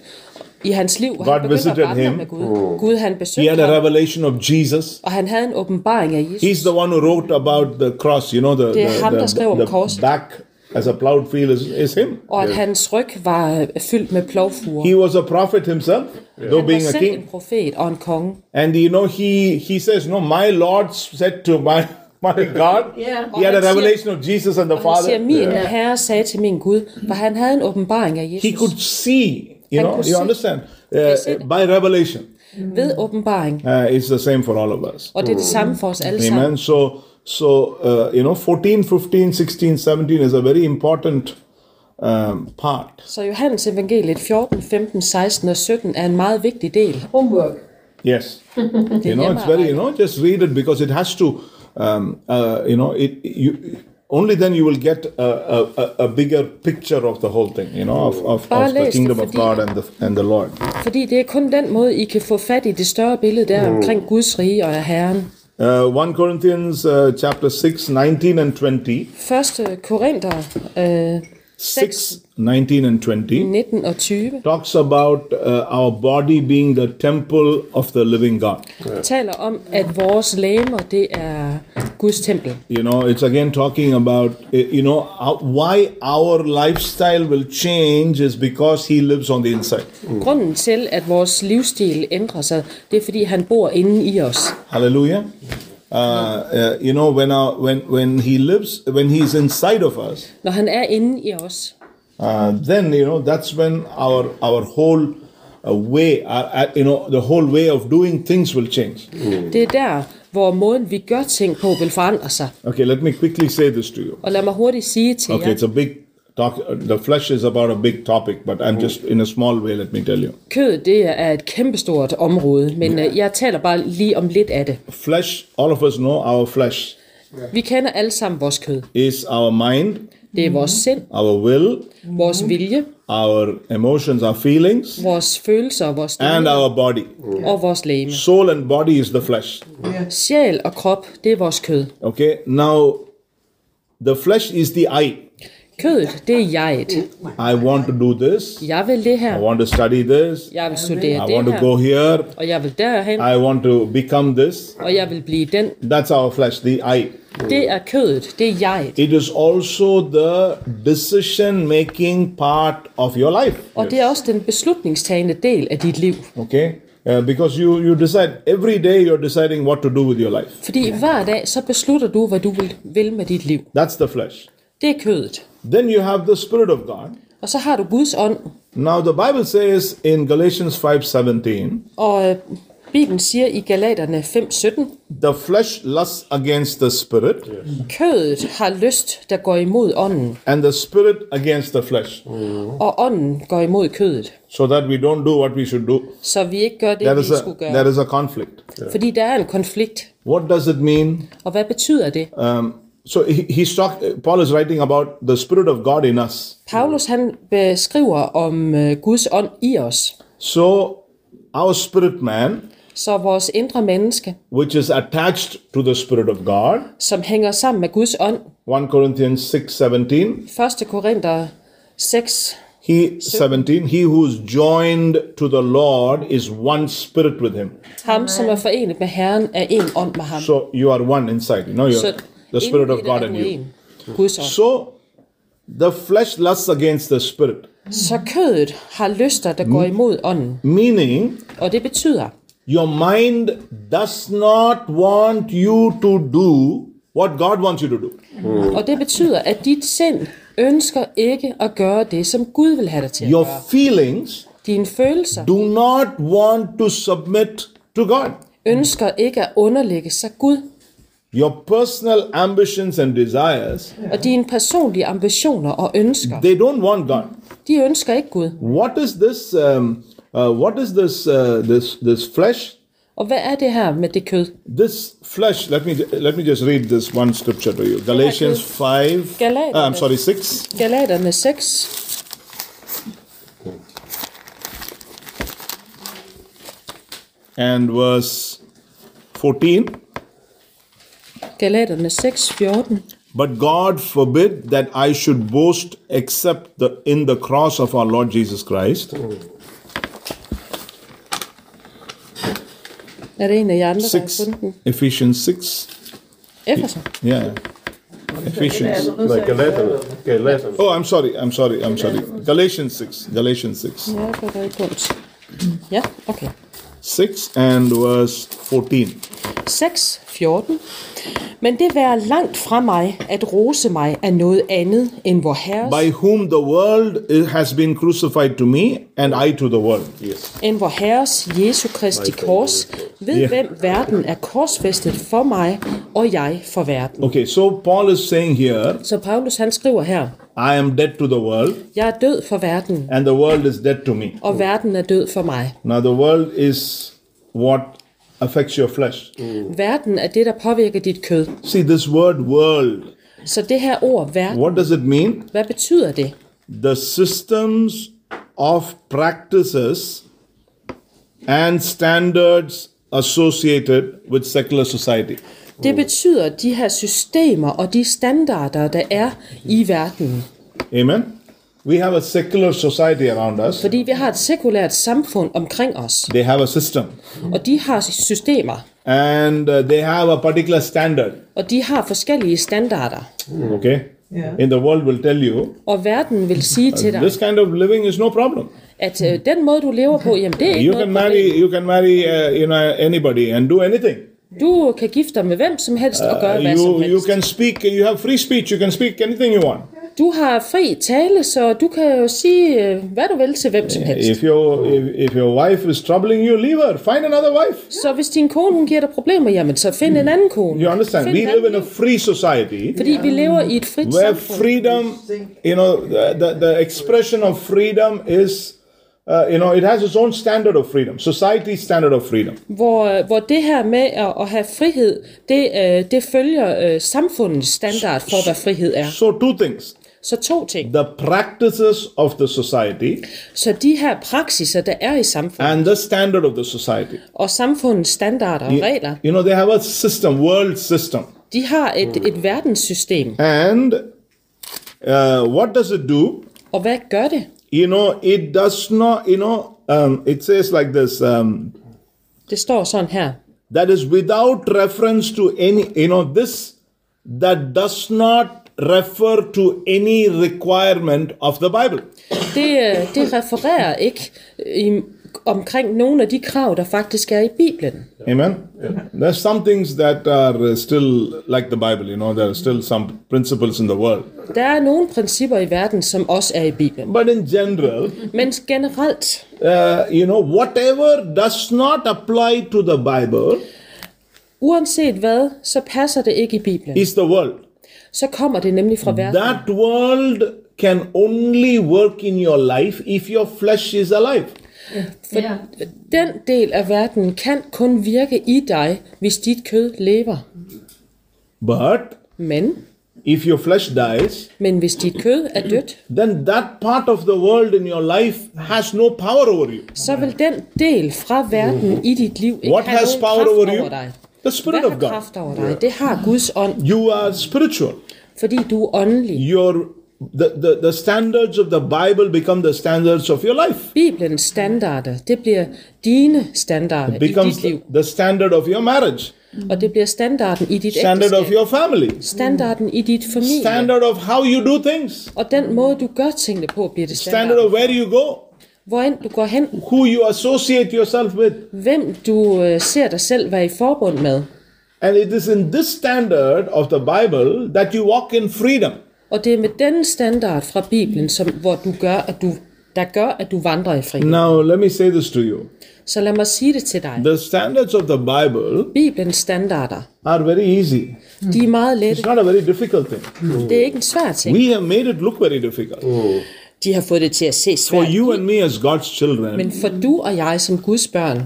[SPEAKER 3] i hans liv, hvor
[SPEAKER 2] God
[SPEAKER 3] han begyndte at
[SPEAKER 2] visited
[SPEAKER 3] vandre
[SPEAKER 2] him.
[SPEAKER 3] med Gud. Gud han
[SPEAKER 2] he had
[SPEAKER 3] besøgte
[SPEAKER 2] a
[SPEAKER 3] ham,
[SPEAKER 2] revelation of jesus
[SPEAKER 3] og han havde en åbenbaring af Jesus.
[SPEAKER 2] he's the one who wrote about the cross you know the,
[SPEAKER 3] Det er
[SPEAKER 2] the,
[SPEAKER 3] ham, der
[SPEAKER 2] the,
[SPEAKER 3] skrev om
[SPEAKER 2] the
[SPEAKER 3] korset.
[SPEAKER 2] back as a plowed field is, is him
[SPEAKER 3] og at hans ryg var øh, fyldt med plovfuger.
[SPEAKER 2] he was a prophet himself though
[SPEAKER 3] Han
[SPEAKER 2] being
[SPEAKER 3] var
[SPEAKER 2] a
[SPEAKER 3] selv en
[SPEAKER 2] king
[SPEAKER 3] profet og en konge.
[SPEAKER 2] and you know he he says no my lord said to my my god
[SPEAKER 4] Yeah.
[SPEAKER 2] he had a
[SPEAKER 3] Og han siger-
[SPEAKER 2] revelation of jesus and the
[SPEAKER 3] Og han
[SPEAKER 2] father
[SPEAKER 3] siger, min herre sagde til min Gud, for han havde en åbenbaring af Jesus.
[SPEAKER 2] he could see you
[SPEAKER 3] Han
[SPEAKER 2] know
[SPEAKER 3] kunne
[SPEAKER 2] you
[SPEAKER 3] se.
[SPEAKER 2] understand
[SPEAKER 3] se
[SPEAKER 2] uh,
[SPEAKER 3] det.
[SPEAKER 2] by revelation
[SPEAKER 3] Ved åbenbaring.
[SPEAKER 2] uh, it's the same for all of us
[SPEAKER 3] Og det er det samme for os alle sammen.
[SPEAKER 2] amen so so uh, you know 14 15 16 17 is a very important um, part
[SPEAKER 3] Så Johannes evangeliet 14, 15, 16 og 17 er en meget vigtig del.
[SPEAKER 4] Homework.
[SPEAKER 2] yes you know it's very you know just read it because it has to um, uh, you know it you only then you will get a, a, a- a bigger picture of the whole thing you know of, of,
[SPEAKER 3] Bare
[SPEAKER 2] of the
[SPEAKER 3] læs det,
[SPEAKER 2] kingdom of
[SPEAKER 3] fordi-
[SPEAKER 2] god and the, and the lord
[SPEAKER 3] Fordi det er kun den måde, I kan få fat i det større billede der omkring Guds rige og af Herren.
[SPEAKER 2] uh, 1 corinthians uh, chapter 6 19 and 20
[SPEAKER 3] Første Korinther øh,
[SPEAKER 2] 6 19 and 20
[SPEAKER 3] 19 og 20
[SPEAKER 2] talks about uh, our body being the temple of the living god
[SPEAKER 3] taler om, at vores læmer, det er Guds tempel.
[SPEAKER 2] you know it's again talking about uh, you know how, why our lifestyle will change is because he lives on the inside
[SPEAKER 3] Grunden til, at vores livsstil ændrer sig, det er, fordi han bor inde i os.
[SPEAKER 2] Hallelujah. Uh, uh, you know when our, when when he lives when he's inside of us,
[SPEAKER 3] Når han er inde i os,
[SPEAKER 2] uh, then you know that's when our our whole uh, way, our, uh, you know the whole way of doing things will change.
[SPEAKER 3] det er der, hvor måden, vi gør ting på, vil forandre sig.
[SPEAKER 2] Okay, let me quickly say this to you.
[SPEAKER 3] Og lad mig hurtigt sige til
[SPEAKER 2] Okay,
[SPEAKER 3] jer,
[SPEAKER 2] it's a big talk. uh, The flesh is about a big topic, but I'm just in a small way. Let me tell you,
[SPEAKER 3] kødet det er et kæmpestort område, men øh, jeg taler bare lige om lidt af det.
[SPEAKER 2] flesh. All of us know our flesh
[SPEAKER 3] Vi kender alle sammen vores kød.
[SPEAKER 2] is our mind,
[SPEAKER 3] Det er vores sind,
[SPEAKER 2] our will,
[SPEAKER 3] vores
[SPEAKER 2] Mhm.
[SPEAKER 3] vilje,
[SPEAKER 2] our emotions, our feelings,
[SPEAKER 3] vores følelser, vores
[SPEAKER 2] and
[SPEAKER 3] stemning
[SPEAKER 2] our body.
[SPEAKER 3] og vores læme.
[SPEAKER 2] Soul and body is the flesh.
[SPEAKER 3] Sjæl og krop, det er vores kød.
[SPEAKER 2] Okay, now the flesh is the I.
[SPEAKER 3] Kødet, det er jeget.
[SPEAKER 2] I want to do this.
[SPEAKER 3] Jeg vil det
[SPEAKER 2] I
[SPEAKER 3] her.
[SPEAKER 2] want to study this.
[SPEAKER 3] Jeg vil studere
[SPEAKER 2] I
[SPEAKER 3] det
[SPEAKER 2] want to
[SPEAKER 3] her.
[SPEAKER 2] go here.
[SPEAKER 3] Og jeg vil derhen,
[SPEAKER 2] I want to become this.
[SPEAKER 3] og jeg vil blive den.
[SPEAKER 2] That's our flesh, the I.
[SPEAKER 3] Det er kødet, det er jeget.
[SPEAKER 2] It is also the decision making part of your life.
[SPEAKER 3] Og det er også den beslutningstagende del af dit liv.
[SPEAKER 2] Okay? Uh, because you, you decide every day you're deciding what to do with your life.
[SPEAKER 3] Fordi hver dag, så beslutter du, hvad du vil, vil med dit liv.
[SPEAKER 2] That's the flesh.
[SPEAKER 3] Det er kødet.
[SPEAKER 2] Then you have the Spirit of God.
[SPEAKER 3] Og så har du Guds ånd.
[SPEAKER 2] Now the Bible says in Galatians 5:17,
[SPEAKER 3] Og øh, Bibelen siger i Galaterne 5.17,
[SPEAKER 2] the flesh lusts against the spirit.
[SPEAKER 3] kødet har lyst, der går imod ånden,
[SPEAKER 2] and the spirit against the flesh
[SPEAKER 3] og ånden går imod kødet.
[SPEAKER 2] so that we don't do what we should do
[SPEAKER 3] Så vi ikke gør det,
[SPEAKER 2] there
[SPEAKER 3] vi
[SPEAKER 2] is a
[SPEAKER 3] skulle
[SPEAKER 2] there
[SPEAKER 3] gøre.
[SPEAKER 2] is a conflict
[SPEAKER 3] Fordi der er en konflikt.
[SPEAKER 2] what does it mean
[SPEAKER 3] Og hvad betyder det?
[SPEAKER 2] um, so he, he's talk, paul is writing about the spirit of god in us
[SPEAKER 3] Paulus han beskriver om øh, Guds ånd i os.
[SPEAKER 2] so our spirit man
[SPEAKER 3] Så vores indre menneske,
[SPEAKER 2] which is attached to the spirit of god
[SPEAKER 3] som hænger sammen med Guds ånd,
[SPEAKER 2] 1 corinthians 6 17
[SPEAKER 3] 1. Korinther 6,
[SPEAKER 2] he 17 he who's joined to the lord is one spirit with him
[SPEAKER 3] ham som er forenet med Herren er en ånd med ham.
[SPEAKER 2] so you are one inside you know you're
[SPEAKER 3] Så
[SPEAKER 2] the spirit of god
[SPEAKER 3] indeni
[SPEAKER 2] and
[SPEAKER 3] er du
[SPEAKER 2] you
[SPEAKER 3] en. Guds ånd.
[SPEAKER 2] so the flesh lusts against the spirit
[SPEAKER 3] Så kødet har lyster, der går imod ånden.
[SPEAKER 2] Meaning,
[SPEAKER 3] Og det betyder,
[SPEAKER 2] your mind does not want you to do what God wants you to do.
[SPEAKER 3] og det betyder, at dit sind ønsker ikke at gøre det, som Gud vil have dig til at
[SPEAKER 2] Your
[SPEAKER 3] gøre.
[SPEAKER 2] feelings
[SPEAKER 3] Dine følelser
[SPEAKER 2] do not want to submit to God.
[SPEAKER 3] ønsker ikke at underlægge sig Gud.
[SPEAKER 2] Your personal ambitions and desires,
[SPEAKER 3] Og dine personlige ambitioner og ønsker,
[SPEAKER 2] they don't want God.
[SPEAKER 3] de ønsker ikke Gud.
[SPEAKER 2] What is this? Um, uh, what is this? Uh, this this flesh?
[SPEAKER 3] Og hvad er det her med det kød?
[SPEAKER 2] This flesh, let me let me just read this one scripture to you. Galatians 5,
[SPEAKER 3] Galaterne.
[SPEAKER 2] uh, I'm sorry, 6.
[SPEAKER 3] Galaterne 6.
[SPEAKER 2] and verse 14
[SPEAKER 3] Galaterne 6, 14.
[SPEAKER 2] but god forbid that i should boast except the, in the cross of our lord jesus christ
[SPEAKER 3] Er det en af jer andre, der har
[SPEAKER 2] 6
[SPEAKER 3] fundet den?
[SPEAKER 2] ephesians 6
[SPEAKER 3] Epheser.
[SPEAKER 2] yeah ephesians
[SPEAKER 6] Like a letter. Okay, letter.
[SPEAKER 2] oh i'm sorry i'm sorry i'm sorry galatians 6 galatians 6
[SPEAKER 3] Ja, det er ikke ondt. Ja, okay.
[SPEAKER 2] 6 and verse 14
[SPEAKER 3] 6, 14. Men det være langt fra mig at rose mig af noget andet end vor herres,
[SPEAKER 2] by whom the world i- has been crucified to me and i to the world
[SPEAKER 3] end vor herres Jesu Kristi kors, ved
[SPEAKER 2] Ja.
[SPEAKER 3] hvem verden er korsfæstet for mig, og jeg for verden.
[SPEAKER 2] okay so paul is saying here
[SPEAKER 3] Så Paulus han skriver her,
[SPEAKER 2] i am dead to the world
[SPEAKER 3] jeg er død for verden,
[SPEAKER 2] and the world is dead to me
[SPEAKER 3] og verden er død for mig.
[SPEAKER 2] Now, the world is what affects your flesh.
[SPEAKER 3] Verden er det, der påvirker dit kød.
[SPEAKER 2] See, this word world,
[SPEAKER 3] Så det her ord, verden,
[SPEAKER 2] what does it mean?
[SPEAKER 3] hvad betyder det?
[SPEAKER 2] The systems of practices and standards associated with secular society.
[SPEAKER 3] Det betyder de her systemer og de standarder, der er i verden.
[SPEAKER 2] Amen? We have a secular society around us,
[SPEAKER 3] Fordi vi har et sekulært samfund omkring os,
[SPEAKER 2] they have a system,
[SPEAKER 3] og de har systemer,
[SPEAKER 2] and uh, they have a particular standard.
[SPEAKER 3] og de har forskellige standarder.
[SPEAKER 2] Okay?
[SPEAKER 4] Yeah.
[SPEAKER 2] In the world will tell you
[SPEAKER 3] Og verden vil sige til dig,
[SPEAKER 2] this kind of living is no problem.
[SPEAKER 3] at øh, den måde, du lever på, jamen det er ikke
[SPEAKER 2] You can
[SPEAKER 3] noget
[SPEAKER 2] marry
[SPEAKER 3] problem.
[SPEAKER 2] you can marry uh, you know anybody and do anything.
[SPEAKER 3] Du kan gifte dig med hvem som helst og gøre hvad som
[SPEAKER 2] Uh, you you
[SPEAKER 3] helst.
[SPEAKER 2] can speak you have free speech you can speak anything you want
[SPEAKER 3] Du har fri tale, så du kan jo sige, øh, hvad du vil til hvem som helst.
[SPEAKER 2] if your if, if your wife is troubling you leave her find another wife
[SPEAKER 3] Så hvis din kone hun giver dig problemer, jamen så find en anden kone.
[SPEAKER 2] you understand
[SPEAKER 3] Find
[SPEAKER 2] we
[SPEAKER 3] en
[SPEAKER 2] live
[SPEAKER 3] anden
[SPEAKER 2] in a
[SPEAKER 3] liv.
[SPEAKER 2] free society
[SPEAKER 3] Fordi vi lever i et frit
[SPEAKER 2] where
[SPEAKER 3] samfund.
[SPEAKER 2] freedom you know the, the, the expression of freedom is uh, you know it has its own standard of freedom society's standard of freedom
[SPEAKER 3] hvor, hvor det her med at, at have frihed, det, øh, det følger øh, samfundets standard for, hvad frihed er.
[SPEAKER 2] so two things
[SPEAKER 3] Så to ting.
[SPEAKER 2] the practices of the society
[SPEAKER 3] Så de her praksiser, der er i samfundet,
[SPEAKER 2] and the standard of the society
[SPEAKER 3] og samfundets standarder og regler,
[SPEAKER 2] you know they have a system world system
[SPEAKER 3] de har et, et verdenssystem.
[SPEAKER 2] And uh, what does it do?
[SPEAKER 3] Og hvad gør det?
[SPEAKER 2] You know, it does not, you know, um, it says like this um,
[SPEAKER 3] Det står sådan her.
[SPEAKER 2] that is without reference to any, you know, this that does not refer to any requirement of the Bible.
[SPEAKER 3] Det, øh, det refererer ikke øh, i, omkring nogle af de krav, der faktisk er i Bibelen.
[SPEAKER 2] Amen. There's some things that are still like the Bible, you know, there are still some principles in the world.
[SPEAKER 3] Der er nogle principper i verden, som også er i Bibelen.
[SPEAKER 2] But in general,
[SPEAKER 3] Men generelt,
[SPEAKER 2] uh, you know, whatever does not apply to the Bible
[SPEAKER 3] uanset hvad, så passer det ikke i Bibelen.
[SPEAKER 2] is the world.
[SPEAKER 3] så kommer det nemlig fra verden.
[SPEAKER 2] That world can only work in your life if your flesh is alive.
[SPEAKER 3] Den del af verden kan kun virke i dig, hvis dit kød lever.
[SPEAKER 2] But
[SPEAKER 3] Men,
[SPEAKER 2] if your flesh dies,
[SPEAKER 3] men hvis dit kød er dødt,
[SPEAKER 2] then that part of the world in your life has no power over you.
[SPEAKER 3] så vil den del fra verden i dit liv ikke
[SPEAKER 2] What
[SPEAKER 3] have
[SPEAKER 2] has
[SPEAKER 3] nogen
[SPEAKER 2] power
[SPEAKER 3] kraft
[SPEAKER 2] over you?
[SPEAKER 3] over dig.
[SPEAKER 2] The
[SPEAKER 3] Hvad
[SPEAKER 2] Spirit
[SPEAKER 3] har
[SPEAKER 2] of God.
[SPEAKER 3] kraft over dig? Det har Guds ånd,
[SPEAKER 2] You are spiritual.
[SPEAKER 3] fordi du er åndelig.
[SPEAKER 2] Your the, the, the standards of the Bible become the standards of your life.
[SPEAKER 3] Bibelens standarder, det bliver dine standarder i
[SPEAKER 2] Becomes
[SPEAKER 3] dit
[SPEAKER 2] the,
[SPEAKER 3] liv.
[SPEAKER 2] the standard of your marriage,
[SPEAKER 3] Og det bliver standarden i dit
[SPEAKER 2] standard of
[SPEAKER 3] ægteskab.
[SPEAKER 2] your family,
[SPEAKER 3] Standarden i dit familie.
[SPEAKER 2] standard of how you do things,
[SPEAKER 3] Og den måde, du gør tingene på, bliver det
[SPEAKER 2] standard of
[SPEAKER 3] standard.
[SPEAKER 2] where you go,
[SPEAKER 3] Hvor end du går hen,
[SPEAKER 2] who you associate yourself with.
[SPEAKER 3] hvem du øh, ser dig selv være i forbund med.
[SPEAKER 2] And it is in this standard of the Bible that you walk in freedom.
[SPEAKER 3] Og det er med denne standard fra Bibelen, som, hvor du gør, at du, der gør, at du vandrer i frihed.
[SPEAKER 2] Now, let me say this to you.
[SPEAKER 3] Så lad mig sige det til dig.
[SPEAKER 2] The standards of the Bible
[SPEAKER 3] Bibelens standarder,
[SPEAKER 2] are very easy.
[SPEAKER 3] de er meget lette.
[SPEAKER 2] It's not a very difficult thing.
[SPEAKER 3] Det er ikke en svær ting.
[SPEAKER 2] We have made it look very difficult.
[SPEAKER 3] De har fået det til at se
[SPEAKER 2] For
[SPEAKER 3] svært.
[SPEAKER 2] you
[SPEAKER 3] ud,
[SPEAKER 2] and me, as God's
[SPEAKER 3] Men
[SPEAKER 2] children,
[SPEAKER 3] for du og jeg som Guds børn,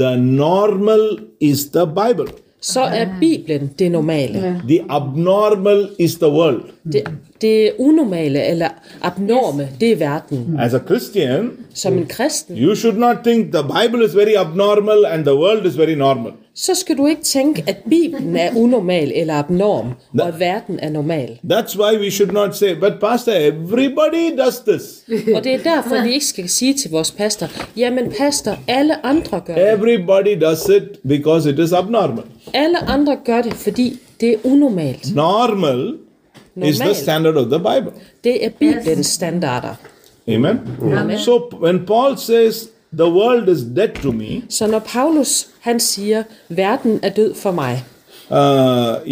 [SPEAKER 2] The normal is the Bible.
[SPEAKER 3] så er Bibelen det normale.
[SPEAKER 2] The abnormal is the world.
[SPEAKER 3] Det, det unormale eller abnorme, det er verden.
[SPEAKER 2] As a Christian,
[SPEAKER 3] Som en kristen,
[SPEAKER 2] you should not think the Bible is very abnormal and the world is very normal.
[SPEAKER 3] så skal du ikke tænke, at Bibelen er unormal eller abnorm, og at verden er normal.
[SPEAKER 2] That's why we should not say, but Pastor, everybody does this.
[SPEAKER 3] Og det er derfor, vi ikke skal sige til vores pastor, jamen pastor, alle andre gør det.
[SPEAKER 2] Everybody does it because it is abnormal.
[SPEAKER 3] Alle andre gør det, fordi det er unormalt.
[SPEAKER 2] Normal is the
[SPEAKER 3] Normal.
[SPEAKER 2] standard of the Bible.
[SPEAKER 3] Det er Bibelens standarder.
[SPEAKER 2] Amen? So when Paul says, the world is dead to me,
[SPEAKER 3] Så når Paulus han siger, verden er død for mig,
[SPEAKER 2] uh,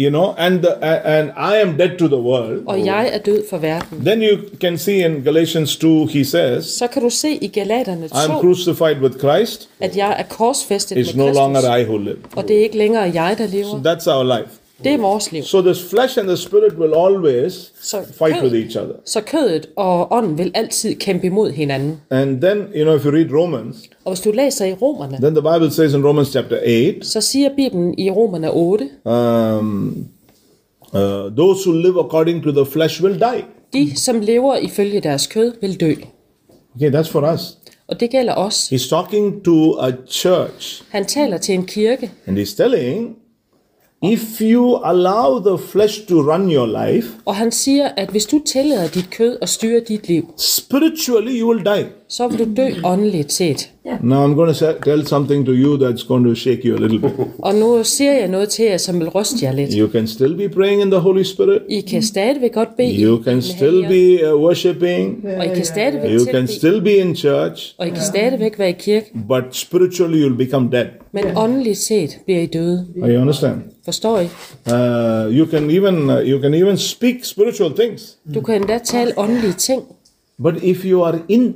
[SPEAKER 2] you know, and, the, and I am dead to the world,
[SPEAKER 3] og jeg er død for verden,
[SPEAKER 2] then you can see in Galatians 2, he says,
[SPEAKER 3] så kan du se i Galaterne
[SPEAKER 2] I'm
[SPEAKER 3] 2,
[SPEAKER 2] crucified with Christ,
[SPEAKER 3] at jeg er korsfæstet med
[SPEAKER 2] it's no longer
[SPEAKER 3] Kristus,
[SPEAKER 2] I who live.
[SPEAKER 3] og det er ikke længere jeg, der lever.
[SPEAKER 2] That's our life.
[SPEAKER 3] Det er vores liv.
[SPEAKER 2] So this flesh and the spirit will always
[SPEAKER 3] Så
[SPEAKER 2] fight with
[SPEAKER 3] kødet,
[SPEAKER 2] each other.
[SPEAKER 3] så kødet og ånden vil altid kæmpe imod hinanden.
[SPEAKER 2] And then, you know, if you read Romans,
[SPEAKER 3] Og hvis du læser i Romerne,
[SPEAKER 2] then the Bible says in Romans chapter 8,
[SPEAKER 3] så siger Bibelen i Romerne 8,
[SPEAKER 2] um, uh, those who live according to the flesh will die.
[SPEAKER 3] de som lever ifølge deres kød vil dø.
[SPEAKER 2] Okay, that's for us.
[SPEAKER 3] Og det gælder os.
[SPEAKER 2] He's talking to a church
[SPEAKER 3] Han taler til en kirke,
[SPEAKER 2] and he's telling, if you allow the flesh to run your life,
[SPEAKER 3] og han siger, at hvis du tillader dit kød og styrer dit liv,
[SPEAKER 2] spiritually you will die.
[SPEAKER 3] så vil du dø åndeligt set.
[SPEAKER 2] Now I'm going to tell something to you that's going to shake you a little bit.
[SPEAKER 3] Og nu siger jeg noget til jer, som vil ryste jer lidt.
[SPEAKER 2] You can still be praying in the Holy Spirit.
[SPEAKER 3] I kan stadigvæk godt bede,
[SPEAKER 2] You can still be uh, worshiping.
[SPEAKER 3] og I kan stadigvæk
[SPEAKER 2] You can
[SPEAKER 3] tilbede,
[SPEAKER 2] still be in church,
[SPEAKER 3] og I kan stadigvæk være i kirke,
[SPEAKER 2] but spiritually you'll become dead.
[SPEAKER 3] men åndeligt set bliver I døde.
[SPEAKER 2] Oh, you understand?
[SPEAKER 3] Forstår I?
[SPEAKER 2] Uh, you can even uh, you can even speak spiritual things,
[SPEAKER 3] Du kan endda tale åndelige ting,
[SPEAKER 2] but if you are in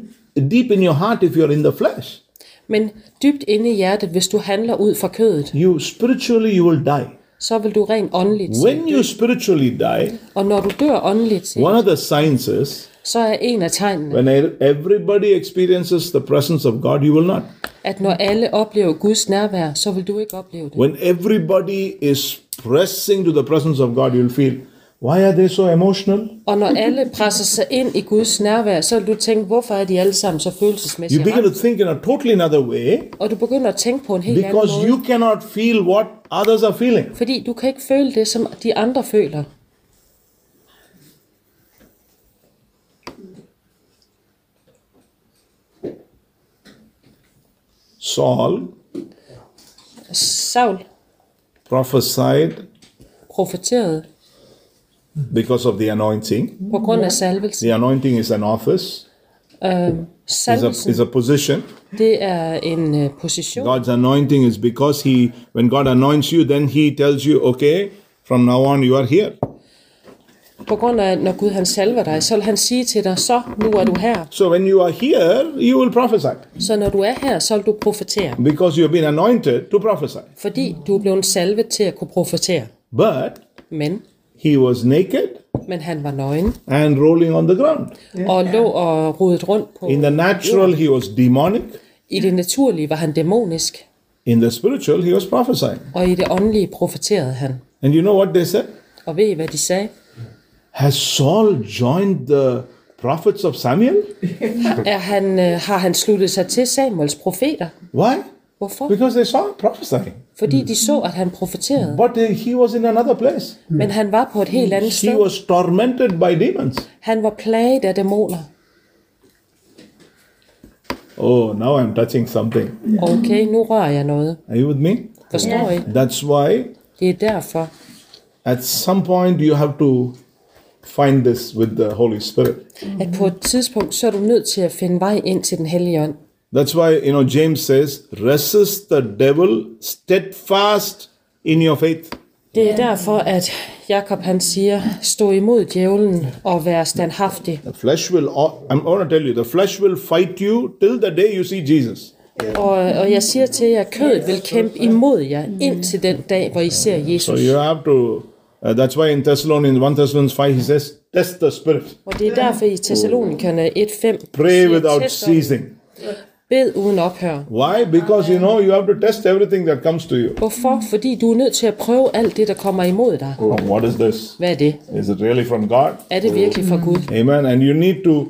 [SPEAKER 2] deep in your heart, if you are in the flesh,
[SPEAKER 3] men dybt inde i hjertet, hvis du handler ud fra kødet,
[SPEAKER 2] you spiritually you will die.
[SPEAKER 3] så vil du rent åndeligt set.
[SPEAKER 2] When you spiritually die,
[SPEAKER 3] Og når du dør åndeligt set,
[SPEAKER 2] one of the signs is
[SPEAKER 3] så er en af tegnene,
[SPEAKER 2] when e- everybody experiences the presence of God, you will not.
[SPEAKER 3] at når alle oplever Guds nærvær, så vil du ikke opleve det.
[SPEAKER 2] When everybody is pressing to the presence of God, you'll feel, why are they so emotional?
[SPEAKER 3] Og når alle presser sig ind i Guds nærvær, så vil du tænke, hvorfor er de alle sammen så
[SPEAKER 2] You
[SPEAKER 3] følelsesmæssige?
[SPEAKER 2] begin
[SPEAKER 3] ramt?
[SPEAKER 2] to think in a totally another way
[SPEAKER 3] Og du begynder at tænke på en helt anden
[SPEAKER 2] because
[SPEAKER 3] måde.
[SPEAKER 2] you cannot feel what others are feeling.
[SPEAKER 3] Fordi du kan ikke føle det, som de andre føler.
[SPEAKER 2] Saul
[SPEAKER 3] Saul
[SPEAKER 2] prophesied
[SPEAKER 3] profeterede
[SPEAKER 2] because of the anointing.
[SPEAKER 3] på grund af salvelsen.
[SPEAKER 2] The anointing is an office,
[SPEAKER 3] Øhm,
[SPEAKER 2] is a,
[SPEAKER 3] salvelsen,
[SPEAKER 2] is a position.
[SPEAKER 3] det er en øh, position.
[SPEAKER 2] God's anointing is because he, when God anoints you, then he tells you, okay, from now on you are here.
[SPEAKER 3] På grund af, at når Gud han salver dig, så vil han sige til dig, så nu er du her.
[SPEAKER 2] So when you are here, you will prophesy
[SPEAKER 3] Så når du er her, så vil du profetere.
[SPEAKER 2] because you have been anointed to prophesy.
[SPEAKER 3] Fordi du er blevet salvet til at kunne profetere.
[SPEAKER 2] But
[SPEAKER 3] Men,
[SPEAKER 2] he was naked
[SPEAKER 3] men han var nøgen
[SPEAKER 2] and rolling on the ground.
[SPEAKER 3] og lå og rodet rundt på.
[SPEAKER 2] In the natural, he was demonic.
[SPEAKER 3] I det naturlige var han dæmonisk,
[SPEAKER 2] In the spiritual, he was prophesying.
[SPEAKER 3] og i det åndelige profeterede han.
[SPEAKER 2] And you know what they said?
[SPEAKER 3] Og ved I, hvad de sagde?
[SPEAKER 2] Has Saul joined the prophets of Samuel?
[SPEAKER 3] Er han, øh, har han sluttet sig til Samuels profeter?
[SPEAKER 2] Why?
[SPEAKER 3] Hvorfor?
[SPEAKER 2] Because they saw him prophesying.
[SPEAKER 3] Fordi de så, at han profeterede.
[SPEAKER 2] But uh, he was in another place.
[SPEAKER 3] Men han var på et helt andet
[SPEAKER 2] He
[SPEAKER 3] sted.
[SPEAKER 2] was tormented by demons.
[SPEAKER 3] Han var plaget af dæmoner.
[SPEAKER 2] Oh, now I'm touching something.
[SPEAKER 3] Okay, nu rører jeg noget.
[SPEAKER 2] Are you with me?
[SPEAKER 3] Forstår I?
[SPEAKER 2] That's why
[SPEAKER 3] Det er derfor.
[SPEAKER 2] at some point you have to find this with the Holy Spirit.
[SPEAKER 3] at på et tidspunkt, så er du nødt til at finde vej ind til den hellige ånd.
[SPEAKER 2] That's why, you know, James says, resist the devil steadfast in your faith.
[SPEAKER 3] Det er derfor, at Jakob han siger, stå imod djævlen og vær standhaftig.
[SPEAKER 2] The flesh will, al- I'm going to tell you, the flesh will fight you till the day you see Jesus.
[SPEAKER 3] Og, og jeg siger til jer, kødet vil kæmpe imod jer indtil den dag, hvor I ser
[SPEAKER 2] So
[SPEAKER 3] Jesus.
[SPEAKER 2] you have to, uh, that's why in Thessalonians, 1 Thessalonians 5, he says, test the spirit,
[SPEAKER 3] Og det er derfor i Thessalonikerne 1.5
[SPEAKER 2] pray
[SPEAKER 3] siger,
[SPEAKER 2] without
[SPEAKER 3] "Test ånden,
[SPEAKER 2] ceasing.
[SPEAKER 3] Bed uden ophør.
[SPEAKER 2] Why? Because you know you have to test everything that comes to you.
[SPEAKER 3] Hvorfor? Fordi du er nødt til at prøve alt det, der kommer imod dig.
[SPEAKER 2] Oh, what is this?
[SPEAKER 3] Hvad er det?
[SPEAKER 2] Is it really from God?
[SPEAKER 3] Er det virkelig fra Gud?
[SPEAKER 2] Amen. And you need to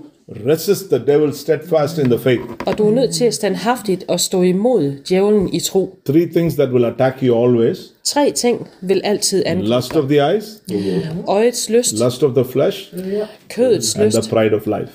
[SPEAKER 2] resist the devil steadfast in the faith.
[SPEAKER 3] Og du er nødt til at standhaftigt og stå imod djævlen i tro.
[SPEAKER 2] Three things that will attack you always
[SPEAKER 3] Tre ting vil altid angribe.
[SPEAKER 2] lust of the eyes,
[SPEAKER 3] Øjets lyst,
[SPEAKER 2] lust of the flesh,
[SPEAKER 3] kødets
[SPEAKER 2] and
[SPEAKER 3] lyst
[SPEAKER 2] the pride of life.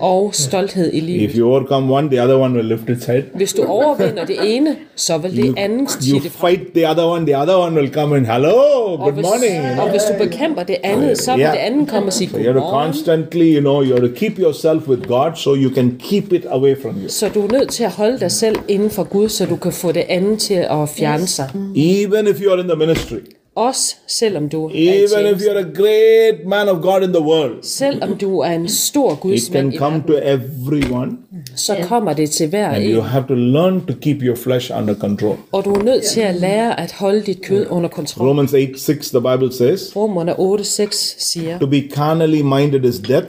[SPEAKER 3] og stolthed i
[SPEAKER 2] If
[SPEAKER 3] livet.
[SPEAKER 2] you overcome one, the other one will lift its head.
[SPEAKER 3] Hvis du overvinder det ene, så vil det andet
[SPEAKER 2] You
[SPEAKER 3] sige det fra.
[SPEAKER 2] fight the other one, the other one will come and hello,
[SPEAKER 3] Og
[SPEAKER 2] good
[SPEAKER 3] hvis,
[SPEAKER 2] morning. you know.
[SPEAKER 3] og hvis du bekæmper det andet, så vil
[SPEAKER 2] Ja.
[SPEAKER 3] det andet komme og sige
[SPEAKER 2] You have to
[SPEAKER 3] godmorgen.
[SPEAKER 2] constantly, you know, you have to keep yourself with God so you can keep it away from you.
[SPEAKER 3] Så du er nødt til at holde dig selv inden for Gud, så du kan få det andet til at fjerne sig.
[SPEAKER 2] Even if you are in the ministry,
[SPEAKER 3] Også selvom du er i
[SPEAKER 2] even if
[SPEAKER 3] tjeneste.
[SPEAKER 2] you are a great man of God in the world,
[SPEAKER 3] Selvom du er en stor
[SPEAKER 2] it
[SPEAKER 3] gudsmand
[SPEAKER 2] can
[SPEAKER 3] i
[SPEAKER 2] come
[SPEAKER 3] verden,
[SPEAKER 2] to everyone,
[SPEAKER 3] så kommer det til hver
[SPEAKER 2] and you
[SPEAKER 3] en.
[SPEAKER 2] have to learn to keep your flesh under control.
[SPEAKER 3] Og du er nødt til at lære at holde dit kød under kontrol.
[SPEAKER 2] Romans 8 6, the Bible says,
[SPEAKER 3] Romerne 8.6 siger,
[SPEAKER 2] To be carnally minded is death,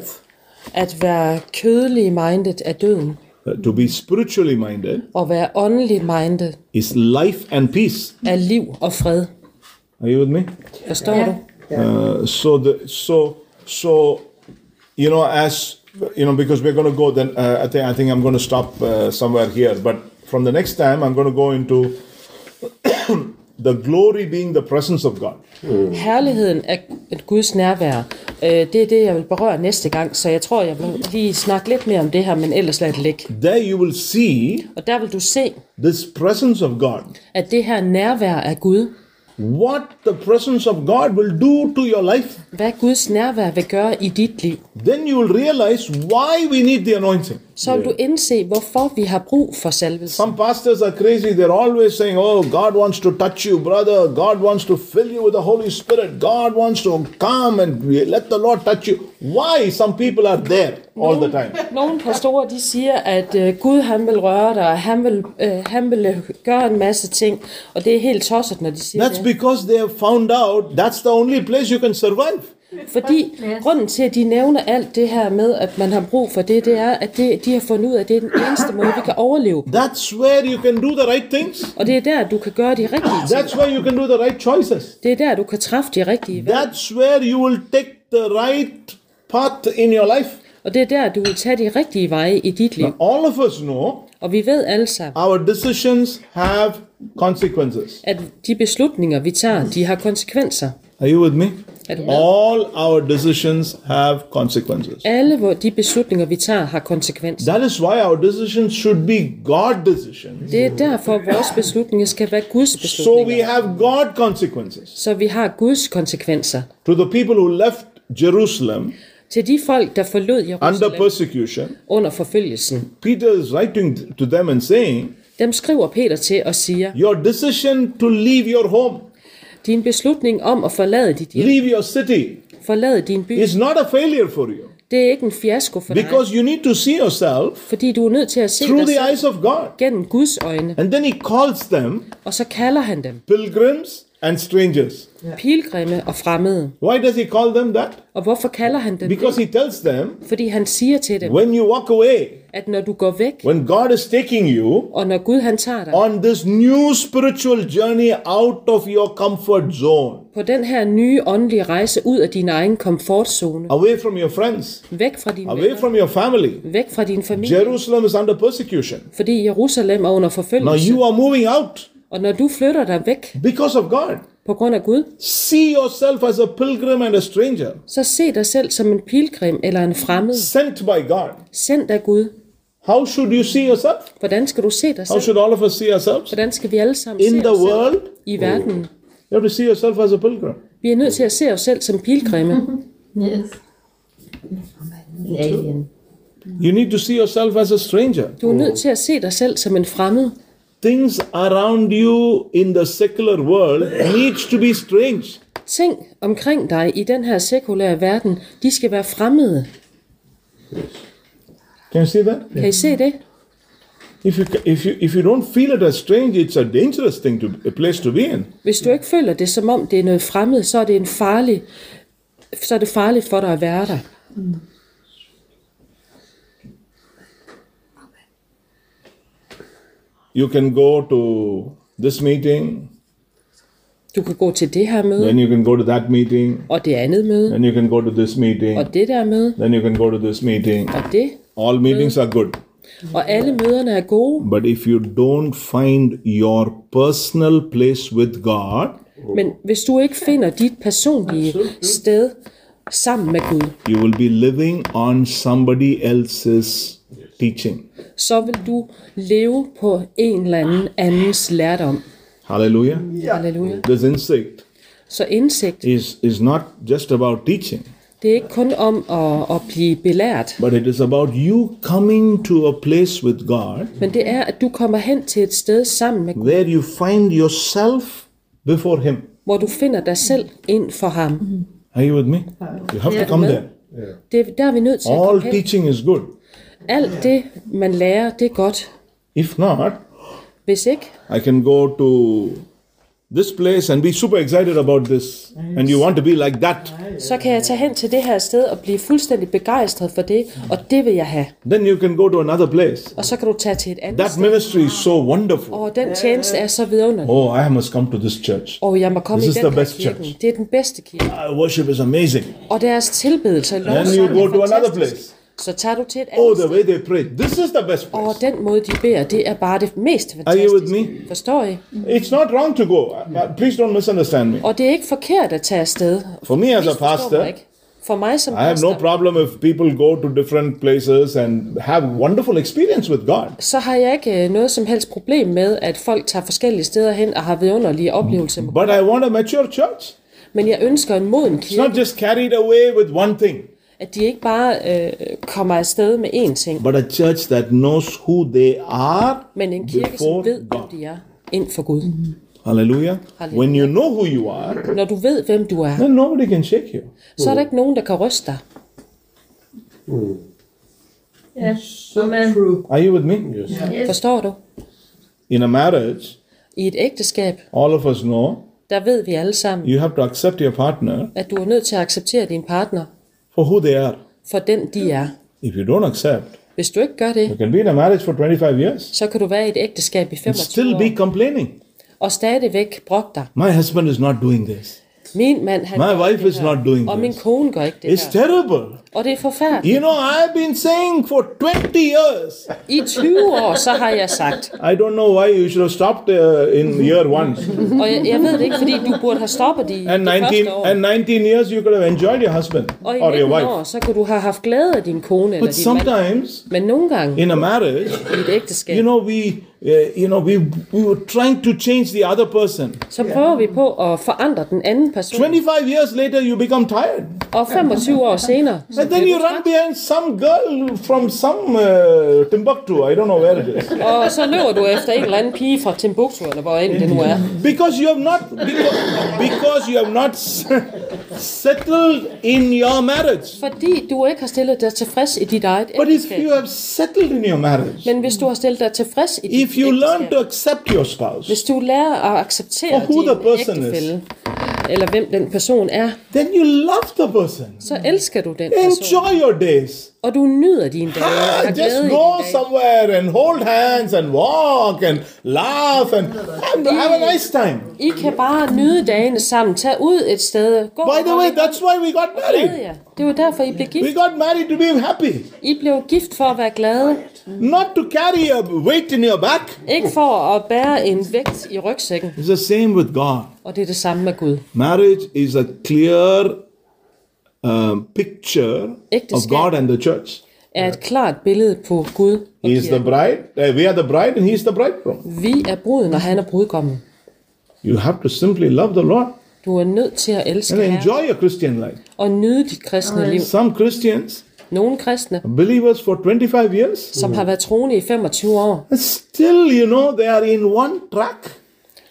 [SPEAKER 3] at være kødelig minded er døden,
[SPEAKER 2] to be spiritually minded
[SPEAKER 3] og være åndelig minded
[SPEAKER 2] is life and peace.
[SPEAKER 3] er liv og fred.
[SPEAKER 2] Are you with me?
[SPEAKER 3] Forstår ja. du?
[SPEAKER 2] Uh, so the so so you know as you know because we're going to go then uh, I think I think I'm going to stop uh, somewhere here but from the next time I'm going to go into the glory being the presence of God
[SPEAKER 3] Herligheden er et Guds nærvær. Øh, Det er det, jeg vil berøre næste gang, så jeg tror, jeg vil lige snakke lidt mere om det her, men ellers lad det ligge.
[SPEAKER 2] there you will see
[SPEAKER 3] Og der vil du se,
[SPEAKER 2] this presence of God
[SPEAKER 3] at det her nærvær af Gud,
[SPEAKER 2] what the presence of God will do to your life
[SPEAKER 3] hvad Guds nærvær vil gøre i dit liv.
[SPEAKER 2] then you will realize why we need the anointing
[SPEAKER 3] Så vil du indse, hvorfor vi har brug for salvelsen.
[SPEAKER 2] Some pastors are crazy. They're always saying, Oh, God wants to touch you, brother. God wants to fill you with the Holy Spirit. God wants to come and let the Lord touch you. Why some people are there all the time?
[SPEAKER 3] Nogle pastorer de siger, at øh, Gud han vil røre dig, og han vil, øh, han vil øh, gøre en masse ting, og det er helt tosset, når de siger
[SPEAKER 2] That's
[SPEAKER 3] det.
[SPEAKER 2] because they have found out that's the only place you can survive.
[SPEAKER 3] Fordi grunden til, at de nævner alt det her med, at man har brug for det, det er, at det, de har fundet ud af, at det er den eneste måde, vi kan overleve. på.
[SPEAKER 2] That's where you can do the right things.
[SPEAKER 3] Og det er der, du kan gøre de rigtige ting.
[SPEAKER 2] That's where you can do the right choices.
[SPEAKER 3] Det er der, du kan træffe de rigtige valg.
[SPEAKER 2] That's where you will take the right path in your life.
[SPEAKER 3] Og det er der, du vil tage de rigtige veje i dit liv.
[SPEAKER 2] All of us know
[SPEAKER 3] Og vi ved alle sammen,
[SPEAKER 2] our decisions have consequences.
[SPEAKER 3] at de beslutninger, vi tager, de har konsekvenser.
[SPEAKER 2] Are you with me?
[SPEAKER 3] Er du med?
[SPEAKER 2] All our decisions have consequences.
[SPEAKER 3] Alle hvor de beslutninger, vi tager, har konsekvenser.
[SPEAKER 2] That is why our decisions should be God decisions.
[SPEAKER 3] Det er derfor, vores beslutninger skal være Guds
[SPEAKER 2] So we
[SPEAKER 3] beslutninger.
[SPEAKER 2] have God consequences.
[SPEAKER 3] Så vi har Guds konsekvenser.
[SPEAKER 2] To the people who left Jerusalem
[SPEAKER 3] Til de folk, der forlod
[SPEAKER 2] under
[SPEAKER 3] Jerusalem
[SPEAKER 2] persecution,
[SPEAKER 3] under forfølgelsen,
[SPEAKER 2] Peter is writing to them and saying,
[SPEAKER 3] dem skriver Peter til og siger,
[SPEAKER 2] Your decision to leave your home,
[SPEAKER 3] din beslutning om at forlade dit hjem,
[SPEAKER 2] leave your city,
[SPEAKER 3] forlade din by,
[SPEAKER 2] is not a failure for you
[SPEAKER 3] det er ikke en fiasko for dig,
[SPEAKER 2] because you need to see yourself
[SPEAKER 3] fordi du er nødt til at se
[SPEAKER 2] through
[SPEAKER 3] dig
[SPEAKER 2] the
[SPEAKER 3] selv
[SPEAKER 2] eyes of God.
[SPEAKER 3] gennem Guds øjne.
[SPEAKER 2] And then he calls them
[SPEAKER 3] Og så kalder han dem
[SPEAKER 2] pilgrims and strangers.
[SPEAKER 3] pilgrimme og fremmede.
[SPEAKER 2] Why does he call them that?
[SPEAKER 3] Og hvorfor kalder han dem
[SPEAKER 2] Because
[SPEAKER 3] det?
[SPEAKER 2] he tells them,
[SPEAKER 3] Fordi han siger til dem,
[SPEAKER 2] When you walk away,
[SPEAKER 3] at når du går væk,
[SPEAKER 2] when God is taking you
[SPEAKER 3] og når Gud han tager dig
[SPEAKER 2] on this new spiritual journey out of your comfort zone,
[SPEAKER 3] på den her nye åndelige rejse ud af din egen komfortzone,
[SPEAKER 2] away from your friends,
[SPEAKER 3] væk fra dine
[SPEAKER 2] away
[SPEAKER 3] venner,
[SPEAKER 2] from your family.
[SPEAKER 3] væk fra din familie,
[SPEAKER 2] Jerusalem is under persecution.
[SPEAKER 3] fordi Jerusalem er under
[SPEAKER 2] Now
[SPEAKER 3] forfølgelse.
[SPEAKER 2] you are moving out
[SPEAKER 3] Og når du flytter dig væk
[SPEAKER 2] because of God.
[SPEAKER 3] på grund af Gud,
[SPEAKER 2] See yourself as a pilgrim and a stranger
[SPEAKER 3] så se dig selv som en pilgrim eller en fremmed,
[SPEAKER 2] sent by God.
[SPEAKER 3] sendt af Gud.
[SPEAKER 2] How should you see yourself?
[SPEAKER 3] Hvordan skal du se dig
[SPEAKER 2] How
[SPEAKER 3] selv?
[SPEAKER 2] should all of us see ourselves?
[SPEAKER 3] Hvordan skal vi alle sammen
[SPEAKER 2] In
[SPEAKER 3] se
[SPEAKER 2] the
[SPEAKER 3] os selv
[SPEAKER 2] world,
[SPEAKER 3] i verden?
[SPEAKER 2] you have to see yourself as a pilgrim.
[SPEAKER 3] Vi er nødt til at se os selv som pilgrimme.
[SPEAKER 4] Yes. An alien.
[SPEAKER 2] You need to see yourself as a stranger.
[SPEAKER 3] Du er nødt til at se dig selv som en fremmed.
[SPEAKER 2] things around you in the secular world needs to be strange
[SPEAKER 3] Ting omkring dig i den her sekulære verden, de skal være fremmede.
[SPEAKER 2] can you see that
[SPEAKER 3] Kan I se det?
[SPEAKER 2] if you if you if you don't feel it as strange it's a dangerous thing to a place to be in
[SPEAKER 3] Hvis du ikke føler det som om det er noget fremmed, så er det en farlig så er det farligt for dig at være der.
[SPEAKER 2] You can go to this meeting,
[SPEAKER 3] Du kan gå til det her møde,
[SPEAKER 2] then you can go to that meeting,
[SPEAKER 3] og det andet møde,
[SPEAKER 2] then you can go to this meeting,
[SPEAKER 3] og det der møde,
[SPEAKER 2] then you can go to this meeting.
[SPEAKER 3] og det.
[SPEAKER 2] All meetings are good.
[SPEAKER 3] Og alle møderne er gode,
[SPEAKER 2] But if you don't find your personal place with God,
[SPEAKER 3] men hvis du ikke finder dit personlige sted sammen med Gud,
[SPEAKER 2] you will be living on somebody else's teaching.
[SPEAKER 3] så vil du leve på en eller anden andens lærdom.
[SPEAKER 2] Hallelujah.
[SPEAKER 3] Halleluja.
[SPEAKER 2] This insight
[SPEAKER 3] Så indsigt,
[SPEAKER 2] is, is not just about teaching,
[SPEAKER 3] det er ikke kun om at, at blive belært,
[SPEAKER 2] but it is about you coming to a place with God
[SPEAKER 3] men det er, at du kommer hen til et sted sammen med Gud,
[SPEAKER 2] where you find yourself before Him.
[SPEAKER 3] hvor du finder dig selv ind for ham.
[SPEAKER 2] Are you with me? You have to come there.
[SPEAKER 3] Det er, der er vi nødt til at
[SPEAKER 2] All
[SPEAKER 3] komme hen.
[SPEAKER 2] teaching is good.
[SPEAKER 3] Alt det, man lærer, det er godt.
[SPEAKER 2] If not,
[SPEAKER 3] Hvis ikke,
[SPEAKER 2] I can go to this place and be super excited about this, and you want to be like that.
[SPEAKER 3] så kan jeg tage hen til det her sted og blive fuldstændig begejstret for det, og det vil jeg have.
[SPEAKER 2] Then you can go to another place.
[SPEAKER 3] Og så kan du tage til et andet
[SPEAKER 2] That
[SPEAKER 3] sted.
[SPEAKER 2] ministry is so wonderful.
[SPEAKER 3] Og den tjeneste er så vidunderlig.
[SPEAKER 2] Oh, I must come to this church.
[SPEAKER 3] Og jeg må komme
[SPEAKER 2] Oh, This
[SPEAKER 3] i
[SPEAKER 2] is
[SPEAKER 3] den
[SPEAKER 2] the
[SPEAKER 3] her
[SPEAKER 2] best
[SPEAKER 3] kirken.
[SPEAKER 2] church.
[SPEAKER 3] Det er den bedste kirke.
[SPEAKER 2] Ah, worship is amazing.
[SPEAKER 3] Og deres tilbedelse og
[SPEAKER 2] Then you
[SPEAKER 3] lovsang
[SPEAKER 2] go
[SPEAKER 3] er
[SPEAKER 2] to another
[SPEAKER 3] fantastisk.
[SPEAKER 2] place.
[SPEAKER 3] Så tager du til et
[SPEAKER 2] Oh,
[SPEAKER 3] andet
[SPEAKER 2] the way
[SPEAKER 3] sted.
[SPEAKER 2] they pray. This is the best
[SPEAKER 3] Og
[SPEAKER 2] place.
[SPEAKER 3] den måde, de beder, det er bare det mest
[SPEAKER 2] Are you with
[SPEAKER 3] fantastiske.
[SPEAKER 2] me?
[SPEAKER 3] Forstår I?
[SPEAKER 2] It's not wrong to go. Uh, uh, Please don't misunderstand me.
[SPEAKER 3] Og det er ikke forkert at tage afsted.
[SPEAKER 2] For me as a
[SPEAKER 3] Misforstå mig
[SPEAKER 2] Altså, pastor,
[SPEAKER 3] ikke. For mig som
[SPEAKER 2] I have
[SPEAKER 3] pastor,
[SPEAKER 2] no problem if people go to different places and have wonderful experience with God.
[SPEAKER 3] så har jeg ikke øh, noget som helst problem med, at folk tager forskellige steder hen og har vidunderlige oplevelser.
[SPEAKER 2] But I want a mature church.
[SPEAKER 3] Men jeg ønsker en moden
[SPEAKER 2] It's
[SPEAKER 3] kirke,
[SPEAKER 2] not just carried away with one thing,
[SPEAKER 3] at de ikke bare øh, kommer afsted med én ting,
[SPEAKER 2] but a church that knows who they are
[SPEAKER 3] men en kirke, som
[SPEAKER 2] before
[SPEAKER 3] ved, hvem
[SPEAKER 2] God.
[SPEAKER 3] de er ind for Gud.
[SPEAKER 2] Hallelujah.
[SPEAKER 3] Hallelujah.
[SPEAKER 2] When you know who you are,
[SPEAKER 3] Når du ved, hvem du er,
[SPEAKER 2] then nobody can shake you.
[SPEAKER 3] så er der ikke nogen, der kan ryste dig.
[SPEAKER 4] Yes. Amen.
[SPEAKER 2] Are you with me?
[SPEAKER 4] Yes.
[SPEAKER 3] Forstår du?
[SPEAKER 2] In a marriage,
[SPEAKER 3] I et ægteskab,
[SPEAKER 2] all of us know
[SPEAKER 3] der ved vi alle sammen,
[SPEAKER 2] you have to accept your partner
[SPEAKER 3] at du er nødt til at acceptere din partner
[SPEAKER 2] for who they are.
[SPEAKER 3] for den, de er.
[SPEAKER 2] If you don't accept,
[SPEAKER 3] Hvis du ikke gør
[SPEAKER 2] you
[SPEAKER 3] det,
[SPEAKER 2] can be in a marriage for 25 years
[SPEAKER 3] så kan du være i et ægteskab i
[SPEAKER 2] and
[SPEAKER 3] 25
[SPEAKER 2] still be
[SPEAKER 3] år
[SPEAKER 2] complaining.
[SPEAKER 3] og stadigvæk brokke dig.
[SPEAKER 2] My husband is not doing this.
[SPEAKER 3] Min mand, han
[SPEAKER 2] My
[SPEAKER 3] gør
[SPEAKER 2] wife
[SPEAKER 3] det
[SPEAKER 2] is
[SPEAKER 3] her,
[SPEAKER 2] not doing
[SPEAKER 3] og min
[SPEAKER 2] this.
[SPEAKER 3] kone gør ikke det
[SPEAKER 2] It's
[SPEAKER 3] her.
[SPEAKER 2] terrible.
[SPEAKER 3] Og det er forfærdeligt.
[SPEAKER 2] You know, I've been saying for 20 years.
[SPEAKER 3] I 20 år, så har jeg sagt,
[SPEAKER 2] I don't know why you should have stopped uh, in year one.
[SPEAKER 3] og jeg, jeg ved det ikke, fordi du burde have stoppet i
[SPEAKER 2] And
[SPEAKER 3] det
[SPEAKER 2] 19,
[SPEAKER 3] første år.
[SPEAKER 2] and 19 years you could have enjoyed your husband
[SPEAKER 3] og i
[SPEAKER 2] or your
[SPEAKER 3] 19 år,
[SPEAKER 2] wife.
[SPEAKER 3] så kunne du have haft glæde af din kone eller
[SPEAKER 2] But
[SPEAKER 3] din mand.
[SPEAKER 2] sometimes
[SPEAKER 3] Men nogle gange
[SPEAKER 2] in a marriage,
[SPEAKER 3] i et ægteskab,
[SPEAKER 2] you know, we, uh, you know, we, we were trying to change the other person.
[SPEAKER 3] så prøver vi på at forandre den anden person.
[SPEAKER 2] 25 years later, you become tired.
[SPEAKER 3] Og 25 år senere, så
[SPEAKER 2] And then
[SPEAKER 3] bliver
[SPEAKER 2] you
[SPEAKER 3] du
[SPEAKER 2] run
[SPEAKER 3] træt.
[SPEAKER 2] behind some girl from some uh, Timbuktu, I don't know where it is.
[SPEAKER 3] og så løber du efter en eller anden pige fra Timbuktu, eller hvor end det nu er.
[SPEAKER 2] Because you have not, because, because you have not s- settled in your marriage.
[SPEAKER 3] Fordi du ikke har stillet dig tilfreds i dit eget
[SPEAKER 2] But if
[SPEAKER 3] ægteskab.
[SPEAKER 2] you have settled in your marriage,
[SPEAKER 3] Men hvis du har stillet dig tilfreds i dit
[SPEAKER 2] if you learn
[SPEAKER 3] ægteskab,
[SPEAKER 2] to accept your spouse,
[SPEAKER 3] hvis du lærer at acceptere
[SPEAKER 2] For who
[SPEAKER 3] din
[SPEAKER 2] the person is.
[SPEAKER 3] ægtefælle, eller hvem den person er,
[SPEAKER 2] then you love the person.
[SPEAKER 3] så elsker du den person,
[SPEAKER 2] Enjoy your days.
[SPEAKER 3] og du nyder dine dage, og
[SPEAKER 2] Ah,
[SPEAKER 3] har
[SPEAKER 2] just
[SPEAKER 3] glæde i
[SPEAKER 2] go
[SPEAKER 3] dine dage.
[SPEAKER 2] somewhere and hold hands and walk and laugh and have, have a nice time.
[SPEAKER 3] I kan bare nyde dagene sammen. Tag ud et sted. Gå
[SPEAKER 2] By the
[SPEAKER 3] og
[SPEAKER 2] way,
[SPEAKER 3] hold i
[SPEAKER 2] that's why we got
[SPEAKER 3] hånd med
[SPEAKER 2] married.
[SPEAKER 3] jer. Det var derfor, I blev
[SPEAKER 2] We
[SPEAKER 3] gift.
[SPEAKER 2] got married to be happy,
[SPEAKER 3] I blev gift for at være glade.
[SPEAKER 2] not to carry a weight in your back.
[SPEAKER 3] Ikke for at bære en vægt i rygsækken.
[SPEAKER 2] It's the same with God.
[SPEAKER 3] Og det er det samme med Gud.
[SPEAKER 2] Marriage is a clear um, picture of
[SPEAKER 3] Ægteskab.
[SPEAKER 2] God and the church.
[SPEAKER 3] Er et klart billede på Gud og
[SPEAKER 2] He is the
[SPEAKER 3] kirken.
[SPEAKER 2] bride, uh, we are the bride, and He is the bridegroom.
[SPEAKER 3] Vi er bruden, og han er brudgommen.
[SPEAKER 2] You have to simply love the Lord
[SPEAKER 3] Du er nødt til at elske
[SPEAKER 2] and
[SPEAKER 3] Herren
[SPEAKER 2] enjoy your Christian life.
[SPEAKER 3] og nyde dit kristne liv.
[SPEAKER 2] Some Christians,
[SPEAKER 3] Nogle kristne,
[SPEAKER 2] believers for 25 years,
[SPEAKER 3] som har været troende i 25 år,
[SPEAKER 2] and still, you know, they are in one track.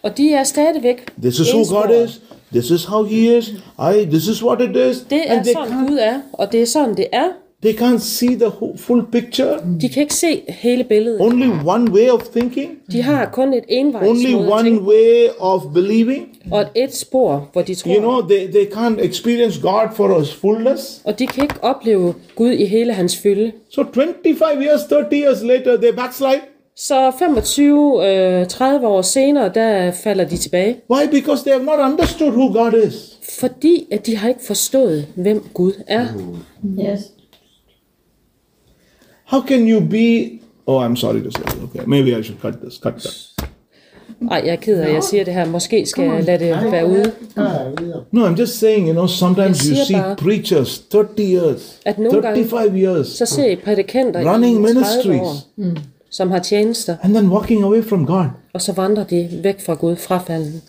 [SPEAKER 3] og de er stadigvæk
[SPEAKER 2] This is who God
[SPEAKER 3] ensporet.
[SPEAKER 2] is. This is how He is. I. This is what it is.
[SPEAKER 3] Det er
[SPEAKER 2] and they
[SPEAKER 3] sådan Gud er, og det er sådan det er.
[SPEAKER 2] they can't see the whole, full picture.
[SPEAKER 3] De kan ikke se hele billedet.
[SPEAKER 2] Only one way of thinking.
[SPEAKER 3] De har kun et
[SPEAKER 2] Only
[SPEAKER 3] envejsmåde at
[SPEAKER 2] one
[SPEAKER 3] tænke,
[SPEAKER 2] way of believing.
[SPEAKER 3] og et spor, hvor de tror.
[SPEAKER 2] You know, they, they can't experience God for His fullness.
[SPEAKER 3] og de kan ikke opleve Gud i hele hans fylde.
[SPEAKER 2] So 25 years, 30 years later, they backslide.
[SPEAKER 3] Så 25, øh, 30 år senere, der falder de tilbage,
[SPEAKER 2] Why? Because they have not understood who God is.
[SPEAKER 3] fordi at de har ikke forstået, hvem Gud er.
[SPEAKER 4] Yes.
[SPEAKER 2] How can you be? Oh, I'm sorry to say. Okay, maybe I should cut this. Cut that.
[SPEAKER 3] Ej, jeg er ked af, at jeg siger det her. Måske skal jeg lade det være ude.
[SPEAKER 2] No, I'm just saying. You know, sometimes you
[SPEAKER 3] Jeg siger
[SPEAKER 2] see
[SPEAKER 3] bare-
[SPEAKER 2] preachers 30 years,
[SPEAKER 3] At nogle gange-
[SPEAKER 2] 35 years,
[SPEAKER 3] Så ser I prædikanter
[SPEAKER 2] running
[SPEAKER 3] i 30 år,
[SPEAKER 2] ministries,
[SPEAKER 3] som har tjenester,
[SPEAKER 2] and then walking away from God.
[SPEAKER 3] og så vandrer de væk fra Gud frafalden.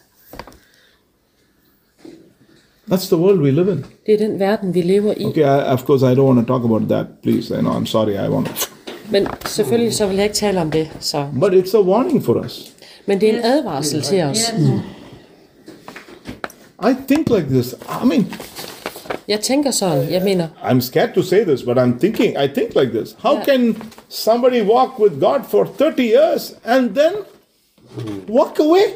[SPEAKER 2] That's the world we live in.
[SPEAKER 3] Det er den verden, vi lever i.
[SPEAKER 2] Okay, I, of course I don't want to talk about that. Please, I know. I'm sorry. I want.
[SPEAKER 3] Men selvfølgelig så vil jeg ikke tale om det. Så.
[SPEAKER 2] But it's a warning for us.
[SPEAKER 3] Men det er en advarsel til os.
[SPEAKER 4] Yes.
[SPEAKER 2] I think like this. I mean,
[SPEAKER 3] Jeg tænker sådan, jeg mener,
[SPEAKER 2] I'm scared to say this, but I'm thinking, I think like this. How
[SPEAKER 3] Yeah.
[SPEAKER 2] can somebody walk with God for 30 years and then walk away?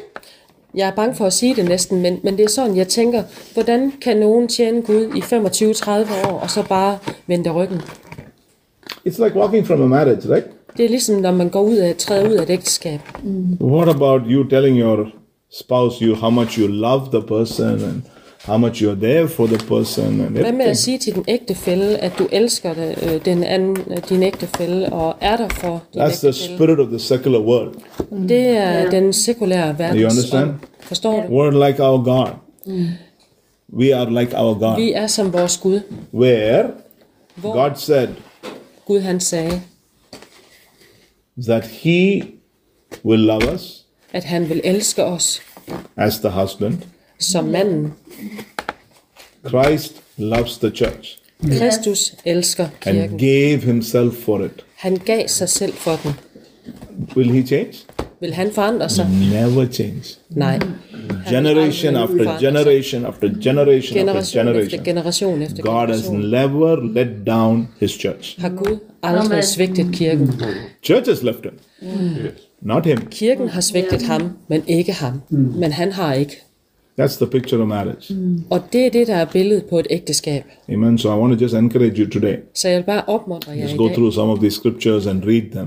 [SPEAKER 3] jeg er bange for at sige det næsten, men, men det er sådan, jeg tænker, hvordan kan nogen tjene Gud i 25-30 år, og så bare vende ryggen?
[SPEAKER 2] It's like walking from a marriage, right?
[SPEAKER 3] Det er ligesom, når man går ud af, træder ud af et ægteskab.
[SPEAKER 2] What about you telling your spouse you how much you love the person and how much you're there for the person and
[SPEAKER 3] Hvad med
[SPEAKER 2] everything?
[SPEAKER 3] at sige til din ægtefælle, at du elsker det, øh, den anden, øh, din ægtefælle, og er der for din
[SPEAKER 2] That's the
[SPEAKER 3] ægtefælle?
[SPEAKER 2] spirit of the secular world.
[SPEAKER 3] Det er den sekulære verden.
[SPEAKER 2] understand?
[SPEAKER 3] Forstår du?
[SPEAKER 2] We're like our God. We are like our God.
[SPEAKER 3] Vi er som vores Gud,
[SPEAKER 2] Where
[SPEAKER 3] hvor
[SPEAKER 2] God said
[SPEAKER 3] Gud han sagde,
[SPEAKER 2] that He will love us
[SPEAKER 3] at han vil elske os
[SPEAKER 2] as the husband.
[SPEAKER 3] som manden.
[SPEAKER 2] Christ loves the church
[SPEAKER 3] Kristus elsker
[SPEAKER 2] and
[SPEAKER 3] kirken.
[SPEAKER 2] gave himself for it.
[SPEAKER 3] Han gav sig selv for den.
[SPEAKER 2] Will he change?
[SPEAKER 3] Vil han forandre sig?
[SPEAKER 2] Mm. Never change.
[SPEAKER 3] Nej.
[SPEAKER 2] Generation
[SPEAKER 3] Han vil
[SPEAKER 2] after
[SPEAKER 3] aldrig forandre sig.
[SPEAKER 2] generation after generation after
[SPEAKER 3] Generation efter
[SPEAKER 2] generation.
[SPEAKER 3] generation efter
[SPEAKER 2] God has
[SPEAKER 3] generation
[SPEAKER 2] never let down his church.
[SPEAKER 3] har Gud aldrig svigtet kirken.
[SPEAKER 2] Mm. Church has left him, not him.
[SPEAKER 3] Kirken har svigtet ham, men ikke ham.
[SPEAKER 2] Mm.
[SPEAKER 3] Men han har ikke.
[SPEAKER 2] That's the picture of marriage.
[SPEAKER 3] Og det er det, der er billedet på et ægteskab.
[SPEAKER 2] Amen. So I want to just encourage you today.
[SPEAKER 3] Så jeg vil bare opmuntre jer
[SPEAKER 2] Just
[SPEAKER 3] i
[SPEAKER 2] go
[SPEAKER 3] dag.
[SPEAKER 2] through some of these scriptures and read them.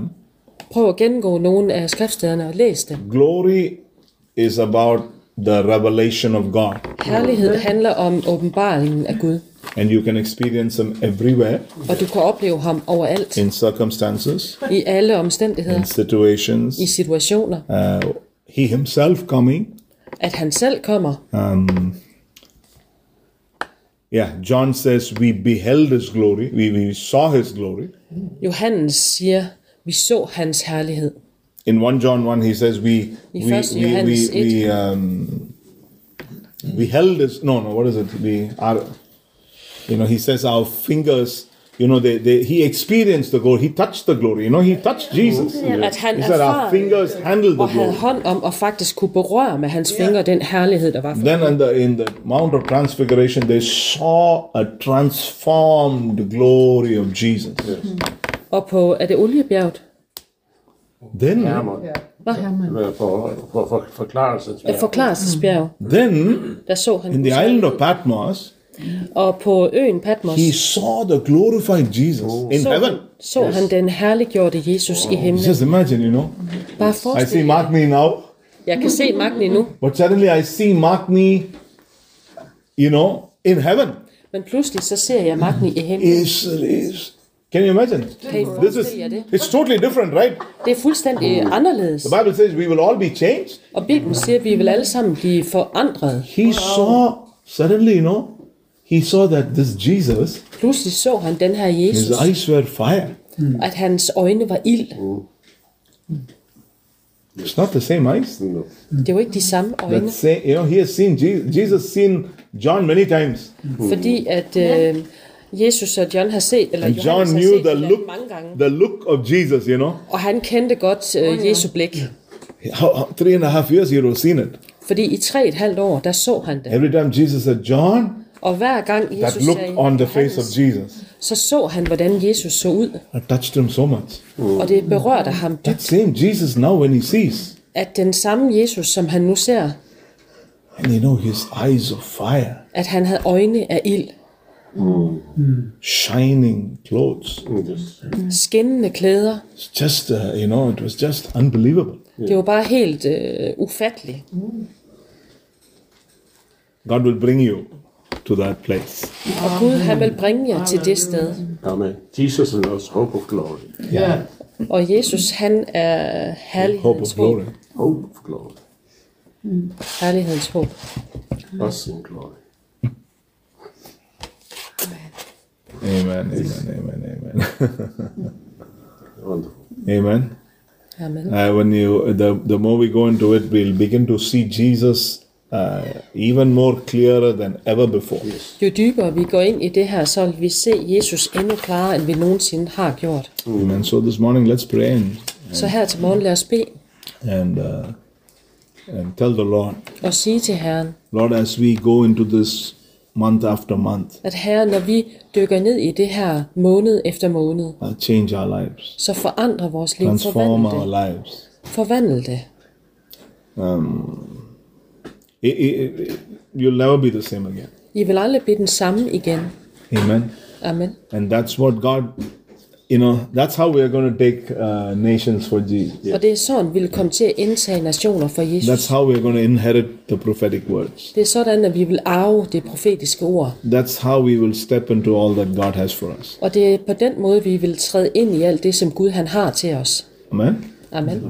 [SPEAKER 3] Prøv at gennemgå nogle af skriftstederne og læs dem.
[SPEAKER 2] Glory is about the revelation of God,
[SPEAKER 3] Herlighed handler om åbenbaringen af Gud.
[SPEAKER 2] and you can experience him everywhere
[SPEAKER 3] Og du kan opleve ham overalt,
[SPEAKER 2] in circumstances,
[SPEAKER 3] i alle
[SPEAKER 2] in
[SPEAKER 3] omstændigheder,
[SPEAKER 2] situations,
[SPEAKER 3] i situationer.
[SPEAKER 2] uh, he himself coming.
[SPEAKER 3] At han selv kommer.
[SPEAKER 2] Yeah, John says we beheld his glory, we, we saw his glory.
[SPEAKER 3] Johannes siger, vi så hans herlighed.
[SPEAKER 2] In 1 John 1, he says we
[SPEAKER 3] I
[SPEAKER 2] we
[SPEAKER 3] first
[SPEAKER 2] we, we,
[SPEAKER 3] Johannes
[SPEAKER 2] we um we held his no no what is it? We are you know, he says our fingers you know, they, they, he experienced the glory. He touched the glory. You know, he touched Jesus.
[SPEAKER 3] At han
[SPEAKER 2] He said, "Our
[SPEAKER 3] erfarede
[SPEAKER 2] fingers handled the
[SPEAKER 3] og havde
[SPEAKER 2] glory."
[SPEAKER 3] hånd om og faktisk kunne berøre med hans fingre den herlighed, der var for
[SPEAKER 2] Then, in the in the Mount of Transfiguration, they saw a transformed glory of Jesus.
[SPEAKER 3] Og på, er det oliebjerget?
[SPEAKER 2] Then,
[SPEAKER 6] For, for, for, forklarelse.
[SPEAKER 3] Ja. Forklarelsesbjerg.
[SPEAKER 2] then
[SPEAKER 3] Der så han
[SPEAKER 2] in the
[SPEAKER 3] Guds
[SPEAKER 2] island
[SPEAKER 3] herlighed.
[SPEAKER 2] of Patmos,
[SPEAKER 3] Og på øen Patmos
[SPEAKER 2] he saw the glorified Jesus in
[SPEAKER 3] så, han,
[SPEAKER 2] heaven.
[SPEAKER 3] så han den herliggjorte Jesus i himlen.
[SPEAKER 2] Just imagine, you know.
[SPEAKER 3] Bare
[SPEAKER 2] I see
[SPEAKER 3] forestil dig.
[SPEAKER 2] Magni now,
[SPEAKER 3] Jeg kan se magten endnu,
[SPEAKER 2] but suddenly I see Magni, you know, in heaven.
[SPEAKER 3] men pludselig så ser jeg magten i himlen.
[SPEAKER 2] Is is. Can you imagine?
[SPEAKER 3] you
[SPEAKER 2] This is
[SPEAKER 3] imagine?
[SPEAKER 2] it's totally different, right?
[SPEAKER 3] Det er fuldstændig anderledes.
[SPEAKER 2] The Bible says we will all be changed.
[SPEAKER 3] Og Bibelen siger, at vi vil alle sammen blive forandret.
[SPEAKER 2] he saw suddenly you know he saw that this jesus
[SPEAKER 3] Pludselig så han den her
[SPEAKER 2] his
[SPEAKER 3] Jesus,
[SPEAKER 2] eyes were fire
[SPEAKER 3] at hans øjne var ild.
[SPEAKER 2] it's not the same eyes
[SPEAKER 3] Det var ikke de samme øjne,
[SPEAKER 2] that say you know he has seen jesus, jesus seen john many times
[SPEAKER 3] fordi at øh, Jesus og John har set, eller
[SPEAKER 2] and
[SPEAKER 3] Johannes
[SPEAKER 2] john
[SPEAKER 3] har
[SPEAKER 2] knew
[SPEAKER 3] set
[SPEAKER 2] the
[SPEAKER 3] hinanden
[SPEAKER 2] look
[SPEAKER 3] mange gange,
[SPEAKER 2] the look of jesus you know
[SPEAKER 3] og han kendte godt øh, Jesu blik.
[SPEAKER 2] How- how- three and a half years he would have seen it
[SPEAKER 3] Fordi i tre et halvt år, der så han det.
[SPEAKER 2] every time jesus said john
[SPEAKER 3] Og hver gang
[SPEAKER 2] that
[SPEAKER 3] Jesus
[SPEAKER 2] looked
[SPEAKER 3] sagde,
[SPEAKER 2] on the face of
[SPEAKER 3] "Johannes",
[SPEAKER 2] jesus
[SPEAKER 3] så så han, hvordan Jesus så ud.
[SPEAKER 2] that touched him so much
[SPEAKER 3] Og det berørte ham dybt,
[SPEAKER 2] that same jesus now when he sees
[SPEAKER 3] at den samme Jesus, som han nu ser,
[SPEAKER 2] and you know his eyes of fire
[SPEAKER 3] at han havde øjne af ild.
[SPEAKER 2] shining clothes.
[SPEAKER 3] Skinnende klæder.
[SPEAKER 2] It's just, uh, you know, it was just unbelievable.
[SPEAKER 3] Det var bare helt øh, ufatteligt.
[SPEAKER 2] God will bring you to that place.
[SPEAKER 3] Og Gud, han vil bringe jer til det sted.
[SPEAKER 6] Amen. Jesus is our hope of glory.
[SPEAKER 5] Yeah.
[SPEAKER 3] Og Jesus, han er
[SPEAKER 2] Hope of
[SPEAKER 3] herlighedens håb.
[SPEAKER 2] glory.
[SPEAKER 6] Hope of glory.
[SPEAKER 3] Herlighedens håb.
[SPEAKER 6] Us in glory.
[SPEAKER 2] Amen, amen, amen, amen.
[SPEAKER 6] Wonderful.
[SPEAKER 2] amen.
[SPEAKER 3] Amen.
[SPEAKER 2] Uh, when you the the more we go into it, we'll begin to see Jesus uh, even more clearer than ever before.
[SPEAKER 3] Jo dybere vi går ind i det her, så vil vi se Jesus endnu klarere, end vi nogensinde har gjort.
[SPEAKER 2] Amen. So this morning, let's pray and
[SPEAKER 3] Så her til morgen lad os bede
[SPEAKER 2] and, uh, and tell the Lord,
[SPEAKER 3] og sige til Herren,
[SPEAKER 2] Lord, as we go into this month after month,
[SPEAKER 3] at Herren, når vi dykker ned i det her måned efter måned,
[SPEAKER 2] uh, change our lives,
[SPEAKER 3] så forandrer vores liv,
[SPEAKER 2] transform our
[SPEAKER 3] forvandle det.
[SPEAKER 2] lives.
[SPEAKER 3] Forvandle det.
[SPEAKER 2] I- I- I- you'll never be the same again.
[SPEAKER 3] I vil aldrig blive den samme igen.
[SPEAKER 2] Amen.
[SPEAKER 3] Amen.
[SPEAKER 2] And that's what God, you know, that's how we are going to take uh, nations for Jesus.
[SPEAKER 3] Og det er sådan, vi vil komme til at indtage nationer for Jesus.
[SPEAKER 2] That's how we are going to inherit the prophetic words.
[SPEAKER 3] Det er sådan, at vi vil arve det profetiske ord.
[SPEAKER 2] That's how we will step into all that God has for us.
[SPEAKER 3] Og det er på den måde, vi vil træde ind i alt det, som Gud han har til os.
[SPEAKER 2] Amen.
[SPEAKER 3] Amen.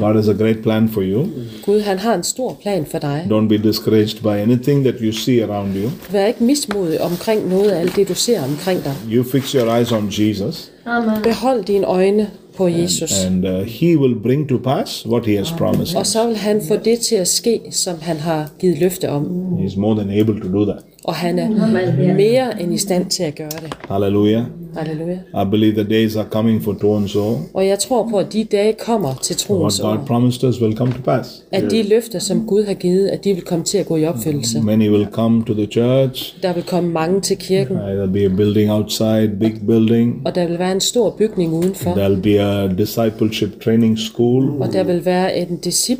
[SPEAKER 2] God has a great plan for you.
[SPEAKER 3] Gud han har en stor plan for dig.
[SPEAKER 2] Don't be discouraged by anything that you see around you.
[SPEAKER 3] Vær ikke mismodig omkring noget af alt det, du ser omkring dig.
[SPEAKER 2] You fix your eyes on Jesus,
[SPEAKER 4] Amen.
[SPEAKER 3] Behold dine øjne på Jesus.
[SPEAKER 2] and uh, He will bring to pass what He has promised.
[SPEAKER 3] Og så vil han få det til at ske, som han har givet løfte om.
[SPEAKER 2] He is more than able to do that.
[SPEAKER 3] Og han er mere end i stand til at gøre det.
[SPEAKER 2] Hallelujah.
[SPEAKER 3] Halleluja.
[SPEAKER 2] I believe the days are coming for to and so.
[SPEAKER 3] Og jeg tror på, at de dage kommer til
[SPEAKER 2] What
[SPEAKER 3] troens
[SPEAKER 2] God
[SPEAKER 3] år.
[SPEAKER 2] promised us will come to pass.
[SPEAKER 3] At de løfter, som Gud har givet, at de vil komme til at gå i opfyldelse.
[SPEAKER 2] Many will come to the church.
[SPEAKER 3] Der vil komme mange til kirken,
[SPEAKER 2] Uh, there'll be a building outside, big building.
[SPEAKER 3] og der vil være en stor bygning udenfor.
[SPEAKER 2] There'll be a discipleship training school.
[SPEAKER 3] Og der vil være en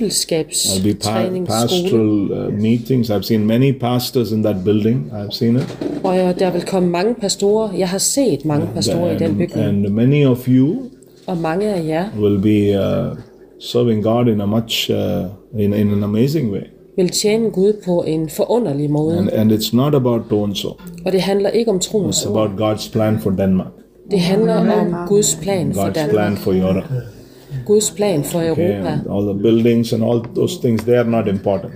[SPEAKER 2] There'll be pa-
[SPEAKER 3] discipleskabstræningsskole,
[SPEAKER 2] pastoral uh, meetings. I've seen many pastors in that building. I've seen it.
[SPEAKER 3] og øh, der vil komme mange pastorer. Jeg har set mange pastorer i den
[SPEAKER 2] And,
[SPEAKER 3] bygning,
[SPEAKER 2] and many of you
[SPEAKER 3] og mange af jer
[SPEAKER 2] will be uh, serving God in a much uh, in, in an amazing way.
[SPEAKER 3] vil tjene Gud på en forunderlig
[SPEAKER 2] And
[SPEAKER 3] måde.
[SPEAKER 2] and it's not about so and so.
[SPEAKER 3] Og det handler ikke om troens
[SPEAKER 2] It's
[SPEAKER 3] ord.
[SPEAKER 2] about God's plan for Denmark,
[SPEAKER 3] Det handler om Guds plan for
[SPEAKER 2] God's plan
[SPEAKER 3] Danmark,
[SPEAKER 2] for Europe,
[SPEAKER 3] Guds plan for
[SPEAKER 2] okay?
[SPEAKER 3] Europa.
[SPEAKER 2] and all the buildings and all those things. They are not important.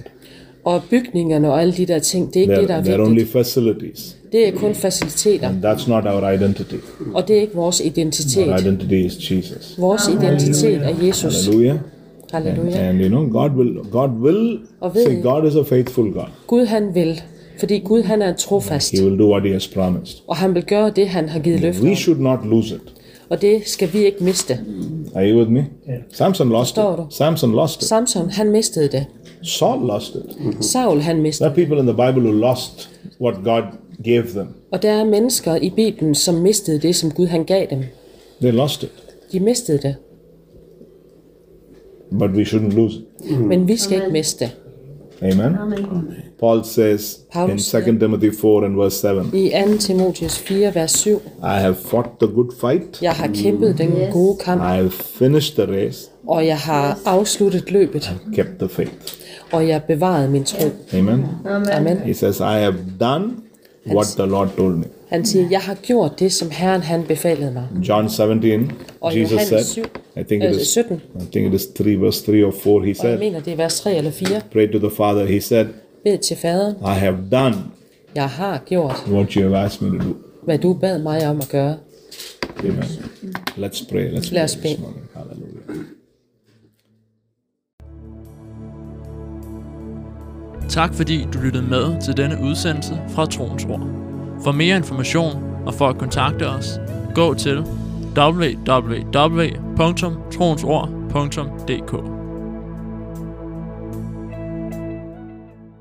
[SPEAKER 3] Og bygningerne og alle de der ting, det er ikke det, der
[SPEAKER 2] They're, they're
[SPEAKER 3] er
[SPEAKER 2] only
[SPEAKER 3] vigtigt.
[SPEAKER 2] facilities.
[SPEAKER 3] Det er kun faciliteter,
[SPEAKER 2] And that's not our identity.
[SPEAKER 3] og det er ikke vores
[SPEAKER 2] Our
[SPEAKER 3] identitet.
[SPEAKER 2] identity is Jesus.
[SPEAKER 3] Vores identitet er Jesus.
[SPEAKER 2] Hallelujah. And,
[SPEAKER 3] Halleluja.
[SPEAKER 2] and you know, God will, God will,
[SPEAKER 3] Og ved
[SPEAKER 2] see,
[SPEAKER 3] I-
[SPEAKER 2] God is a faithful God.
[SPEAKER 3] Gud han vil, fordi Gud han er trofast,
[SPEAKER 2] He will do what He has promised.
[SPEAKER 3] og han vil gøre det, han har givet løfte
[SPEAKER 2] We
[SPEAKER 3] om.
[SPEAKER 2] should not lose it.
[SPEAKER 3] Og det skal vi ikke miste.
[SPEAKER 2] Are you with me? Samson lost
[SPEAKER 3] Forstår
[SPEAKER 2] it. Samson lost it.
[SPEAKER 3] Samson, han mistede det.
[SPEAKER 2] Saul lost it.
[SPEAKER 3] Saul, han
[SPEAKER 2] There
[SPEAKER 3] mistede
[SPEAKER 2] are people in the Bible who lost what God gave them.
[SPEAKER 3] Og der er mennesker i Bibelen, som mistede det, som Gud han gav dem.
[SPEAKER 2] They lost it.
[SPEAKER 3] De mistede det,
[SPEAKER 2] But we shouldn't lose it.
[SPEAKER 3] men vi skal ikke miste det.
[SPEAKER 2] Amen. Paul says
[SPEAKER 3] Paul
[SPEAKER 2] in
[SPEAKER 3] said-
[SPEAKER 2] 2 Timothy 4 and verse 7
[SPEAKER 3] I 2. Timotheus 4, vers 7.
[SPEAKER 2] I have fought the good fight,
[SPEAKER 3] Jeg har kæmpet den gode kamp,
[SPEAKER 2] I have finished the race,
[SPEAKER 3] og jeg har afsluttet løbet,
[SPEAKER 2] kept the faith.
[SPEAKER 3] og jeg bevarede min tro.
[SPEAKER 2] Amen.
[SPEAKER 3] Amen.
[SPEAKER 2] He says, I have done what the Lord told me.
[SPEAKER 3] Han siger, jeg har gjort det, som Herren han befalede mig.
[SPEAKER 2] John 17,
[SPEAKER 3] Og
[SPEAKER 2] Jesus
[SPEAKER 3] Johannes
[SPEAKER 2] said,
[SPEAKER 3] syv-
[SPEAKER 2] I think it
[SPEAKER 3] øh,
[SPEAKER 2] is, I
[SPEAKER 3] 17.
[SPEAKER 2] think it is 3 verse 3 or 4, he
[SPEAKER 3] Og jeg
[SPEAKER 2] said,
[SPEAKER 3] mener, det er vers 3 eller 4.
[SPEAKER 2] pray to the Father. He said,
[SPEAKER 3] Bed til faderen,
[SPEAKER 2] I have done
[SPEAKER 3] jeg har gjort,
[SPEAKER 2] what you have asked me to do.
[SPEAKER 3] hvad du bad mig om at gøre.
[SPEAKER 2] Amen. Let's pray. Let's
[SPEAKER 3] Lad
[SPEAKER 2] pray this
[SPEAKER 3] os bede.
[SPEAKER 2] morning. Hallelujah.
[SPEAKER 1] Tak fordi du lyttede med til denne udsendelse fra Troens Ord. For mere information og for at kontakte os, gå til www.troensord.dk